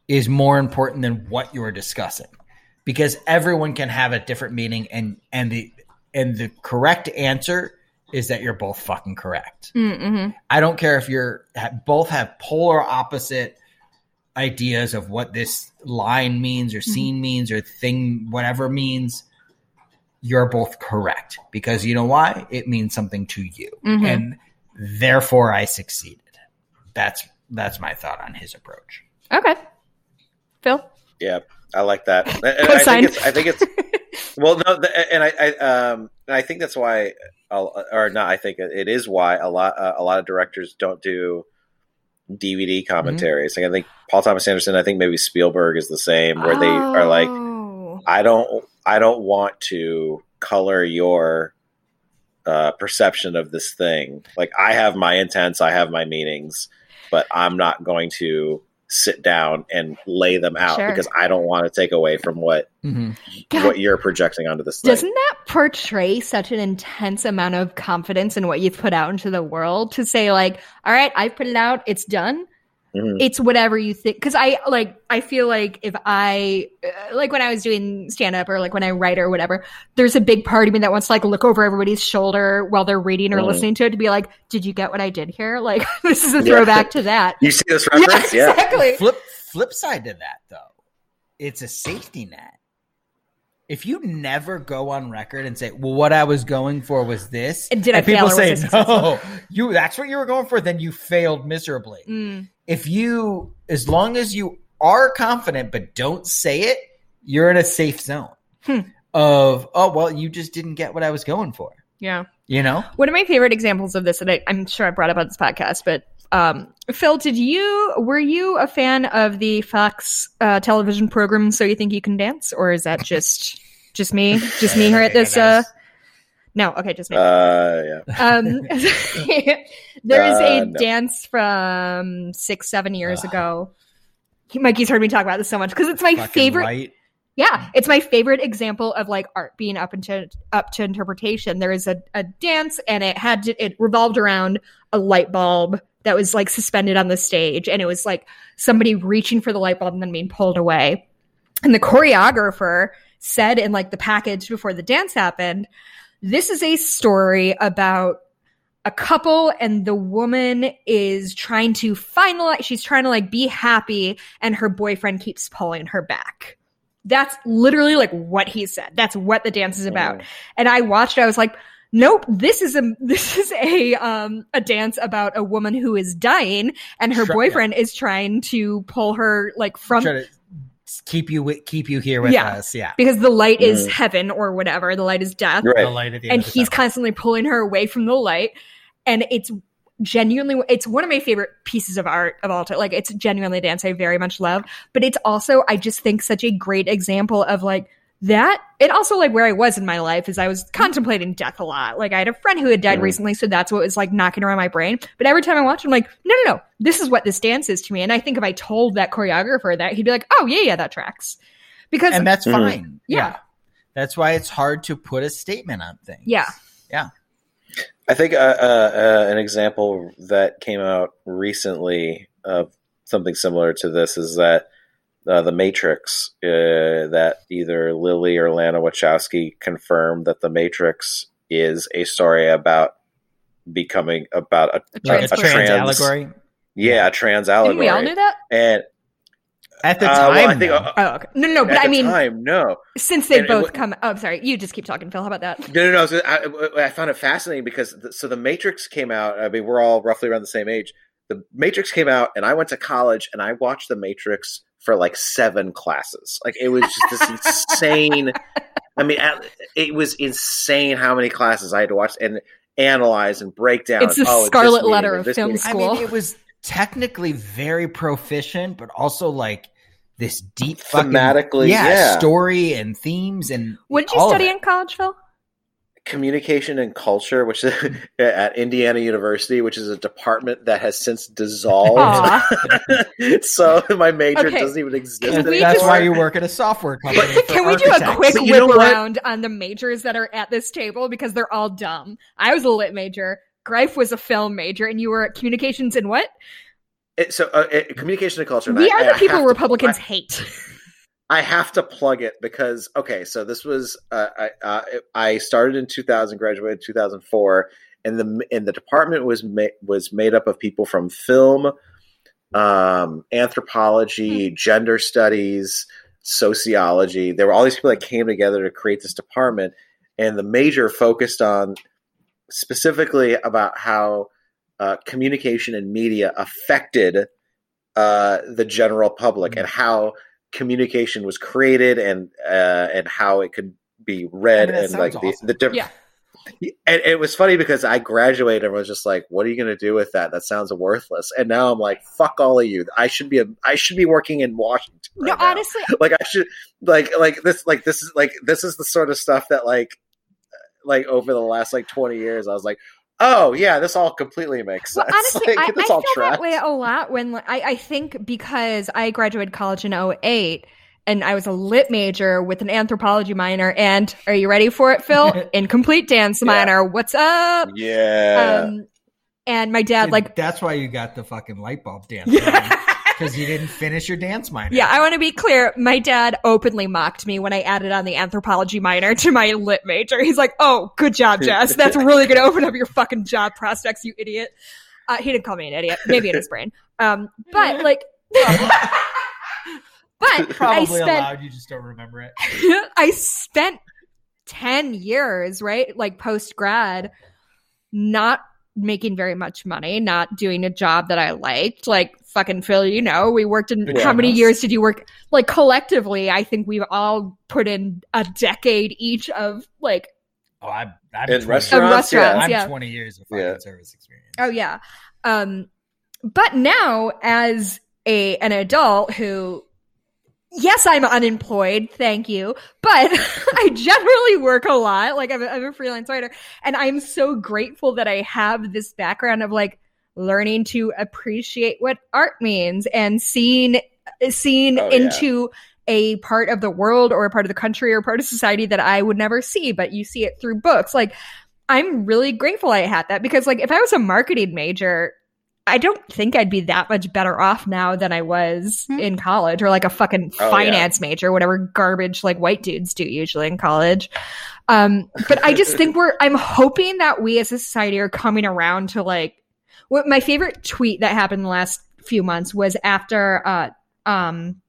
is more important than what you're discussing because everyone can have a different meaning and and the and the correct answer is that you're both fucking correct. Mm-hmm. I don't care if you're ha- both have polar opposite ideas of what this line means or scene means or thing whatever means you're both correct because you know why it means something to you Mhm. and therefore I succeeded. That's that's my thought on his approach. Okay. Phil? Yeah, I like that. And- and I Cosine. think it's. I think it's well, no, the, and I, I um, and I think that's why, a- or not. I think it is why a lot uh, a lot of directors don't do DVD Mm-hmm. commentaries. Like I think Paul Thomas Anderson. I think maybe Spielberg is the same, where they are like, Oh. I don't I don't want to color your uh, perception of this thing. Like I have my intents, I have my meanings, but I'm not going to sit down and lay them out Sure. because I don't want to take away from what God, what you're projecting onto this thing. doesn't that portray such an intense amount of confidence in what you've put out into the world to say like, all right, I put it out, it's done. Mhm. It's whatever you think. Because I like, I feel like if I uh, like when I was doing stand up or like when I write or whatever, there's a big part of me that wants to like look over everybody's shoulder while they're reading or Mhm. listening to it to be like, did you get what I did here? Like this is a Yeah. throwback to that. You see this reference? Yeah. exactly. Flip flip side to that though, it's a safety net. If you never go on record and say, "Well, what I was going for was this," And did I and people fail or say, was I "No, you that's what you were going for," then you failed miserably. Mm, If you, as long as you are confident but don't say it, you're in a safe zone Hmm. of, "Oh, well, you just didn't get what I was going for," yeah. you know. One of my favorite examples of this, and I, I'm sure I brought up on this podcast, but um, Phil, did you were you a fan of the Fox uh, television program "So You Think You Can Dance," or is that just just me, just me here at this? Uh, no, okay, just me. Uh, yeah. Um, there is a Uh, no. Uh. dance from six, seven years ago. Mikey's heard me talk about this so much because it's my Fucking favorite. right. Yeah, it's my favorite example of like art being up into up to interpretation. There is a, a dance, and it had to, it revolved around a light bulb that was like suspended on the stage, and it was like somebody reaching for the light bulb and then being pulled away. And the choreographer said in like the package before the dance happened, this is a story about a couple and the woman is trying to finalize she's trying to like be happy and her boyfriend keeps pulling her back. That's literally like what he said. That's what the dance is about. And I watched it, I was like, nope, this is a this is a um a dance about a woman who is dying and her Sure, yeah. boyfriend is trying to pull her like from Try to keep you wi- keep you here with Yeah. us, yeah. because the light is Mm. heaven or whatever, the light is death You're The right. light at the end and of the he's tunnel. constantly pulling her away from the light and it's genuinely it's one of my favorite pieces of art of all time like it's genuinely a dance i very much love but it's also i just think such a great example of like that and also like where i was in my life is i was contemplating death a lot like i had a friend who had died Mhm. recently so that's what was like knocking around my brain but every time i watch it i'm like no no no this is what this dance is to me and i think if i told that choreographer that he'd be like oh yeah yeah that tracks because and that's Mhm. fine. Yeah. That's why it's hard to put a statement on things. yeah I think uh, uh, uh, an example that came out recently of something similar to this is that uh, the Matrix uh, that either Lily or Lana Wachowski confirmed that the Matrix is a story about becoming about a, a Like a trans, trans, person. allegory. yeah a trans didn't allegory. we all knew that And At the uh, time, well, I think though, uh, oh okay no no, no but at i the mean time, no. since they And it both wa- Mm-hmm. come oh I'm sorry you just keep talking phil how about that No, no, no. So I, I found it fascinating because the, so the Matrix came out. I mean, we're all roughly around the same age. The Matrix came out, and I went to college, and I watched the Matrix for like seven classes. Like it was just this insane. I mean, at- it was insane how many classes I had to watch and analyze and break down. It's the Oh, this scarlet meaning letter and of this film meaning. I school. mean, it was technically very proficient, but also like this deep fucking, Thematically, yeah. story and themes and what did you all of study it. in college phil communication and culture, which is at Indiana University, which is a department that has since dissolved. Aw. so my major Okay. doesn't even exist. Can we anymore. That's just- why you work at a software company. for can we do a architects. quick But you know whip what? around on the majors that are at this table because they're all dumb i was a lit major Greif was a film major, and you were at communications and what? It- so uh, it- communication and culture. and we I- are I the have people to- Republicans I- hate. I have to plug it because okay, so this was uh, I uh, I started in 2000, graduated in 2004, and the and the department was ma- was made up of people from film, um, Hmm. anthropology, gender studies, sociology. There were all these people that came together to create this department, and the major focused on specifically about how uh, communication and media affected uh, the general public Hmm. and how communication was created and uh, and how it could be read I mean, that and like sounds the, awesome. the diff- Yeah. And it was funny because I graduated and was just like, "What are you going to do with that? That sounds worthless." And now I'm like, "Fuck all of you! I should be a, I should be working in Washington." No, right now. honestly, like I should like like this like this is like this is the sort of stuff that like like over the last like 20 years I was like, "Oh yeah, this all completely makes well, sense." honestly, like, I, I this feel all tracks. that way a lot when like, I, I think because I graduated college in 08 and I was a lit major with an anthropology minor. And are you ready for it, Phil? Incomplete dance Yeah. minor. What's up? Yeah. Um, and my dad, like, that's why you got the fucking light bulb dance yeah. because you didn't finish your dance minor. Yeah, I want to be clear. My dad openly mocked me when I added on the anthropology minor to my lit major. He's like, "Oh, good job, Jess. That's really going to open up your fucking job prospects, you idiot." Uh, he didn't call me an idiot. Maybe in his brain. Um, but like, but I probably spent allowed. You just don't remember it. I spent 10 years, right? Like post grad, not making very much money, not doing a job that I liked. Like, fucking Phil, you know, we worked in Yeah. how many years did you work? Like, collectively, I think we've all put in a decade each of like, Oh, I'm, I'm In 20 restaurants, Of um, restaurants. I'm yeah. 20 years of fucking Yeah. service experience. oh, yeah. Um, but now as a an adult who yes, I'm unemployed. Thank you. But I generally work a lot. Like I'm a, I'm a freelance writer and I'm so grateful that I have this background of like learning to appreciate what art means and seeing seeing Oh, yeah. into a part of the world or a part of the country or part of society that I would never see, but you see it through books. Like I'm really grateful I had that because like if I was a marketing major, I don't think I'd be that much better off now than I was in college or like a fucking Oh, yeah. finance major, whatever garbage like white dudes do usually in college. Um, but I just think we're, I'm hoping that we as a society are coming around to like, what my favorite tweet that happened the last few months was after, uh, um,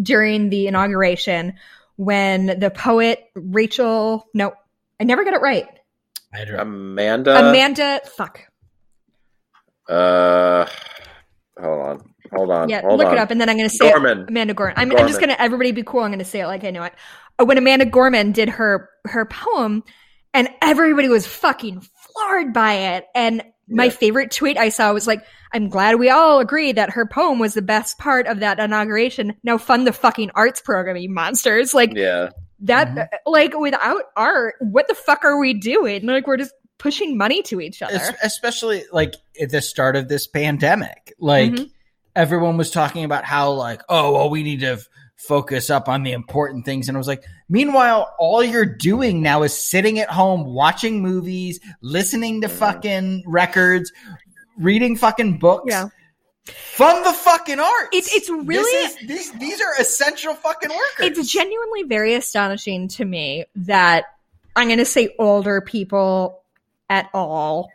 during the inauguration when the poet Rachel, no, I never got it right. I don't Amanda Amanda, fuck. Uh, hold on, hold on, Yeah, hold look on. it up, and then I'm going to say it- Gorman. Amanda Gorman. I'm, I'm just Gorman. going to everybody be cool. I'm going to say it like I know it. Uh, When Amanda Gorman did her her poem, and everybody was fucking floored by it. And my Yeah. favorite tweet I saw was like, "I'm glad we all agree that her poem was the best part of that inauguration. Now fund the fucking arts program, you monsters!" Like Yeah, that, like without art, what the fuck are we doing? Like we're just pushing money to each other. Es- especially like at the start of this pandemic like Mhm. everyone was talking about how like oh well we need to f- focus up on the important things and i was like meanwhile all you're doing now is sitting at home watching movies listening to fucking records reading fucking books Yeah. from the fucking arts It's- it's This really- is- these, these are essential fucking workers It's genuinely very astonishing to me that I'm going to say older people at all.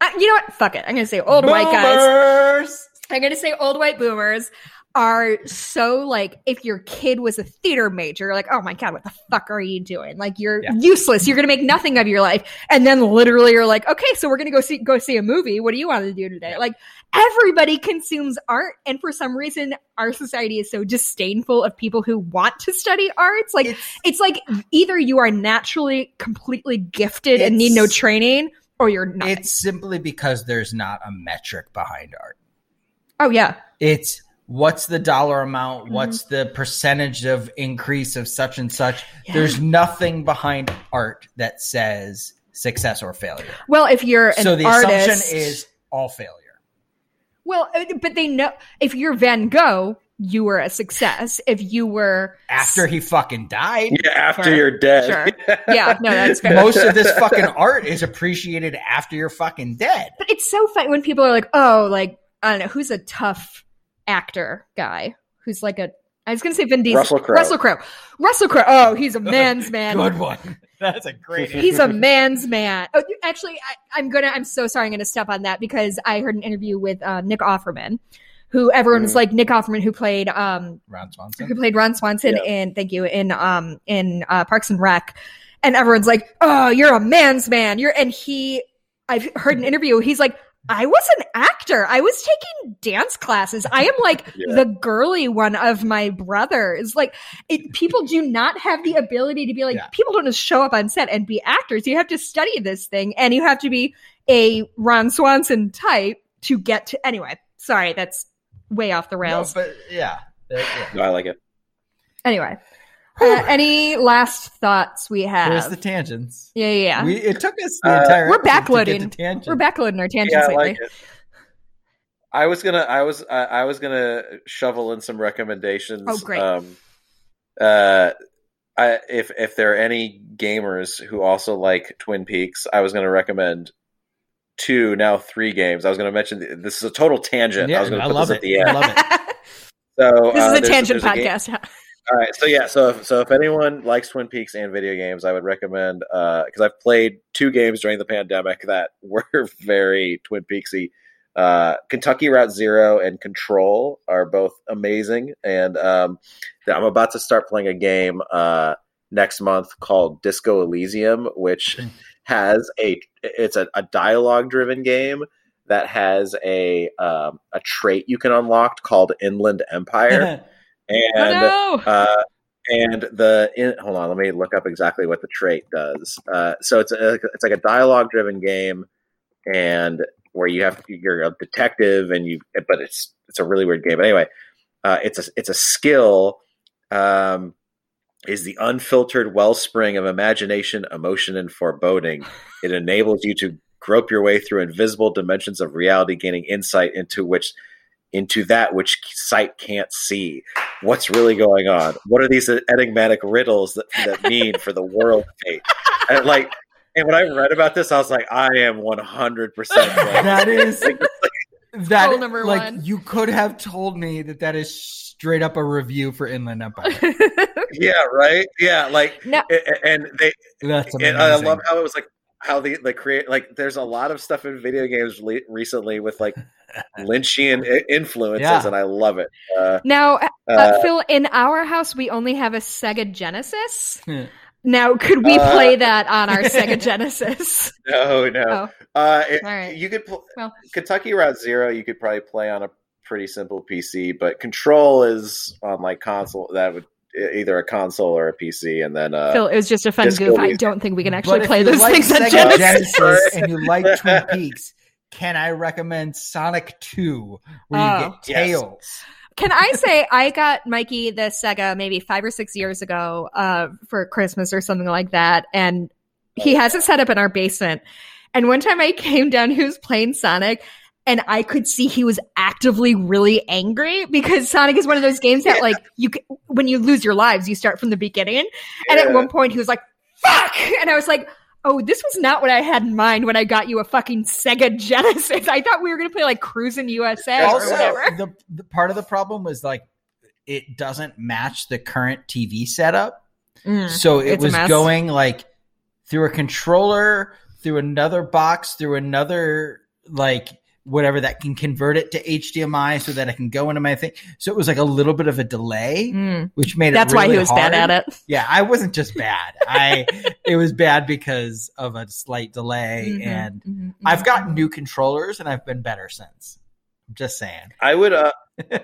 Uh, you know what? Fuck it. I'm going to say old white guys. Boomers! I'm going to say old white boomers are so like if your kid was a theater major you're like oh my god what the fuck are you doing like you're Yeah. useless you're gonna make nothing of your life and then literally you're like okay so we're gonna go see go see a movie what do you want to do today like everybody consumes art and for some reason our society is so disdainful of people who want to study arts like It's- it's like either you are naturally completely gifted and need no It's- training or you're not it's simply because there's not a metric behind art oh yeah it's what's the dollar amount Mm-hmm. what's the percentage of increase of such and such there's nothing behind art that says success or failure well if you're an so the artist assumption is all failure Well, uh, but they know if you're Van Gogh, you were a success. If you were after he fucking died yeah. After Sure. you're dead, Sure. Yeah, no, that's fair. most of this fucking art is appreciated after you're fucking dead But it's so funny when people are like, "Oh, like I don't know, who's a tough actor guy? Who's like a I was gonna say Vin Diesel. Russell Crowe. Russell Crowe. Russell Crowe. Oh, he's a man's man. Good one. That's a great answer. He's a man's man. Oh, you- actually, I, I'm gonna. I'm so sorry. I'm gonna step on that because I heard an interview with uh, Nick Offerman, who everyone Mm. was like Nick Offerman, who played um, Ron who Swanson. played Ron Swanson Yeah. in Thank You in um in uh, Parks and Rec, and everyone's like, "Oh, you're a man's man." You're and he. I've heard an interview. He's like. I was an actor. I was taking dance classes. I am like Yeah. the girly one of my brothers. Like it, people do not have the ability to be like Yeah. people don't just show up on set and be actors. You have to study this thing and you have to be a Ron Swanson type to get to anyway. Sorry, that's way off the No, rails. but yeah. That- yeah. No, I like it. Anyway, uh, any last thoughts we There's have? the tangents. yeah, yeah, yeah. We, it took us the Uh, entire. We're episode To backloading. get to tangents. We're backloading our tangents Yeah, I lately. like it. I was gonna, I was, I, I was gonna shovel in some recommendations. Oh, great. Um, uh, I, if if there are any gamers who also like Twin Peaks, I was gonna recommend two, now three games. I was gonna mention th- this is a total tangent. I was gonna put love it. this at the end. I love it. So this uh, is a there's- tangent there's a game- podcast. all right, so yeah, so if, so if anyone likes Twin Peaks and video games, I would recommend because I've played two games during the pandemic that were very Twin Peaksy. Uh, Kentucky Route Zero and Control are both amazing, and um, that I'm about to start playing a game uh, next month called Disco Elysium, which has a it's a, a dialogue driven game that has a um, a trait you can unlock called Inland Empire, and oh, no. uh, and the in, hold on, let me look up exactly what the trait does. Uh, so it's a, it's like a dialogue driven game, and where you have you're a detective, and you but it's it's a really weird game. But anyway, uh, it's a it's a skill. Um, is the unfiltered wellspring of imagination, emotion, and foreboding. It enables you to grope your way through invisible dimensions of reality, gaining insight into which into that which sight can't see what's really going on? What are these enigmatic riddles that, that mean for the world fate? And like, and when I read about this, I was like, I am one hundred percent. that is that Rule number like one. you could have told me that that is straight up a review for Inland Empire. Yeah, right. Yeah, like, No. a- a- and they, That's amazing. and uh, I love how it was like how the the create like. There's a lot of stuff in video games le- recently with like Lynchian i- influences, Yeah. and I love it. Uh, now, uh, uh, Phil, in our house, we only have a Sega Genesis. Hmm. Now, could we Uh, play that on our Sega Genesis? no, no. Uh, it- Oh. All right. You could pl- Well. Kentucky Route Zero. You could probably play on a pretty simple PC, but Control is on like console. That would e- either a console or a PC, and then uh, Phil, it was just a fun Disco goof. I Elysium. don't think we can But actually if play you those like things on Sega Genesis. Genesis and you like Twin Peaks. Can I recommend Sonic Two, where you Oh. get Tails? Can I say I got Mikey the Sega maybe five or six years ago uh, for Christmas or something like that, and he has it set up in our basement. And one time I came down, he was playing Sonic, and I could see he was actively really angry because Sonic is one of those games that, like, you c- when you lose your lives, you start from the beginning. And at Yeah. one point, he was like, "Fuck!" and I was like. Oh, this was not what I had in mind when I got you a fucking Sega Genesis. I thought we were gonna play like Cruisin' USA or Also, whatever. the, the part of the problem was like it doesn't match the current TV setup. Mm. So it It's a was mess. going like through a controller, through another box, through another like whatever that can convert it to HDMI so that I can go into my thing. So it was like a little bit of a delay, Mm. which made That's it really why he was hard. bad at it. Yeah, I wasn't just bad. I it was bad because of a slight delay Mm-hmm. and I've gotten new controllers and I've been better since. I'm just saying. I would. Uh,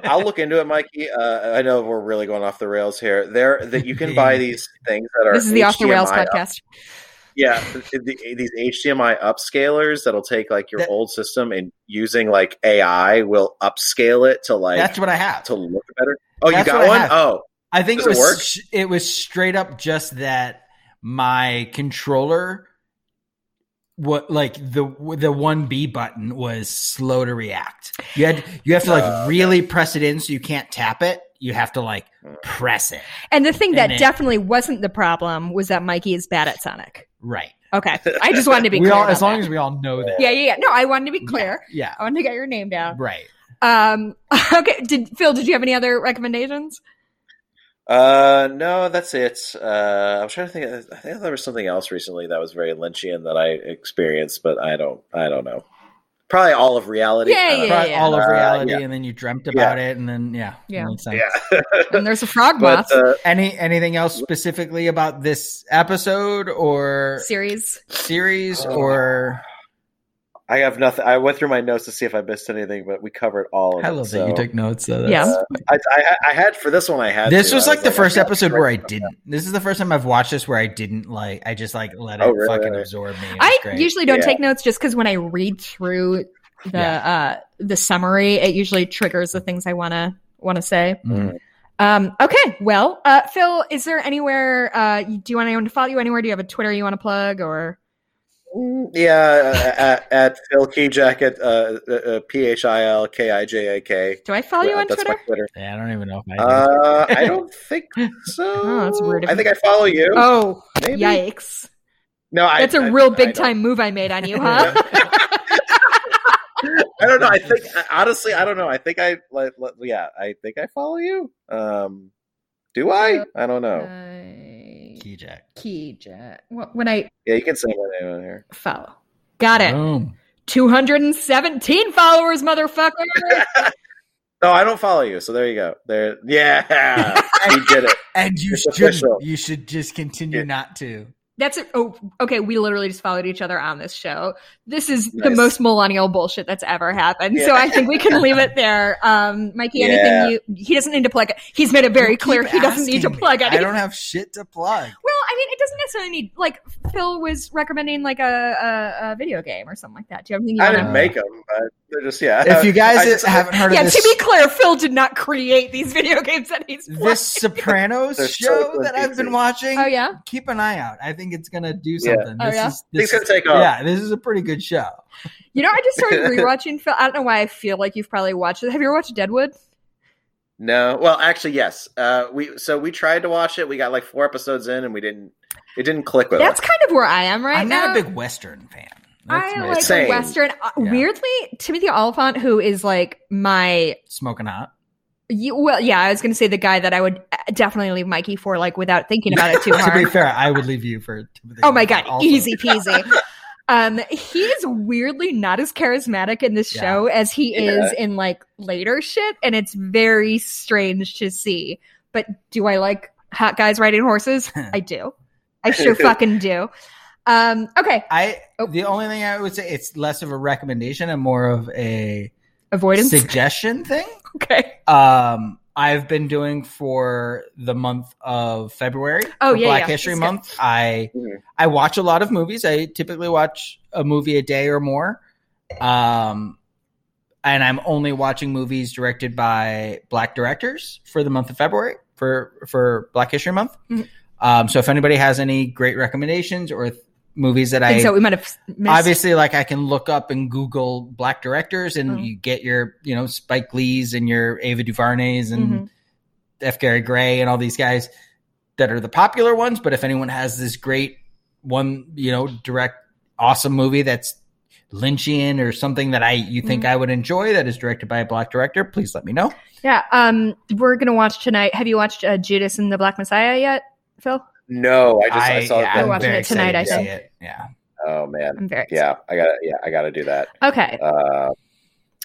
I'll look into it, Mikey. Uh, I know we're really going off the rails here. There, that you can buy these things that are This is the off the rails HDMI podcast. yeah th- th- these hdmi upscalers that'll take like your That- old system and using like ai will upscale it to like That's what I have. to look better oh you That's got what I one have. oh I think Does it it was work? sh- it was straight up just that my controller what like the the 1B button was slow to react. You had you have to like Oh, really press it in so you can't tap it. You have to like press it. And the thing that And it- definitely wasn't the problem was that Mikey is bad at Sonic. Right. Okay, I just wanted to be We clear. all about as long that. as we all know that. yeah, yeah, yeah. No, I wanted to be clear. Yeah. I wanted to get your name down. Right. Um, okay, did Phil? Did you have any other recommendations? Uh, no, that's it. Uh, I'm trying to think. I think there was something else recently that was very Lynchian that I experienced, but I don't. I don't know. Probably all of reality. Yeah, I don't know. Probably all of Uh, reality, yeah. and then you dreamt Yeah. about it, and then yeah, Yeah. Makes sense. Yeah. And there's a frog moth but uh, Any anything else specifically about this episode or series. series Uh, or? I have nothing. I went through my notes to see if I missed anything, but we covered all of I it. love so. that you took notes. So Yeah. that's I, I, I had for this one. I had this to. was I like the first I got episode right where I about didn't. This is the first time I've watched this where I didn't like. I just like let it Oh, really? fucking absorb me. It was I great. usually don't Yeah. take notes just because when I read through the uh, the summary, it usually triggers the things I wanna wanna say. Mm-hmm. Mhm. Um, okay, well, uh, Phil, is there anywhere? Uh, you- do you want anyone to follow you anywhere? Do you have a Twitter you want to plug or? that. Mm, Yeah, uh, at, at Phil Kijak at uh, uh, uh, P H I L K I J A K. Do I follow you on That's Twitter? my Twitter. Yeah, I don't even know if I. Uh, I don't think so. Oh, that's weird of I you. think I follow you. Oh, Maybe. yikes! No, I, That's a I- real I big don't- time move I made on you, huh? I don't know. I think honestly, I don't know. I think I like, like, yeah. I think I follow you. Um, do I? I don't Oh. know. Uh, Key Jack. key jet. Well, when I Yeah, you can say my name on here. follow, got it. Oh. Boom. 217 followers, motherfucker. No, I don't follow you. So there you go. There. Yeah, you did it. And you It's should official. you should just continue Yeah. not to. That's it. Oh, okay. We literally just followed each other on this show. This is the Nice. most millennial bullshit that's ever happened. So Yeah. I think we can leave it there. Um, Mikey, Yeah. anything you, he doesn't need to plug it. He's made it very You clear keep he doesn't need to asking me. plug I anything. don't have shit to plug. Well, I mean, it doesn't necessarily need, like, Phil was recommending, like, a, a, a video game or something like that. Do you have anything you I want didn't to? Uh, make them, but they're just yeah. If you guys I just- haven't heard Yeah, of this, to be clear, Phil did not create these video games that he's playing. this Sopranos They're so show good, that I've been easy. watching, Oh, yeah? keep an eye out. I think it's gonna do Yeah. something. Oh, This yeah? is- things this can is- take off. yeah, this is a pretty good show. You know, I just started rewatching Phil. I don't know why I feel like you've probably watched it. Have you ever watched Deadwood? No, well, actually, yes. Uh, we so we tried to watch it. We got like four episodes in, and we didn't. It didn't click with That's us. kind of where I am right I'm now. not a big Western fan. That's I my- like Same. Western. Uh, Yeah. Weirdly, Timothy Oliphant, who is like my, smoking hot. you, well, yeah, I was going to say the guy that I would uh, definitely leave Mikey for, like without thinking about it too to be hard. fair, I would leave you for. Timothy oh my Oliphant god, also. easy peasy. Um, he is weirdly not as charismatic in this Yeah. show as he Yeah. is in like later shit, and it's very strange to see. But do I like hot guys riding horses? I do. I sure fucking do. Um, okay, I Oh. the only thing I would say it's less of a recommendation and more of a avoidance. suggestion thing. okay. Um, I've been doing for the month of February. Oh, for yeah, Black yeah. History That's good. Month. I Mhm. I watch a lot of movies. I typically watch a movie a day or more. Um, and I'm only watching movies directed by black directors for the month of February for for Black History Month. Mhm. Um, so if anybody has any great recommendations or th- movies that I And so we might have missed. obviously like i can look up and google black directors and Mhm. you get your you know spike lees and your ava duvarney's and Mhm. f gary gray and all these guys that are the popular ones but if anyone has this great one you know direct awesome movie that's lynchian or something that i you think Mm. i would enjoy that is directed by a black director please let me know Yeah, um, we're gonna watch tonight. Have you watched uh, Judas and the Black Messiah yet, Phil? no, I just I, saw yeah, I'm We're that. watching very it tonight, excited I to think. see it. yeah Oh man, I'm very yeah, I gotta yeah, I gotta do that. Okay, Uh,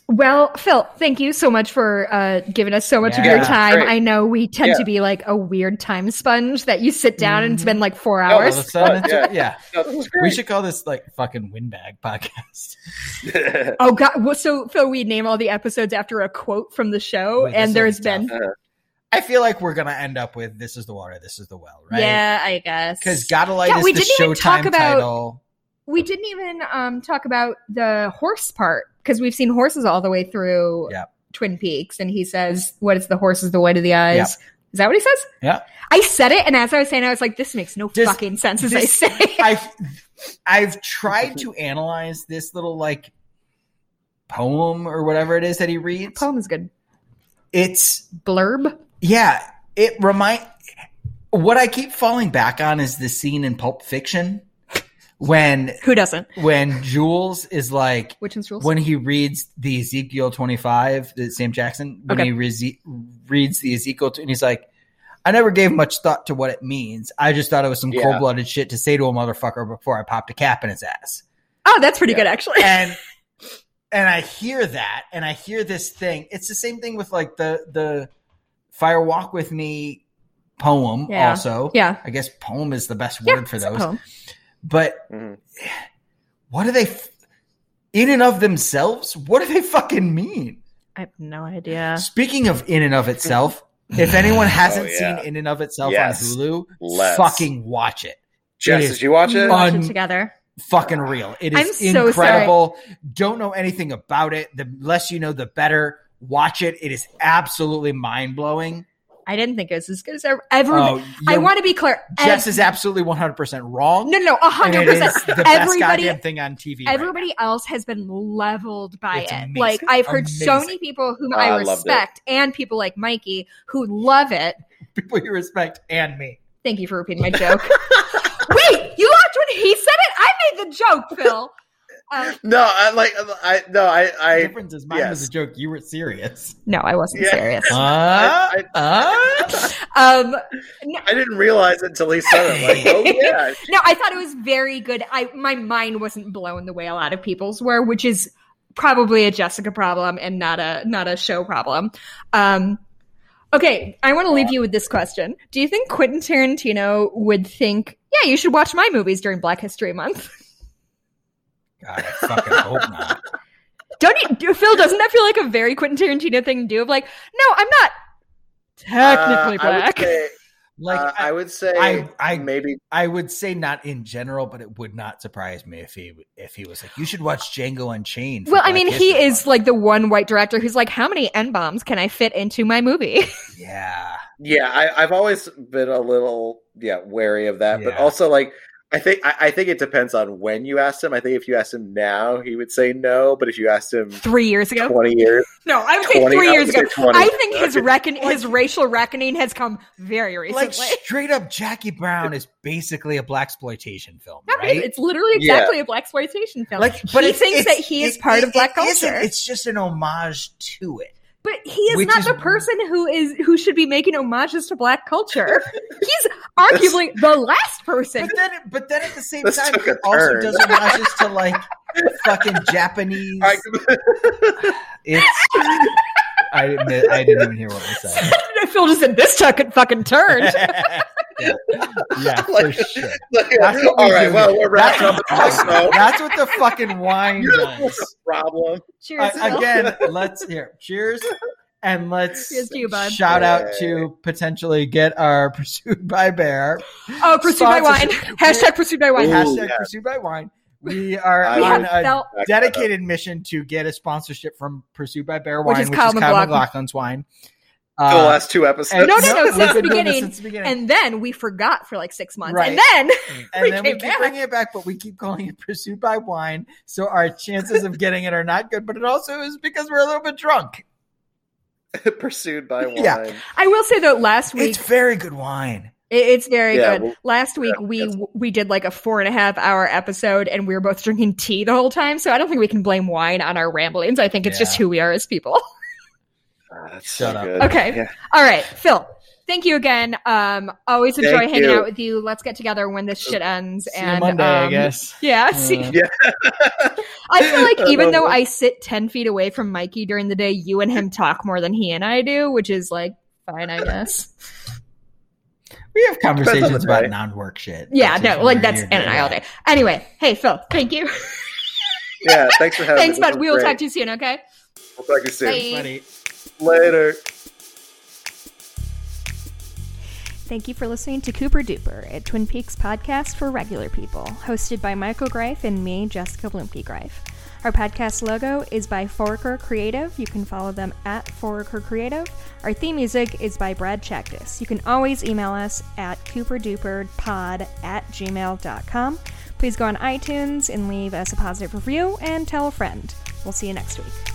well, Phil, thank you so much for uh, giving us so much of Yeah, your time. great. I know we tend Yeah. to be like a weird time sponge that you sit down and spend like four All of hours. a sudden, Yeah. yeah no, this was we great. should call this like fucking windbag podcast Oh god! Well, so Phil, we name all the episodes after a quote from the show, Wait, this and will there's be been tough. I feel like we're gonna end up with "This is the water, this is the well," right? yeah, I guess because gotta light Yeah, is we the didn't even Showtime talk about- title. we didn't even um, talk about the horse part because we've seen horses all the way through Yeah. Twin Peaks, and he says, "What is the horses the way to the eyes?" Yeah. Is that what he says? Yeah. I said it, and as I was saying, I was like, "This makes no This- fucking sense." As I this- say, it. I've I've tried to analyze this little like poem or whatever it is that he reads. poem is good. It's Blurb. yeah, it remind. What I keep falling back on is the scene in Pulp Fiction when Who doesn't? when Jules is like Which one's rules? when he reads the Ezekiel 25, the Sam Jackson, when Okay. he reze- reads the Ezekiel, t- and he's like, I never gave much thought to what it means. I just thought it was some Yeah. cold blooded shit to say to a motherfucker before I popped a cap in his ass. Oh, that's pretty good actually. And and I hear that and I hear this thing. It's the same thing with like the the Fire Walk with Me poem Yeah. also. Yeah. I guess poem is the best Yeah, word for it's a those. poem. But Mhm. what do they f- in and of themselves? What do they fucking mean? I have no idea. Speaking of in and of itself, if anyone hasn't Oh, yeah. seen In and of Itself Yes. on Hulu, Let's. fucking watch it. Jess, It is- did you watch it? Uh, Watch Un- it together. Fucking real. It I'm is so incredible. Don't know anything about it. The less you know, the better. Watch it. It is absolutely mind blowing. I didn't think it was as good as ever. everyone. Oh, I you're- want to be clear. Jess Ev- is absolutely 100% wrong. no, no, and hundred it is percent. the best Everybody, goddamn thing on TV. right everybody else has been leveled by It's it. amazing. Like I've heard so Amazing. Oh, many people whom Uh, I I loved it. respect, and people like Mikey who love it. now. people you respect and me. Thank you for repeating my joke. Wait, you laughed when he said it. I made the joke, Phil. Um, No, I like I no, I The I difference is mine was yes. a joke. You were serious. no, I wasn't Yeah. serious. Uh, I- uh? Um, I didn't realize it until he said it. Like, oh yeah. no, I thought it was very good. I my mind wasn't blown the way a lot of people's were, which is probably a Jessica problem and not a not a show problem. Um, okay, I want to leave you with this question: Do you think Quentin Tarantino would think, "Yeah, you should watch my movies during Black History Month"? God, I fucking hope not. Don't you, do- Phil? Doesn't that feel like a very Quentin Tarantino thing to do? Of like, no, I'm not technically Uh, black. I would say, Like uh, I, I would say I- I- maybe I would say not in general, but it would not surprise me if he if he was like, "You should watch Django Unchained." for well, I Black mean, he History is Month." like the one white director who's like, how many n bombs can I fit into my movie? yeah, yeah I, i've always been a little yeah wary of that but Yeah. also like i think I, I think it depends on when you asked him i think if you asked him now he would say no but if you asked him Three years ago. 20 years No, I would say 20, three I years would say ago. 20. I think his reckon, his racial reckoning has come very recently. like straight up, Jackie Brown is basically a black exploitation film, No, it is. right? It's literally Yeah. exactly a black exploitation film. Like, he it's- thinks it's- that he is it- part it- of black it isn't. culture, It's just an homage to it. but he is which not is- the person who is who should be making homages to black culture. He's arguably the last person. But then, but then at the same This time, took a he also turn. does homages to like fucking Japanese. I, it's, I didn't. I didn't even hear what was said. Phil just said this took a fucking turn. yeah. yeah, for Like- sure. like, That's what we all right do well here. we're wrapping up the That's- show That's what the fucking wine You're the does. problem Cheers, Uh, Phil. again, let's here. Cheers. And let's Cheers to you, bud. shout out to potentially get our Pursued by Bear. Oh, pursued by wine. Sponsorship. Hashtag pursued by wine. Ooh, Hashtag yeah. Pursued by Wine. We are I we on have a felt dedicated mission to get a sponsorship from Pursued by Bear Wine, Which which is is, Kyle Kyle McLaughlin. McLaughlin's wine. the Uh, last two and- episodes No, no, no, we've since the been doing this beginning. Since the beginning. and then we forgot for like six months, and Right. then and We then came we keep back. bringing it back, but we keep calling it pursued by wine. So our chances of getting it are not good. But it also is because we're a little bit drunk. pursued by wine Yeah. I will say though, last week It's very good wine. It, it's very Yeah, good. well, Last week yeah, we yes. we did like a four and a half hour episode, and we were both drinking tea the whole time. So I don't think we can blame wine on our ramblings. I think it's just Yeah. who we are as people. Ah, that's Shut so up. good. Okay. Yeah. All right, Phil. Thank you again. Um, always enjoy Thank hanging you. out with you. Let's get together when this shit ends. See you and Monday, um, I guess. Yeah. see- Uh, I feel like I even love though it. I sit ten feet away from Mikey during the day, you and him talk more than he and I do, which is like fine, I guess. We have Depends on conversations the about day. non-work shit. Yeah, That's no, usually like where that's you're Anna and I all doing day. Anyway, hey Phil, thank you. yeah thanks for having Thanks, me This bud. was We will great. talk to you soon, okay? we'll talk to you soon Bye. that. Buddy. later Thank you for listening to Cooper Duper, a Twin Peaks podcast for regular people, hosted by Michael Greif and me, Jessica Bloomke Greif. Our podcast logo is by Foraker Creative. You can follow them at Foraker Creative. Our theme music is by Brad Chakdis. You can always email us at cooperduperpod at gmail.com. Please go on iTunes and leave us a positive review and tell a friend. We'll see you next week.